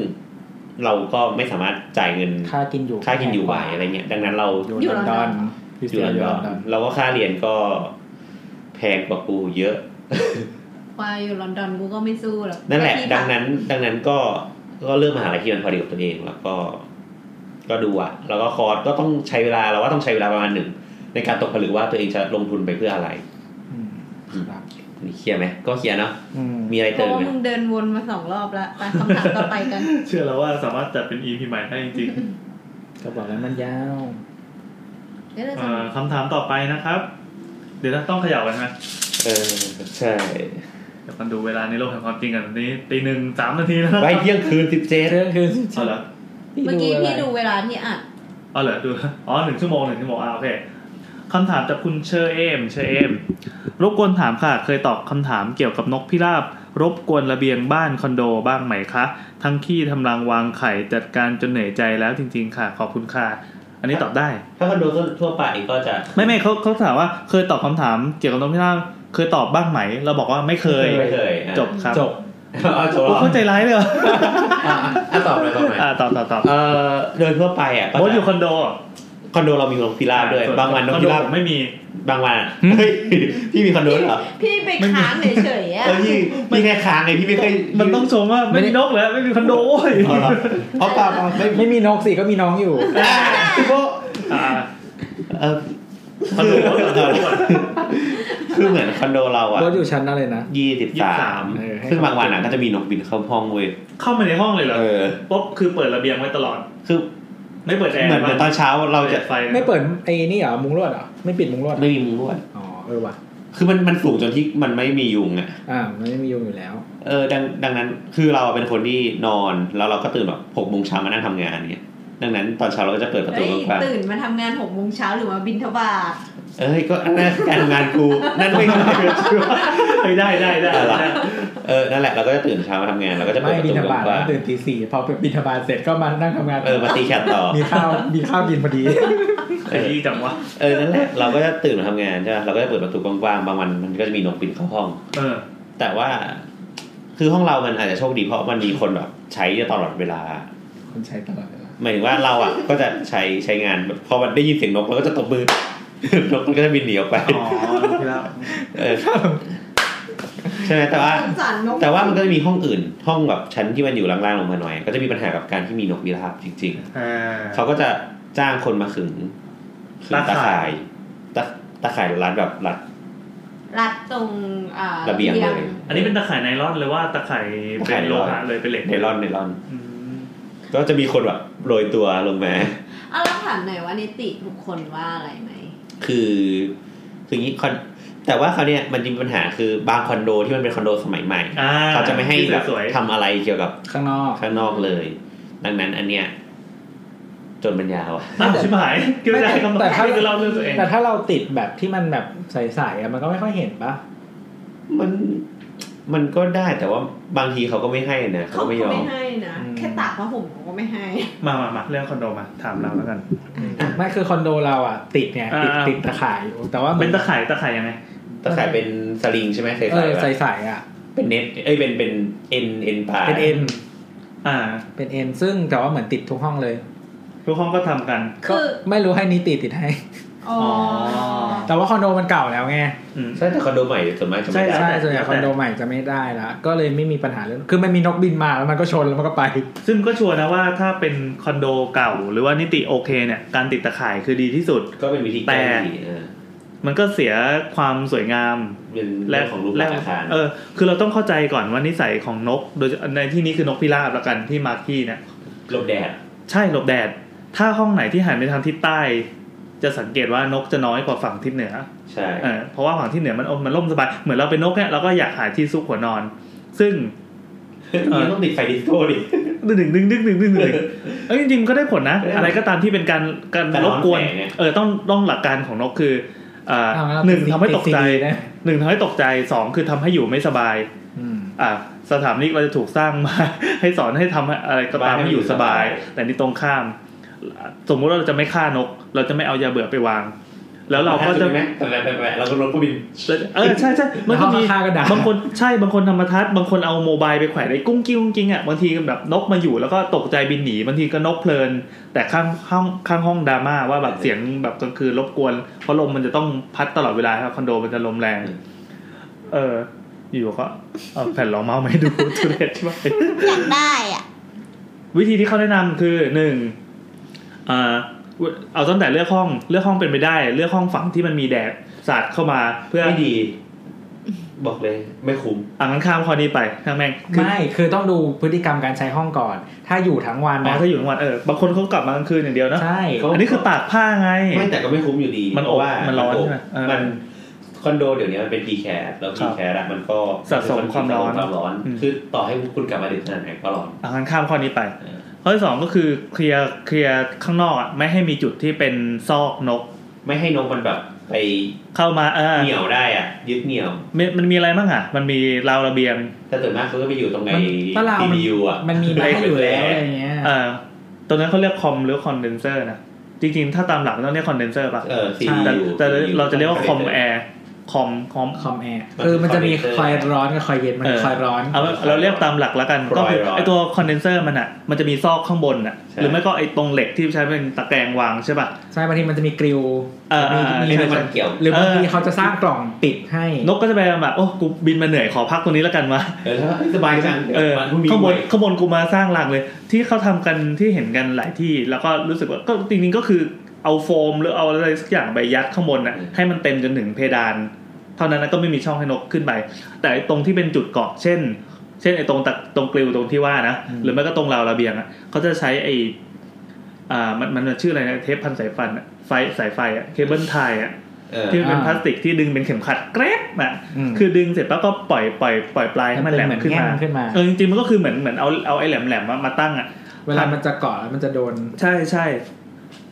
เราก็ไม่สามารถจ่ายเงิน ค่ากินอยู่ ค่ากินอยู่ไหวอะไรเงี้ย ดังนั้นเรา อยู่ลอนดอนที่ อยู่ลอนดอนเราก็ค่าเรียนก็แพงกว่ากูเยอะ ว่า อยู่ลอนดอนกูก็ไม่สู้หรอก นั่นแหละ ที่ ดั พั ง ก นั้น ดังนั้นก็ก็เลือกมหาลัยที่มันพอดีกับตัวเองแล้วก็ ก็ดูอะแล้วก็คอร์สก็ต้องใช้เวลาเราว่าต้องใช้เวลาประมาณหนึ่ง ในการตกผลึกว่าตัวเองจะลงทุนไปเพื่ออะไร อืมครับ นี่เคลียร์ไหมก็เคลียร์เนาะ อืม มีอะไร เพ เติม ราะว่า ไหม มึงเดินวนมาสองรอบแล้วไปคำถามต่อไปกัน เชื่อแล้วว่าสามารถจัดเป็น EP ใหม่ได้จริง ก็บอกแล้วมันยาว เดี๋ยวเรา ๆ จะ เอ่อคำถามต่อไปนะครับ เดี๋ยวนะต้องเขย่ากันไหม เออใช่ เดี๋ยวมันดูเวลาในโลกแห่งความจริงกันนี้ตีหนึ่งสามนาทีแล้วนะ ไว้เที่ยงคืนสิบเจ็ด เรื่องคือ เอาเหรอ เมื่อกี้พี่ดู ะไร เวลาที่อัด เอาเหรอดูอ๋อหนึ่งชั่วโมงหนึ่งชั่วโมงอ่าโอเคคำถามจากคุณเชอเอมเชอเอมรบกวนถามค่ะ เคยตอบคำถามเกี่ยวกับนกพิราบ รบกวนระเบียงบ้านคอนโดบ้างไหมคะ ทั้งขี้ทำรังวางไข่จัดการจนเหนื่อยใจแล้วจริง ๆ ค่ะ ขอบคุณค่ะ อันนี้ตอบได้ ถ้าคอนโดทั่วไปก็จะ ไม่ไม่เขาเขาถามว่าเคยตอบคำถามเกี่ยวกับนกพิราบเคยตอบบ้างไหม เราบอกว่าไม่เคย ไม่เคยอ่ะ จบครับ จบ เอาจบ โอ้ แล้ว เข้าใจร้ายเลยเหรอ อ่ะอ่ะตอบเลยตอบเลย อ่าตอบตอบตอบ เอ่อโดยทั่วไปอ่ะก็ โบท จะ อยู่คอนโด คอนโดเรามีนกพิราบด้วย ส่ บางวันนก คอ พิ โด ราบ ผมไม่มี บางวันอะ หืม เฮ้ย พี่มีคอนโดด้วยเหรอ พี่ไปค้างเฉยๆอะ เออพี่พี่แค่ค้างไงพี่ไม่เคย มันต้องชมว่าไม่มีนกแล้วไม่มีคอนโดโว้ย เอาเหรอเพราะเปล่าเปล่าไม่ ไม่มีนกสิก็มีน้องอยู่ อ่าพี่โบะ อ่า เออ คอนโดคอนโด คือเหมือนคอนโดเราอะ รถอยู่ชั้นอะไรนะ ยี่สิบสาม 23 เออให้ ซึ่งบางวันอะก็จะมีนกบินเข้าห้องเว้ย เข้ามาในห้องเลยเหรอ เออ ป๊อบคือเปิดระเบียงไว้ตลอด คือ ไม่เปิดแอร์ เหมือนเหมือนตอนเช้าเราจะ เปิดไฟ ไม่เปิดไอ้นี่เหรอมุ้งลวดเหรอไม่ปิดมุ้งลวดเหรอ ไม่มีมุ้งลวด อ๋อเออว่ะ คือมันมันสูงจนที่มันไม่มียุงอะ อ่ามันไม่มียุงอยู่แล้ว เออดังดังนั้นคือเราเป็นคนที่นอนแล้วเราก็ตื่นแบบหกโมงเช้ามานั่งทำงานเนี่ยดังนั้นตอนเช้าเราก็จะเปิดประตู เฮ้ย กว้าง ตื่นมาทำงานหกโมงเช้าหรือมาบินทบาท ๆเอ้ยก็อันนั่นคือการทำงานกูนั่นไม่ใช่การเชื่อ เฮ้ยได้ได้ได้ อะไร ได้ เออนั่นแหละเราก็จะตื่นเช้ามาทำงานเราก็จะเปิดไม่ประ บิ ตู นท ก บาท ว้าง ตื่นตีสี่พอบินทบาทเสร็จก็มานั่งทำงาน ๆเออมาตีแคทต่อ มีข้าวมีข้าวกินพอดี ไอ้ยี่จังวะ เออนั่นแหละเราก็จะตื่นมาทำงานใช่ไหมเราก็จะเปิดประตูกว้างๆบางวันมันก็จะมีนกบินเข้าห้อง เออ แต่ว่า คือห้องเรามันอาจจะโชคดีเพราะมันมีคนแบบใช้ตลอดเวลา คนใช้ตลอดเวลา หมายถึงว่าเราอ่ะ ก็จะใช้ใช้งานพอมันได้ยินเสียงนกเราก็จะตบมือ นกมันก็จะบินหนีออกไป อ๋อนกพิราบ เออใช่ไหมแต่ว่า สงสารนก แต่ว่ามันก็จะมีห้องอื่น ห้องแบบชั้นที่มันอยู่ล่างๆลงมาหน่อย ก็จะมีปัญหากับการที่มีนกพิราบจริง อ่า ๆ เขาก็จะจ้างคนมาขึงขึงตา ตาข่า ข่าย ยตาตาข่ายรัดแบบรัด รัดตรงอ่า ระเบียงเลย อันนี้เป็นตะข่ายไนลอนเลยว่าตะข่ายเป็นโลหะเลยเป็นเหล็ก ไนลอนไนลอน อืม ก็จะมีคนแบบโรยตัวลงมา เอาแล้วถามหน่อยว่านิติบุคคลว่าอะไรไหม คือคืออย่างนี้คอนแต่ว่าเขาวเนี่ยมันจะมีปัญหาคือบางคอนโดที่มันเป็นคอนโดสมัยใหม่ อ่า เขาจะไม่ให้แบบ สวยๆ ทำอะไรเกี่ยวกับ ข้างนอก ข้างนอกเลย ดังนั้นอันเนี้ยจนปัญญาวะ อ้าวชิบหายกินไม่ได้คำต แต่ อบ ถ้า ที่จะเล่าเรื่องตัวเอง แต่ถ้าเราติดแบบที่มันแบบใสๆอะมันก็ไม่ค่อยเห็นปะ มันมันก็ได้แต่ว่าบางทีเขาก็ไม่ให้นะเขา เขา ก็ไม่ย ก็ อม ไม่ให้นะแค่ตากผ้าห่มเขาก็ไม่ให้ มามามาเรื่องคอนโดมาถามเราแล้วกัน ไม่คือคอนโดเราอ่ะ ติดเนี่ยติด อ่า ติดตะข่ายอยู่แต่ว่า เป็นตะข่ายตะข่ายยังไง ตะข่ายเป็นสลิงใช่ไหมใส่ เอ ใส่แบอบ ใสๆอ่ะ เป็นเน็ตเอ้ยเป็นเป็นเอ็นเอ็นปลาย เป็นเอ็น อ่า เป็นเอ็นซึ่งแต่ว่าเหมือนติดทุกห้องเลย ทุกห้องก็ทำกัน คือ ก็ไม่รู้ให้นิติติดให้ อ๋ออ แต่ว่าคอนโดมันเก่าแล้วไง อืม ใช่แต่คอนโดใหม่ส่วนมากจะไม่ ใช่ ได้ ใช่ส่วนใหญ่คอนโดใหม่จะไม่ได้ละก็เลยไม่มีปัญหาเรื่องคือมันมีนกบินมาแล้วมันก็ชนแล้วมันก็ไป ซึ่งก็ชัวร์นะว่าถ้าเป็นคอนโดเก่าหรือว่านิติโอเคเนี่ย การติดตะข่ายคือดีที่สุด ก็เป็นวิธี แต่ แก้ที่เออ มันก็เสียความสวยงาม เป็นเรื่องของรูปลักษณ์อาคาร เออ คือเราต้องเข้าใจก่อนว่านิสัยของนก โดยในที่นี้คือนกพิราบละกันที่มาร์คี้เนี่ย ลมแดด ใช่หลบแดด ถ้าห้องไหนที่หันไปทางทิศใต้ จะสังเกตว่านกจะน้อยกว่าฝั่งทิศเหนือ ใช่ เออ เพราะว่าฝั่งทิศเหนือมันมันร่มสบาย เหมือนเราเป็นนกเนี่ยเราก็อยากหาที่ซุกหัวนอน ซึ่ง เออ นี่ต้องติดไฟดิสโก้ดิ ดึงดึงดึงดึงดึงดึงดึงเอ้ยจริงๆก็ได้ผลนะ อะไรก็ตามที่เป็นการการ การ ร ร้ บ อน กวน แสงเนี่ย เออต้องต้องหลักการของนกคืออ่า อ่า หนึ่งทำให้ตกใจ ติด CD นะ หนึ่งทำให้ตกใจสองคือทำให้อยู่ไม่สบาย อืม อ่ะสถานนี้เราจะถูกสร้างมา ให้สอนให้ทำอะไรก็ตาม บ้านให้ ให้อยู่สบาย อยู่สบาย แต่นี่ตรงข้าม สมมุติว่าเราจะไม่ฆ่านก เราจะไม่เอายาเบื่อไปวาง แล้วเราก็จะ แปะแปะแปะแปะเราก็ลดก็บิน เออใช่ใช่มันก็มี เอามาฆ่าก็ได้ บางคนใช่บางคนทำมาทัดบางคนเอาโมบายไปแขวนไอ้กุ้งกิ้งกุ้งกิ้งอ่ะบางทีแบบนกมาอยู่แล้วก็ตกใจบินหนีบางทีก็นกเพลิน แต่ข้างห้องข้างห้องดราม่าว่าแบบ เออ เสียงแบบกลางคืนรบกวนเพราะลมมันจะต้องพัดตลอดเวลาครับคอนโดมันจะลมแรง เออ อยู่ก็เอาแผ่นรองเมาส์มาให้ดู ทุเรศใช่ไหม อยากได้อ่ะ วิธีที่เขาแนะนำคือหนึ่งเอ่อเอาตั้งแต่เลือกห้องเลือกห้องเป็นไปได้ เลือกห้องฝั่งที่มันมีแดดสาดเข้ามาเพื่อ ไม่ดี บอกเลยไม่คุ้ม อ่างข้ามคอนี้ไปทางแม่งคือ ไม่คือต้องดูพฤติกรรมการใช้ห้องก่อน ถ้าอยู่ทั้งวัน อ๋อ นะ ถ้าอยู่ทั้งวันเออบางคนเขากลับมากลางคืนอย่างเดียวนะ ใช่ เขา อันนี้คือตากผ้าไง ไม่แต่ก็ไม่คุ้มอยู่ดี มันอบ เพราะว่ามัน ร้อน บ ใช่ไหมเออ มันคอนโดเดี๋ยวนี้มันเป็นดีแคสแล้ว ครั ดี บ แคสอะมันก็ สะสมความร้อน สะสมความร้อน อืม คือต่อให้คุณกลับมาดึกขนาดไหนก็ร้อน อ่างข้ามข้อนี้ไป เออ ข้อที่สองก็คือเคลียร์เคลียร์ข้างนอกอะไม่ให้มีจุดที่เป็นซอกนก ไม่ให้นกมันแบบไป เข้ามาเออ เหนี่ยวได้อ่ะ ยึดเหนี่ยว มันมันมีอะไรบ้างอ่ะ มันมีราวระเบียง แต่ส่วนมากเขาก็ไปอยู่ตรงไอ้ CPU มันมัน อ่ะ มันมีมาให้อยู่แล้วอะไรเงี้ย เอ่อตรงนั้นเขาเรียกคอมหรือคอนเดนเซอร์นะ จริงๆ ถ้าตามหลักมันต้องเรียกคอนเดนเซอร์ป่ะ เออ แต่ CPU แต่เราจะเรียกว่าคอมแอร์ คอมคอม คอมแอร์คือมันจะมีคอยร้อนกับคอยเย็นมัน เออ คอยร้อน เอาเราเรียกตามหลักแล้วกัน Cryroid ก็คือไอตัวคอนเดนเซอร์มันอ่ะ มันจะมีซอกข้างบนอ่ะ ใช่ หรือไม่ก็ไอตรงเหล็กที่ใช้เป็นตะแกรงวางใช่ป่ะ ใช่บางทีมันจะมีกริล เออ มี เออ มี นี่คือมันเกี่ยว หรือบางทีเขาจะสร้างกล่องปิดให้ นกก็จะไปแบบโอ้กูบินมาเหนื่อยขอพักตรงนี้แล้วกันวะ เออถ้าสบายจังดี๋ยว เออ วันพรุ่งนี้ ข้างบน ไว้ ข้างบนกูมาสร้างหลังเลย ที่เขาทำกันที่เห็นกันหลายที่แล้วก็รู้สึกว่าก็จริงๆก็คือเอาโฟมหรือเอาอะไรสักอย่างไปยัดข้างบนน่ะ อืม ให้มันเต็มจนถึงเพดาน เท่านั้นนะก็ไม่มีช่องให้นกขึ้นไป แต่ไอ้ตรงที่เป็นจุดเกาะเช่น เช่นไอ้ตรงตักตรงกลิวตรงที่ว่านะ อืม หรือไม่ก็ตรงราวระเบียงอ่ะเขาจะใช้ไอ้อ่ามันมันชื่ออะไรนะเทปพันสายฟันอะไฟสายไฟอะเคเบิลไทยอะ เออ ที่มันเป็น อ่า พลาสติกที่ดึงเป็นเข็มขัดแกรกน่ะ อืม คือดึงเสร็จแล้วก็ปล่อยปล่อยปล่อยปลายให้มันแหลม มันเป็ ขึ้ น น เหมือน มา แง่งขึ้นมา เออจริงๆมันก็คือเหมือนเหมือนเอาเอาไอ้แหลมแหลมๆมามาตั้งอ่ะ เวลามันจะเกาะแล้วมันจะโดน ใช่ใช่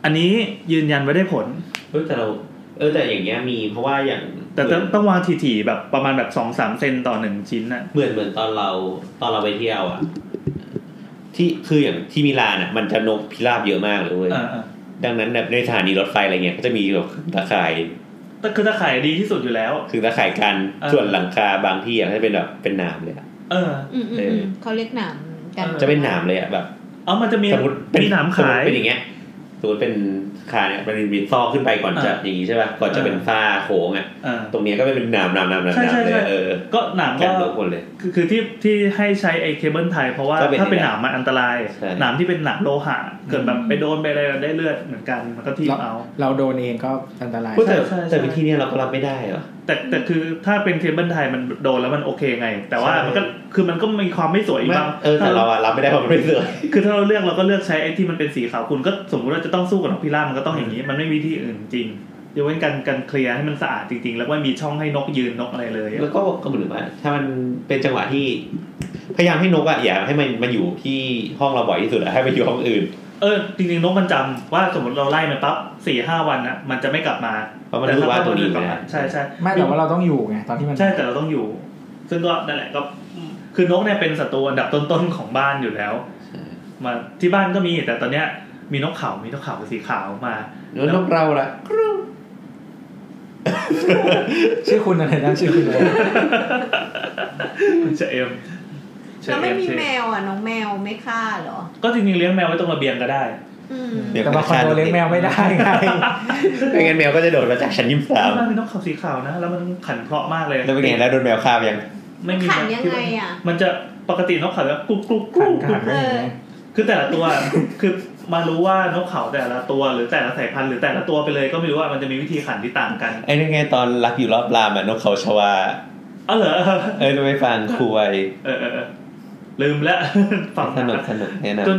อันนี้ยืนยันไว้ได้ผล เฮ้ยแต่เรา เออแต่อย่างเงี้ยมีเพราะว่าอย่าง แต่ต้องต้องวางถี่ๆแบบประมาณแบบสองสามเซนต่อหนึ่งชิ้นน่ะ เหมือนเหมือนตอนเราตอนเราไปเที่ยวอ่ะ ที่คืออย่างที่มิลานอ่ะ มันจะนกพิราบเยอะมากเลยเว้ย เออเออ ดังนั้นแบบในสถานีรถไฟอะไรเงี้ยก็จะมีแบบตะข่าย แต่คือตะข่ายดีที่สุดอยู่แล้ว คือตะข่ายกัน เออ ส่วนหลังคาบางที่อ่ะก็จะเป็นแบบเป็นหนามเลยอะ เออ อืมอืม เอออืมเขาเรียกหนามกัน จะเป็นหนามเลยอ่ะแบบ เอามันจะมี สมมติเป็ มีหนามขาย สมมุติเป็นอย่างเงี้ยสมมติเป็นคาเนี่ยมันมีซอกขึ้นไปก่อนจะ อ่ะ อย่างงี้ใช่ป่ะก่อนจะ เออ เป็นฝ้าโค้งอ่ะ เออ ตรงเนี้ยก็เป็นหนามหนามหนามหนาม ใช่ใช่ เล ใช่ ยเออ ก็หนาม กั ก็ นทุกคนเลย คือคือที่ที่ให้ใช้ไอ้เคเบิลไทยเพราะว่า ก็เป็น ถ้าเป็นหนี่แหละ นามมันอันตราย ใช่ หนามที่เป็นหนามโลหะเกิดแบบ อืม ไปโดนไปอะไรได้เลือดเหมือนกันมันก็ทีบเอา เราโดนเองก็อันตราย พูดแต่ ใช่ใช่ แต่วิธีเนี้ยเราก็รับไม่ได้เหรอ แต่แต่คือถ้าเป็นเคเบิลไทยมันโดนแล้วมันโอเคไง แต่ว่า ใช่ มันก็คือมันก็มีความไม่สวยอีกบ้าง เออแต่เราอะรับไม่ได้เพราะมันไม่สวย คือถ้าเราเลือกเราก็เลือกใช้ไอ้ที่มันเป็นสีขาวคุณก็สมมติว่าจะต้องสู้กับนกพิราบมันก็ต้องอย่างนี้ มันไม่มีที่อื่นจริงยกเว้นการการเคลียร์ให้มันสะอาดจริงๆ แล้วไม่มีช่องให้นกยืนนกอะไรเลย แล้วก็ก็เหมือนว่า ถ้ามันเป็นจังหวะที่พยายามให้นกอะอย่าให้มันมันอยู่ที่ห้องเราบ่อยที่สุดอะให้มันอยู่ห้องอื่น เออจริงๆนกมันจำว่าสมมติเราไล่มันปั๊บสี่ห้าวันนะมันจะไม่กลับมา เพราะมันรู้ว่าตัวนี้อยู่แล้ว ใช่ใช่ ไม่แต่ว่าเราต้องอยู่ไงตอนที่มัน ใช่แต่เราต้องอยู่ ซึ่งก็นั่นแหละก็คือนกเนี่ยเป็นศัตรูอันดับต้นๆของบ้านอยู่แล้ว มาที่บ้านก็มีแต่ตอนเนี้ยมีนกเขามีนกเขาสีขาวมา แล้วนกเราล่ะ ชื่อคุณอะไรนะชื่อคุณอะไร เชเอมเช แล้ว เอ ไม่ ม มี เช แม เอม วอ่ะ น้องแมวไม่ฆ่าเหรอ ก็จริงๆเลี้ยงแมวไว้ตรงระเบียงก็ได้ อืม แต่ว่าคอนโดเลี้ยงแมวไม่ได้ ไง ไม่งั้นแมวก็จะโดดมาจากชั้นยี่สิบสาม ที่บ้านมีนกเขาสีขาวนะ แล้วมันขันเพราะมากเลย แล้วเป็นไงแล้วโดนแมวคาบยัง ไม่มี ขันยังไงอ่ะ มันจะปกตินกเขาจะกรุกกรุกก ขั รุกกรุนขั ก นไม่อย่างนี้ คือแต่ละตัว คือมารู้ว่านกเขาแต่ละตัวหรือแต่ละสายพันธุ์หรือแต่ละตัวไปเลยก็ไม่รู้ว่ามันจะมีวิธีขันที่ต่างกัน ไอ้นั่นไงตอนรักอยู่รอบรามอะนกเขาชวา อ๋อเหรอ เอ้ยเราไปฟังครูไว เออเออเออลืมแล้ว ฝั่ง ส นั้น นุกสนุกเนี่ยนะ จน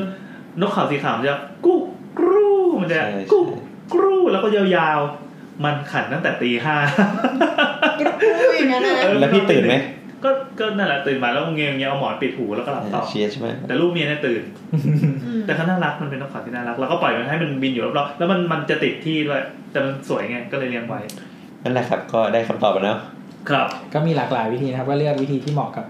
นกเขาวสีขาวมันจะกุ๊กกรูมันจะ ใช่ใช่ กุ๊กกรูแล้วก็ยาวๆ มันขันตั้งแต่ตีห้า แล้วพี่ตื่นไหม ก็ก็นั่นแหละตื่นมาแล้วเงี้ยเงี้ยเอาหมอนปิดหูแล้วก็หลับต่อ เชียร์ใช่ไหม แต่ลูกเมียเนี่ยตื่น แต่เขาน่ารักมันเป็นนกเขาวที่น่ารัก แล้วก็ปล่อยมันให้มันบินอยู่รอบๆแล้วมันมันจะติดที่ด้วยแต่มันสวยไงก็เลยเลี้ยงไว้ นั่นแหละครับ ก็ได้คำตอบแล้วเนอะ ครับ ก็มีหลากหลายวิธีนะครับ ก็เลือกวิธีที่เหมาะกับ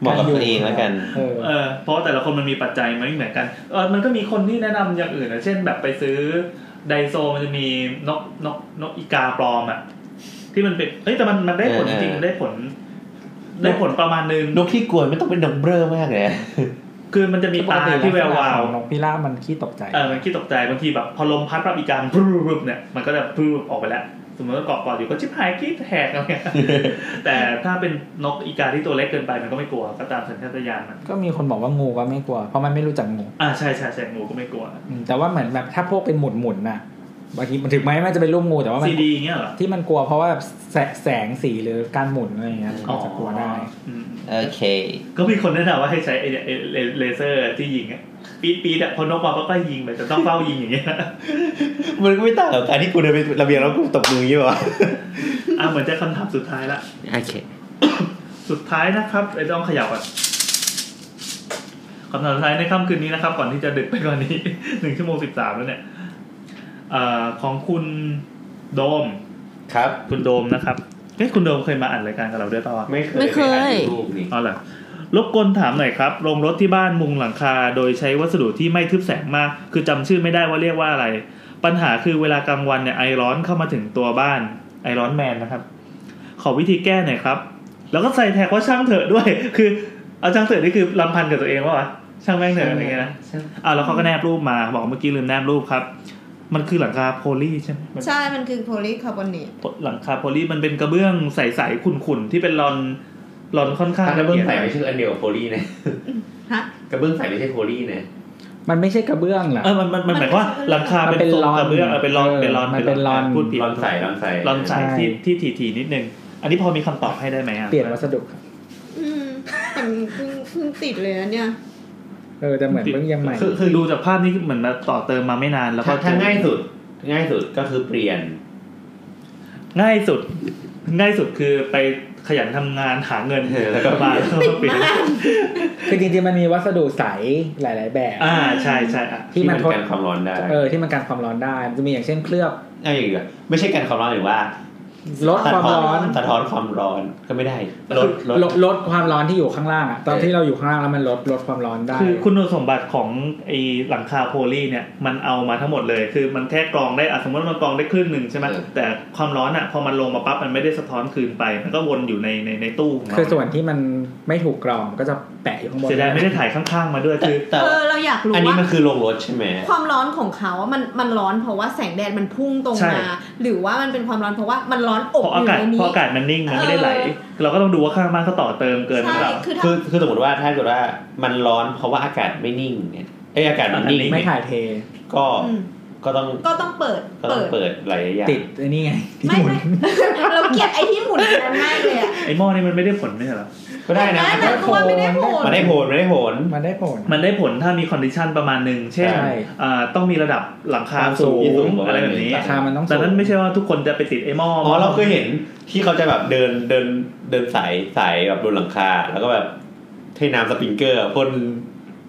เหมาะกับตัวเองแล้วกัน เออ เออเพราะว่าแต่ละคนมันมีปัจจัยไม่เหมือนกันเออมันก็มีคนที่แนะนำอย่างอื่นนะเช่นแบบไปซื้อไดโซมันจะมีนกนกนกอีกาปลอมอ่ะที่มันเป็นเอ้ยแต่มันมันได้ผลจริงๆได้ผล ได้ผลประมาณนึง นกที่กวนไม่ต้องเป็นนกเบ้อมากเลยนะ คือมันจะมีตาที่แวววาว ของนกพิราบมันขี้ตกใจ เออมันขี้ตกใจบางทีแบบพอลมพัดรับอีกามพรึบๆเนี่ยมันก็จะพรึบออกไปแล้วสมมติว่าเกาะเกาะอยู่ก็ชิบหายขี้แหกอะไร เงี้ยแต่ถ้าเป็นนกอีกาที่ตัวเล็กเกินไปมันก็ไม่กลัวก็ตามสัญชาตญาณมัน ก็มีคนบอกว่างูก็ไม่กลัว เพราะมันไม่รู้จักงู อ่าใช่ใช่ใช่งูก็ไม่กลัว อืมแต่ว่าเหมือนแบบถ้าพวกเป็นหมุนหมุนๆน่ะบางทีมันถึงแม้มันจะเป็นรูปงูแต่ว่ามัน ซีดีเงี้ยเหรอ ที่มันกลัวเพราะว่าแบบแสแสงสีหรือการหมุนอะไรอย่างเงี้ยก็จะกลัวได้ อืม โอเค ก็มีคนแนะนำว่าให้ใช้ไอ้เนี่ยไอ้เลเลเซอร์ที่ยิงอะปีดปีดอะพอนกมาก็ก็ยิงไปแต่ต้องเฝ้ายิงอย่างเงี้ย มันก็ไม่ต่างกับการที่กูเดินไประเบียงแล้วกูตบมืออย่างนี้วะ อ่ะเหมือนจะคำถามสุดท้ายละ โอเค สุดท้ายนะครับไอ้ต้องขยับก่อนคำถามสุดท้ายในค่ำคืนนี้นะครับ ก่อนที่จะดึกไปกว่านี้ หนึ่งชั่วโมงสิบสามแล้วเนี่ยเอ่อของคุณโดม ครับ คุณโดมนะครับเอ๊ะคุณโดมเคยมาอ่านรายการกับเราด้วยเปล่าวะ ไม่เคย ไม่เคย ปอ่านรูปนี่ เอาล่ะรบกวนถามหน่อยครับโรงรถที่บ้านมุงหลังคาโดยใช้วัสดุที่ไม่ทึบแสงมาก คือจำชื่อไม่ได้ว่าเรียกว่าอะไร ปัญหาคือเวลากลางวันเนี่ยไอร้อนเข้ามาถึงตัวบ้าน ไอ รอนแมนนะครับ ขอวิธีแก้หน่อยครับ แล้วก็ใส่แท็กว่าช่างเถอะด้วย คือเอาช่างเถอะนี่คือลำพันกับตัวเองว่าวะช่างแม่งเถอะอะไรเงี้ยนะอ่าแล้วเขาก็แนบรูปมาบอกเมื่อกี้ลืมแนบรูปครับ มันคือหลังคาโพลีใช่ไหมมัน ใช่ มันคือโพลีคาร์บอเนต หลังคาโพลีมันเป็นกระเบื้องใสๆขุ่นๆที่เป็นลอนลอนค่อนข้าง กระเบื้องใส ละ ไม่ ยด ใช่อันเดียวกับโพลีนะ ฮะ กระเบื้องใสไม่ใช่โพลีนะ มันไม่ใช่กระเบื้องหรอ เออมันมันมันหมายความว่าหลังคาเป็นทรงกระเบื้องเออเป็นลอนเป็นลอน มันเป็นลอน พูดผิด ร้อนใสร้อนใส ลอนสาย ใช่ ที่ที่ถี่ๆนิดนึง อันนี้พอมีคำตอบให้ได้ไหมอ่ะ เปลี่ยนวัสดุครับ อืมแต่มันเพิ่งเพิ่งติดเลยนะเนี่ย เออแต่เหมือนเพิ่งยังใหม่ คือคือดูจากภาพนี้เหมือนมาต่อเติมมาไม่นานแล้วก็ ถ้าถ้าง่ายสุด ง่ายสุดก็คือเปลี่ยน ง่ายสุด ง่ายสุดคือไปขยันทำงานหาเงิน เออแล้วก็ มาแล้วก็เปลี่ยน คือจริงๆมันมีวัสดุใสหลาย ๆ แบบ อ่าใช่ใช่อ่ะ ที่มันทด กันความร้อนได้ เออที่มันกันความร้อนได้ มันจะมีอย่างเช่นเคลือบ เอาอย่างเงี้ยไม่ใช่กันความร้อนหรือว่า ลดความร้อน สะท้อนความร้อนก็ไม่ได้ลดล ล ด ดลดความร้อนที่อยู่ข้างล่างอะตอน เออ ที่เราอยู่ข้างล่างแล้วมันลดลดความร้อนได้ คือคุณสมบัติของไอ้หลังคาโพลีเนี่ยมันเอามาทั้งหมดเลยคือมันแค่กรองได้อ่ะสมมติว่ามันกรองได้ครึ่งหนึ่งใช่ไหม เออ แต่ความร้อนอ่ะพอมันลงมาปั๊บมันไม่ได้สะท้อนคืนไป มันก็วนอยู่ในในในตู้ของเรา คือส่วนที่มันไม่ถูกกรองก็จะแปะอยู่ข้างบน เสียดายไม่ได้ถ่ายข้างๆมาด้วยคือ แต่ เออ เราอยากรู้ อันนี้ ว่า มันคือโรงรถใช่ไหม ความร้อนของเขาอะมันมันร้อนเพราะว่าแสงแดดมันพุ่งตรง ใช่ มา หรือว่ามันเป็นความร้อนเพราะว่ามันร้อนอบเพราะ อ อา ยู่ กาในนี้ศเพราะอากาศมันนิ่งมันไม่ได้ไหล เอ เราก็ต้องดูว่าข้างบ้านเขาต่อเติมเกินหรื ใช่ อเปล่า คือถ้า คือคือสมมติว่าถ้าเกิดว่ามันร้อนเพราะว่าอากาศไม่นิ่งเนี่ยเอยอากาศมันนิ่ง ไม่ เนี่ย ถ่ายเท ก็ อืม ก็ต้อง ก็ต้องเปิด ก็ต้องเปิดหลายอย่าง ติดไอ้นี่ไงที่ ไม่ หมุน ไม่ เราเกลียดไอ้ที่หมุนอันนั้นมากเลยอะ ไอ้หม้อนี่มันไม่ได้ผลไม่ใช่เหรอ ก็ได้นะ แต่แต่ตัวไม่ได้หมุน มันได้โผลมันได้โผล มันได้ผล มันได้ผลถ้ามีคอนดิชันประมาณหนึ่ง เช่น ใช่ อ่าต้องมีระดับหลังคา ความสู สู ง งอะไรแบบนี้ ราคามันต้อง แต่นั้น สูง ไม่ใช่ว่าทุกคนจะไปติดไอ้หม้อ อ๋อเราเคยเห็นที่เขาจะแบบเดินเดินเดินสายสายแบบบนหลังคา แล้วก็แบบเทน้ำสปริงเกอร์พ่น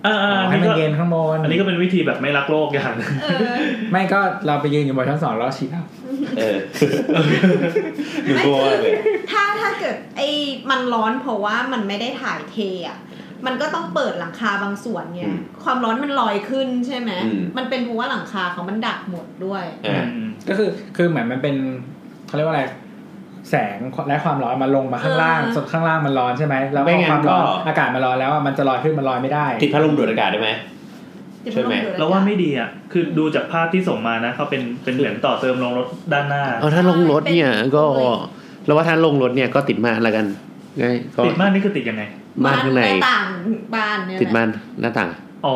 อ่าอ่าอั ให้ น มัน นี้ก็ เย็นข้างบน อันนี้ก็เป็นวิธีแบบไม่รักโลกอย่างหนึ่ง เออ ไม่ก็เราไปยืนอยู่บนชั้นสองแล้วฉีดเอา เออดูโง่มากเลย ถ้าถ้าเกิดไอ้มันร้อนเพราะว่ามันไม่ได้ถ่ายเทอ่ะ มันก็ต้องเปิดหลังคาบางส่วนไง อืม ความร้อนมันลอยขึ้นใช่ไหม อืม มันเป็นเพราะว่าหลังคาของมันดักหมดด้วย อ่า อืม ก็คือคือเหมือนมันเป็นเขาเรียกว่าอะไร แสงและความร้อนมาลงมาข้างล่าง เออ สดข้างล่างมันร้อนใช่ไหมแล้วพอความร้อนอากาศมันร้อนแล้วอะมันจะลอยขึ้นมันลอยไม่ได้ ติดพัดลมดูดอากาศได้ไหม ใช่ไหม เราว่าไม่ดีอ่ะ คือดูจากภาพที่ส่งมานะเขาเป็นเป็นเหมือนต่อเติมลงรถด้านหน้า เอาถ้าลงรถเนี่ยก็เราว่าถ้าลงรถเนี่ยก็ติดมานละกันง่ายก็ ติดม่านนี่คือติดยังไง ม่านข้างใน หต่างบ้านเนี่ยแหละ ติดม่านหน้าต่าง อ๋อ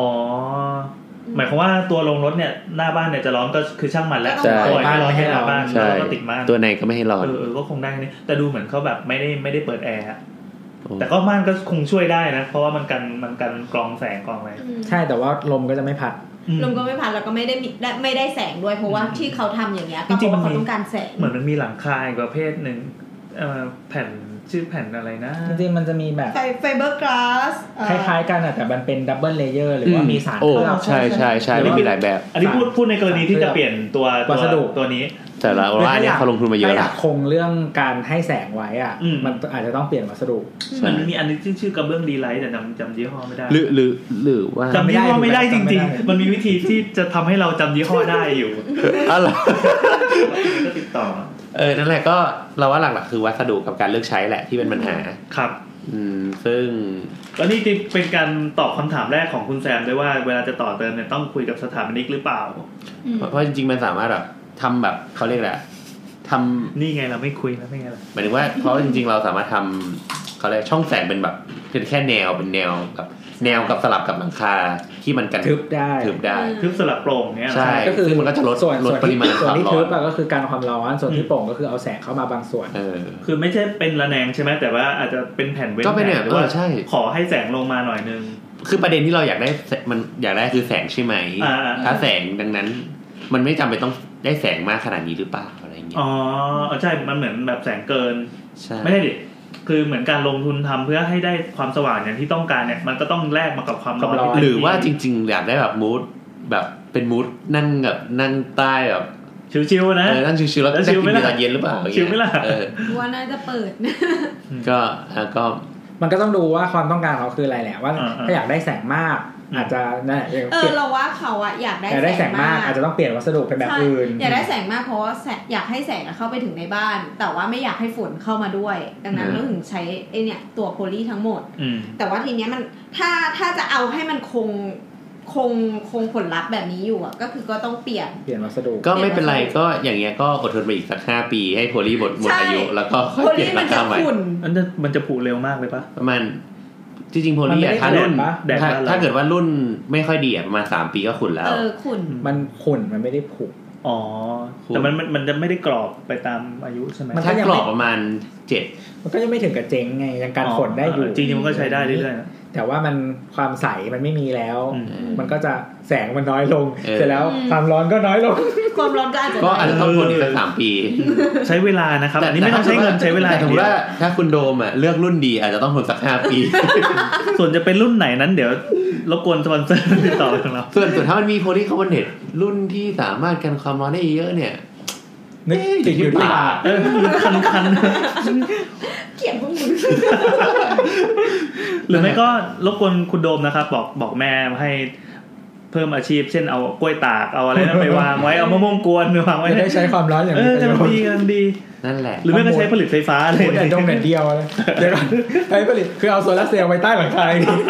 หมายความว่าตัวลงรถเนี่ยหน้าบ้านเนี่ยจะร้อนก็คือช่างมันแล้ว ใช่ ปล่อยให้ร้อนให้หน้าบ้าน ใช่ แล้วก็ติดม่าน ตัวในก็ไม่ให้ร้อน เออเออก็คงได้นี่แต่ดูเหมือนเขาแบบไม่ได้ไม่ได้เปิดแอร์อะแต่ก็ม่านก็คงช่วยได้นะ เพราะว่ามันกันมันกันกรองแสงกรองอะไร อืม ใช่แต่ว่าลมก็จะไม่พัด อืม ลมก็ไม่พัดแล้วก็ไม่ได้มีและไม่ได้แสงด้วยเพราะว่าที่เขาทำอย่างเงี้ย จ ก็เพ ริราะว่านเขางๆมัมีต้องการแสง เหมือนมันมีหลังคาอีกประเภทหนึ่งเอ่อแผ่นชื่อแผ่นอะไรนะ จริงๆมันจะมีแบบ ไฟไฟเบอร์กลาส คล้ายๆกันอะแต่มันเป็นดับเบิลเลเยอร์หรือว่ามีสาร โอ้ เคลือบ ใช่ใช่ใช่ หรือ มัน ว่ามี มีหลายแบบ อันนี้พูดพูดในกรณีที่จะเปลี่ยนตัว วัสดุ ตัวตัวนี้ แต่ละว่าอันเนี่ยเขาลงทุนมาเยอะ ถ้อ แล้ ยาว กคงเรื่องการให้แสงไว้อ่ะ อืม มันอาจจะต้องเปลี่ยนวัสดุ ใช่ มันมีอันนึงที่ชื่อกระเบื้องดีไลท์แต่จำจำยี่ห้อไม่ได้ หรือหรือหรือว่า จำยี่ห้อไม่ได้จ จำไม่ ริง ได้ ๆ มันมีวิธีที่จะทำให้เราจำยี่ห้อได้อยู่ อะไร ก็ติดต่อ เออนั่นแหละก็เราว่าหลักๆคือวัสดุกับการเลือกใช้แหละที่เป็นปัญหา ครับ อืม ซึ่ง แล้วนี่เป็นการตอบคำถามแรกของคุณแซมด้วยว่าเวลาจะต่อเติมเนี่ยต้องคุยกับสถาปนิกหรือเปล่า เพราะเพราะจริงๆมันสามารถแบบทำแบบเขาเรียกแหละไรท นี่ไงเราไม่คุยแล้วไม่ไงล่ะ ำหมายถึงว่า เพราะจริงๆเราสามารถทำเขาเรียกช่องแสงเป็นแบบเป็นแค่แนวเป็นแนวกับแนวกับสลับกับหลังคาที่มันกัน ทึบได้ ทึบได้ ทึบสลับโปร่งเนี่ยเหรอ ใช่ ก็คือ ซึ่งมันก็จะลด ส่วน ลด ส่วน ปริมาณ ที่ส่วนที่ ความร้อน ทึบอะก็คือการความร้อน ส่วนที่โปร่งก็คือเอาแสงเข้ามาบางส่วน เออ คือไม่ใช่เป็นระแนงใช่ไหมแต่ว่าอาจจะเป็นแผ่นเว้น ก็เป็น แผ่ เนี่ย นหรือว่า เออใช่ ขอให้แสงลงมาหน่อยนึง คือประเด็นที่เราอยากได้แสมันอยากได้คือแสงใช่ไหม อ่าๆ ถ้าแสงดังนั้น มันไม่จำเป็นต้องได้แสงมากขนาดนี้หรือเปล่าอะไรอย่างเงี้ย อ๋อเออใช่มันเหมือนแบบแสงเกิน ใช่ ไม่ได้ดิคือเหมือนการลงทุนทำเพื่อให้ได้ความสว่างอย่างที่ต้องการเนี่ยมันก็ต้องแลกมากับความร้อน กับร้อน ที่ หรือว่าจริงๆ อยากได้แบบมูดแบบเป็นมูดนั่งแบบนั่งใต้แบบ ชิวๆนะ เออนั่งชิวๆแล้ว แล้ ได้ วชิ กิ ล น ไหม เว ล่ะ ลาเย็นหรือเปล่า ชิลไหมล่ะ เออ ว่าน่าจะเปิดนะ ก็อ่ะก็ มันก็ต้องดูว่าความต้องการเขาคืออะไรแหละว่า อ่าๆ ถ้าอยากได้แสงมาก อาจจะนั่นแหละอย่าง เอ เปลี่ อย น เราว่าเขาอะอยากได้ อยากได้แสงมากอาจจะต้องเปลี่ยนวัสดุเป็นแบบ ใช่ อื่น อยากได้แสงมากเพราะว่าแสงอยากให้แสงอะเข้าไปถึงในบ้าน แต่ว่าไม่อยากให้ฝนเข้ามาด้วย ดังนั้น อืม เราถึงใช้ไอเนี่ยตัวโพลีทั้งหมด อืม แต่ว่าทีเนี้ยมันถ้าถ้าจะเอาให้มันคงคงคงผลลัพธ์แบบนี้อยู่อะก็คือก็ต้องเปลี่ยน เปลี่ยนวัสดุ ก็ไม่เป็นไรก็อย่างเงี้ยก็อดทนไปอีกสักห้าปีให้โพลีหมดหมด ใช่ อายุ แล้วก็ค่อย โพ เปลี่ ลี ยน มั ราน คา จะ ใหม่ ขุ่น มันจะมันจะผุเร็วมากเลยปะ ประมาณจริงๆโพ มั ลีอะนไม่ได้ ถ้ารุ่น แดดปะ แดดบ้านเราถ้าถ้าเกิดว่ารุ่นไม่ค่อยดีอะประมาณสามปีก็ขุนแล้ว เออขุ่น มันขุ่นมันไม่ได้ผุ อ๋อ ขุ่น แต่มันมันมันจะไม่ได้กรอบไปตามอายุใช่ไหม มัน ถ้ากรอบ ยังไม่ ประมาณเจ็ด มันก็จะไม่ถึงกับเจ๊งไงยังการฝนได้อยู่ จริงๆมันก็ใช้ได้เรื่อยๆนะ แต่ว่ามันความใสมันไม่มีแล้ว อืม มันก็จะแสงมันน้อยลง เสร็จแล้ว อืม ความร้อนก็น้อยลง ความร้อนก็อาจจะ ก็ ได้ อาจจะต้องทนอีกสักสามปี ใช้เวลานะครับ อันนี้ไม่ต้องใช้เงินใช้เวลาอแต่ย่า ถื ง อ เดีย ว่าว ถ้าคุณโดมอะเลือกรุ่นดีอาจจะต้องทนสักห้าปี ส่วนจะเป็นรุ่นไหนนั้นเดี๋ยวรบกวนสปอนเซอร์ติดต่อทางเรา ส่วนส่วนถ้ามันมีโพลีคาร์บอเนตรุ่นที่สามารถกันความร้อนได้เยอะเนี่ย นึก ติดอยู่ที่ปาก เอ อคันคัน เกลียดพวก มึง หรือไม่ก็รบกวนคุณโดมนะครับ บอกบอกแม่ให้เพิ่มอาชีพ เช่นเอากล้วยตากเอาอะไรนั่นไปวางไว้เอามะม่วงกวนไปวางไว้ จะได้ใช้ความร้อนอย่าง เอ มี อ ประ จะ โยชดีกันน์ดี นั่นแหละ หรือไม่ก็ใช้ผลิตไฟฟ้าเลยพูดแต่ดงแต่เดียวเลยเดี๋ยวก่อนไอ้ผลิตคือเอาโซลาร์เซลล์ไว้ใต้หลังคาอย่างนี้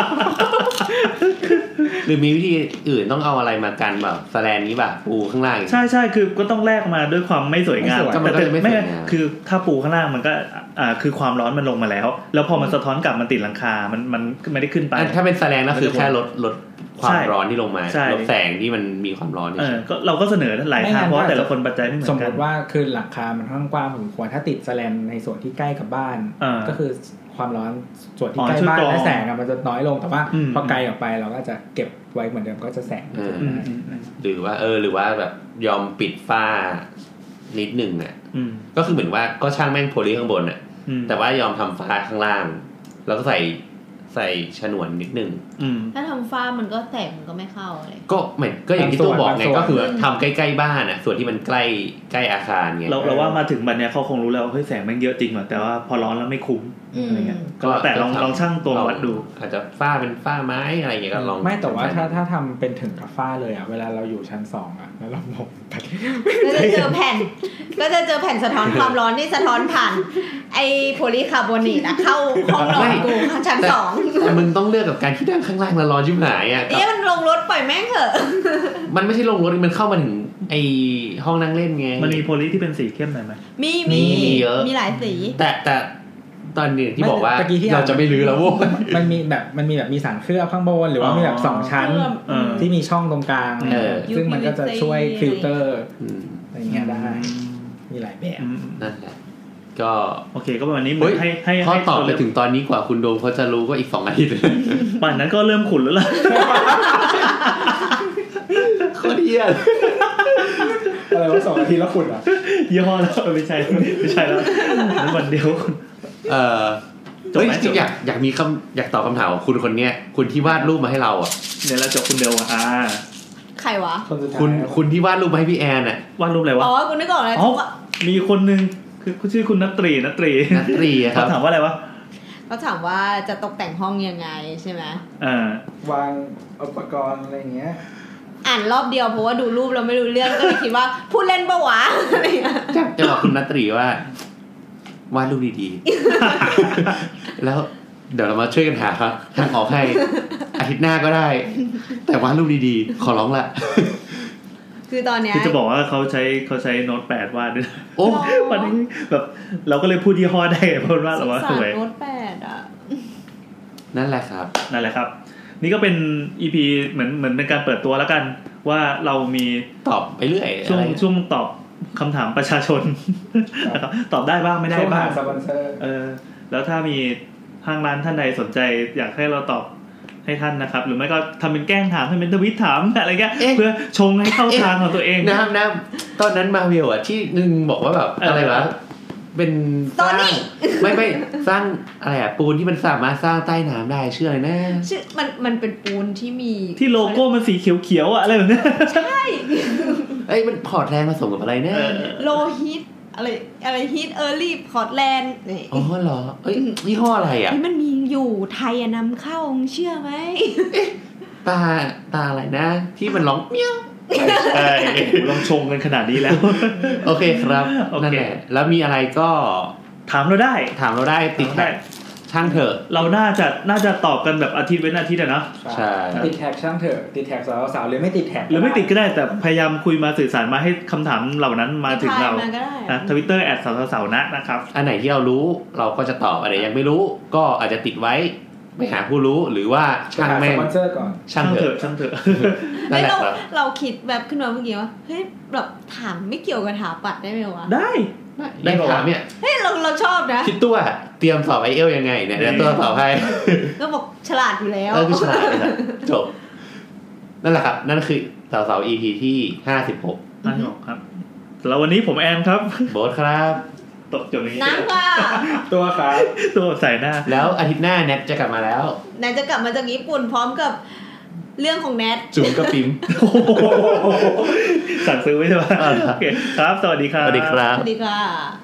หรือมีวิธีอื่นต้องเอาอะไรมากันแบบแสแลนนี้แบบปูข้างล่างอีก ใช่ใช่คือก็ต้องแลกมาด้วยความไม่สวยงาม ไม่สวย แต่ ก็มันก็จะไม่ ไม่ สวยงาม คือถ้าปูข้างล่างมันก็อ่าคือความร้อนมันลงมาแล้ว แล้วพอมันสะท้อนกลับมันติดหลังคา มันมันไม่ได้ขึ้นไป อันถ้าเป็นแสแลนก็คือแค่ลดลดความ ใช่ ร้อนที่ลงมา ใช่ ลดแสงที่มันมีความร้อน เอ เฉ อย ก็เราก็เสนอหลายทางเพราะว่าแต่ละคนปัจจัยไม่เหมื ส อนมม กัน ติว่าคือหลังคามันค่อนข้างกว้างผมควรถ้าติดแสแลนในส่วนที่ใกล้กับบ้าน อ่า ก็คือความร้อนส่วนที่ อ๋อ ใกล้ ช่วย บ้าน กรอง และแสงอะมันจะน้อยลงแต่ว่า อืม พอไกลออกไปเราก็จะเก็บไว้เหมือนเดิมก็จะแสง เออ อืมอืมอืม หรือว่าเออหรือว่าแบบยอมปิดฝ้านิดหนึ่งอ่ะ อืม ก็คือเหมือนว่าก็ช่างแม่งโพลีข้างบนอ่ะ อืม แต่ว่ายอมทำฝ้าข้างล่าง แล้วก็ใส่ใส่ฉนวนนิดหนึง อืม ถ้าทำฟ้ามันก็แสงมันก็ไม่เข้าเลย ก็เหมือนก็อย่างที่ตัวบอกไงก็คือทำใกล้ๆบ้านอ่ะส่วนที่มันใกล้ใกล้อาคารไง เราเราว่ามาถึงบันเนี้ยเขาคงรู้แล้วเฮ้ยแสงแม่งเยอะจริงว่ะแต่ว่าพอร้อนแล้วไม่คุ้มอะไรเงี้ยก็แล้วแต่ลองลองช่างตวงวัดดู อาจจะฝ้าเป็นฝ้าไม้อะไรอย่างเงี้ยก็ลอง ไม่แต่ว่าถ้าถ้าทำเป็นถึงกับฝ้าเลยอะเวลาเราอยู่ชั้นสองอะแล้วเรามองไป ก็จะเจอแผ่น ก็จะเจอแผ่นสะท้อนความร้อนที่สะท้อนผ่าน ไอโพลีคาร์บอเนตอะเข้าห้องนอนกูชั้นสอง แต่มึงต้องเลือกกับการที่นั่งข้างล่างแล้วร้อนชิบหายอ่ะกับ เอ๊ะมันลงรถปล่อยแม่งเถอะ มันไม่ใช่ลงรถมันเข้ามาถึงไอห้องนั่งเล่นไง มันมีโพลีที่เป็นสีเข้มหน่อยไหม มี มี มี เยอะ มีหลายสี แต่แต่ตอนนี้ที่บอกว่า ไม่ตะที่ เราจะไม่รื้อแล้วโว้ย มันมีแบบมันมีแบบมีสารเคลือบข้างบนหรือว่ามีแบบสองชั้น เออ ที่มีช่องตรงกลาง เออ ซึ่งมันก็จะช่วยฟิลเตอร์ อืม อะไรเงี้ยได้ มีหลาย แบบ อืมอืม นั่นแหละก็ โอเคก็ประมาณนี้เหมื เฮ้ อน ย ให้ให้ ข้อ ให้ ตอบไป เลืก ถึงตอนนี้กว่าคุณโดมเขาจะรู้ก็อีกสองอาทิตย์ ป่านนั้นก็เริ่มขุนแล้วล่ะ โคตรเยี่ย อะไรว่าสองอาทีแล้วคุณอ่ะ ยี่ห้อแล้วไม่ใช่ไม่ใช่แล้วนั้นวันเดียว เออ จบไหม เฮ้ยจ จ ริ บ ง ไหม ๆอยากอยากมีคำอยากตอบคำถามของคุณคนเนี้ยคุณที่วาดรูปมาให้เราอ่ะ เดี๋ยวเราจบคุณเดียวอ่ะอ่า ใครวะ คนสุดท้าย คุณคุณที่วาดรูปมาให้พี่แอนอ่ะ วาดรูปอะไรวะ อ๋อกูนึกออกแล้ว อ๋อมีคนนึงคือชื่อคุณนัตรีนัตรี นัตรีอะค เขา รับ ถามว่าอะไรวะ เขาถามว่าจะตกแต่งห้องยังไงใช่ไหม อ่าว างอุปกรณ์อะไรเงี้ย อ่านรอบเดียวเพราะว่าดูรูปเราไม่รู้เรื่องก็เลยคิดว่าพูดเล่นปะวะอะไรอย่างเงี้ย จะจะบอกคุณนัตรีว่าวาดรูปดี ๆ แล้วเดี๋ยวเรามาช่วยกันหาครับทางออกให้อาทิตย์หน้าก็ได้ แต่วาดรูปดีๆ ขอร้องละ คือตอนเนี้ย คือจะบอกว่าเขาใช้เขาใช้โน้ตแปดวาดด้วย โอ้ วันนี้แบบเราก็เลยพูดยี่ห้อได้เพราะว่า ส เรา ง ว่า สา ส ร วย โน้ตแปดอ่ะ นั่นแหละครับ นั่นแหละครับ นี่ก็เป็น EP เหมือนเหมือนเป็นการเปิดตัวแล้วกัน ว่าเรามี ตอบไปเรื่อย ช่ว อะ ง ไร ช่วงตอบคำถามประชาชนนะครับตอบได้บ้างไม่ได้ ช่วง บ้า หาง สปอนเซอร์ เออ แล้วถ้ามีห้างร้านท่านใดสนใจ อยากให้เราตอบให้ท่านนะครับ หรือไม่ก็ทำเป็นแกล้งถามให้เป็นทวิตถามอะไรเงี้ยเพื่อชงให้เข้าทางของตัวเอง น้ำน้ำตอนนั้นมาเวลอะที่หนึ่งบอกว่าแบบ เอออ อะไรวะเป็นสร้างไม่ไม่สร้างอะไรอะปูนที่มันสามารถสร้างใต้น้ำได้เชื่อเลยนะ ชื่อมันมันเป็นปูนที่มี ที่โลโก้มันสีเขียวๆอะอะไรแบบเนี้ย เอ้ยมันพอร์ตแรงผสมกับอะไรนะ เออ โลฮิตอะไรอะไรฮิตเออร์ลี่พอร์ตแลนด์นี่ อ๋อเหรอเอ้ยยี่ห้ออะไรอะ เฮ้ยมันมีอยู่ไทยอะนำเข้ามึงเชื่อไหม ตาตาอะไรนะ ที่มันร้องเมี้ยว ใช่ลองชงกันขนาดนี้แล้ว โอเคครับ โอเค นั่นแหละแล้วมีอะไรก็ ถามเราได้ ถามเราได้ติดแท็กช่างเถอะ เราน่าจะน่าจะตอบกันแบบอาทิตย์เว้นอาทิตย์อะนะ ใช่ ติดแท็กช่างเถอะติดแท็กสาวสาวๆหรือไม่ติดแท็ก หรือไม่ติดก็ได้แต่พยายามคุยมาสื่อสารมาให้คำถามเหล่านั้นมาถึงเรา มาก็ได้ ทวิตเตอร์แอดสาวสาวนะนะครับ อันไหนที่เรารู้เราก็จะตอบอันไหนยังไม่รู้ ก็อาจจะติดไว้ไปหาผู้รู้หรือว่า ไป ช่าง หาส แม่ง ปอนเซอร์ก่อน ช่างเถอะ ช่างเถอะ นั่ นเฮ้ย แหละ เรา ครับ เราคิดแบบขึ้นมาเมื่อกี้ว่าเฮ้ยแบบถามไม่เกี่ยวกับถาปัดได้ไหมวะ ได้ ได้ถามเนี่ย เฮ้ยเราเราชอบ นะ คิดตัวเตรียมสอบไอเอลยังไงเนี่ยเดี๋ยวตัวสอบให้ ก็บอกฉลาดอยู่แล้ว เออคือฉลาดนะครับจบ นั่นแหละครับ นั่นคือสาวสาว EP ที่ห้าสิบหก นั่นหรอกครับแล้ววันนี้ผมแอนครับ โบสครับ ตกจบอย่างนี้ น้ำค่ะ ตัวครับ ตัวใส่หน้า แล้วอาทิตย์หน้าแนทจะกลับมาแล้ว ไหนจะกลับมาจากญี่ปุ่นพร้อมกับเรื่องของแนท จุ๋มกับปิม สั่งซื้อไว้ใช่ไหม อ่า โอเคครับ สวัสดีค ส รับ วัสดีครับ สวัสดีค่ะ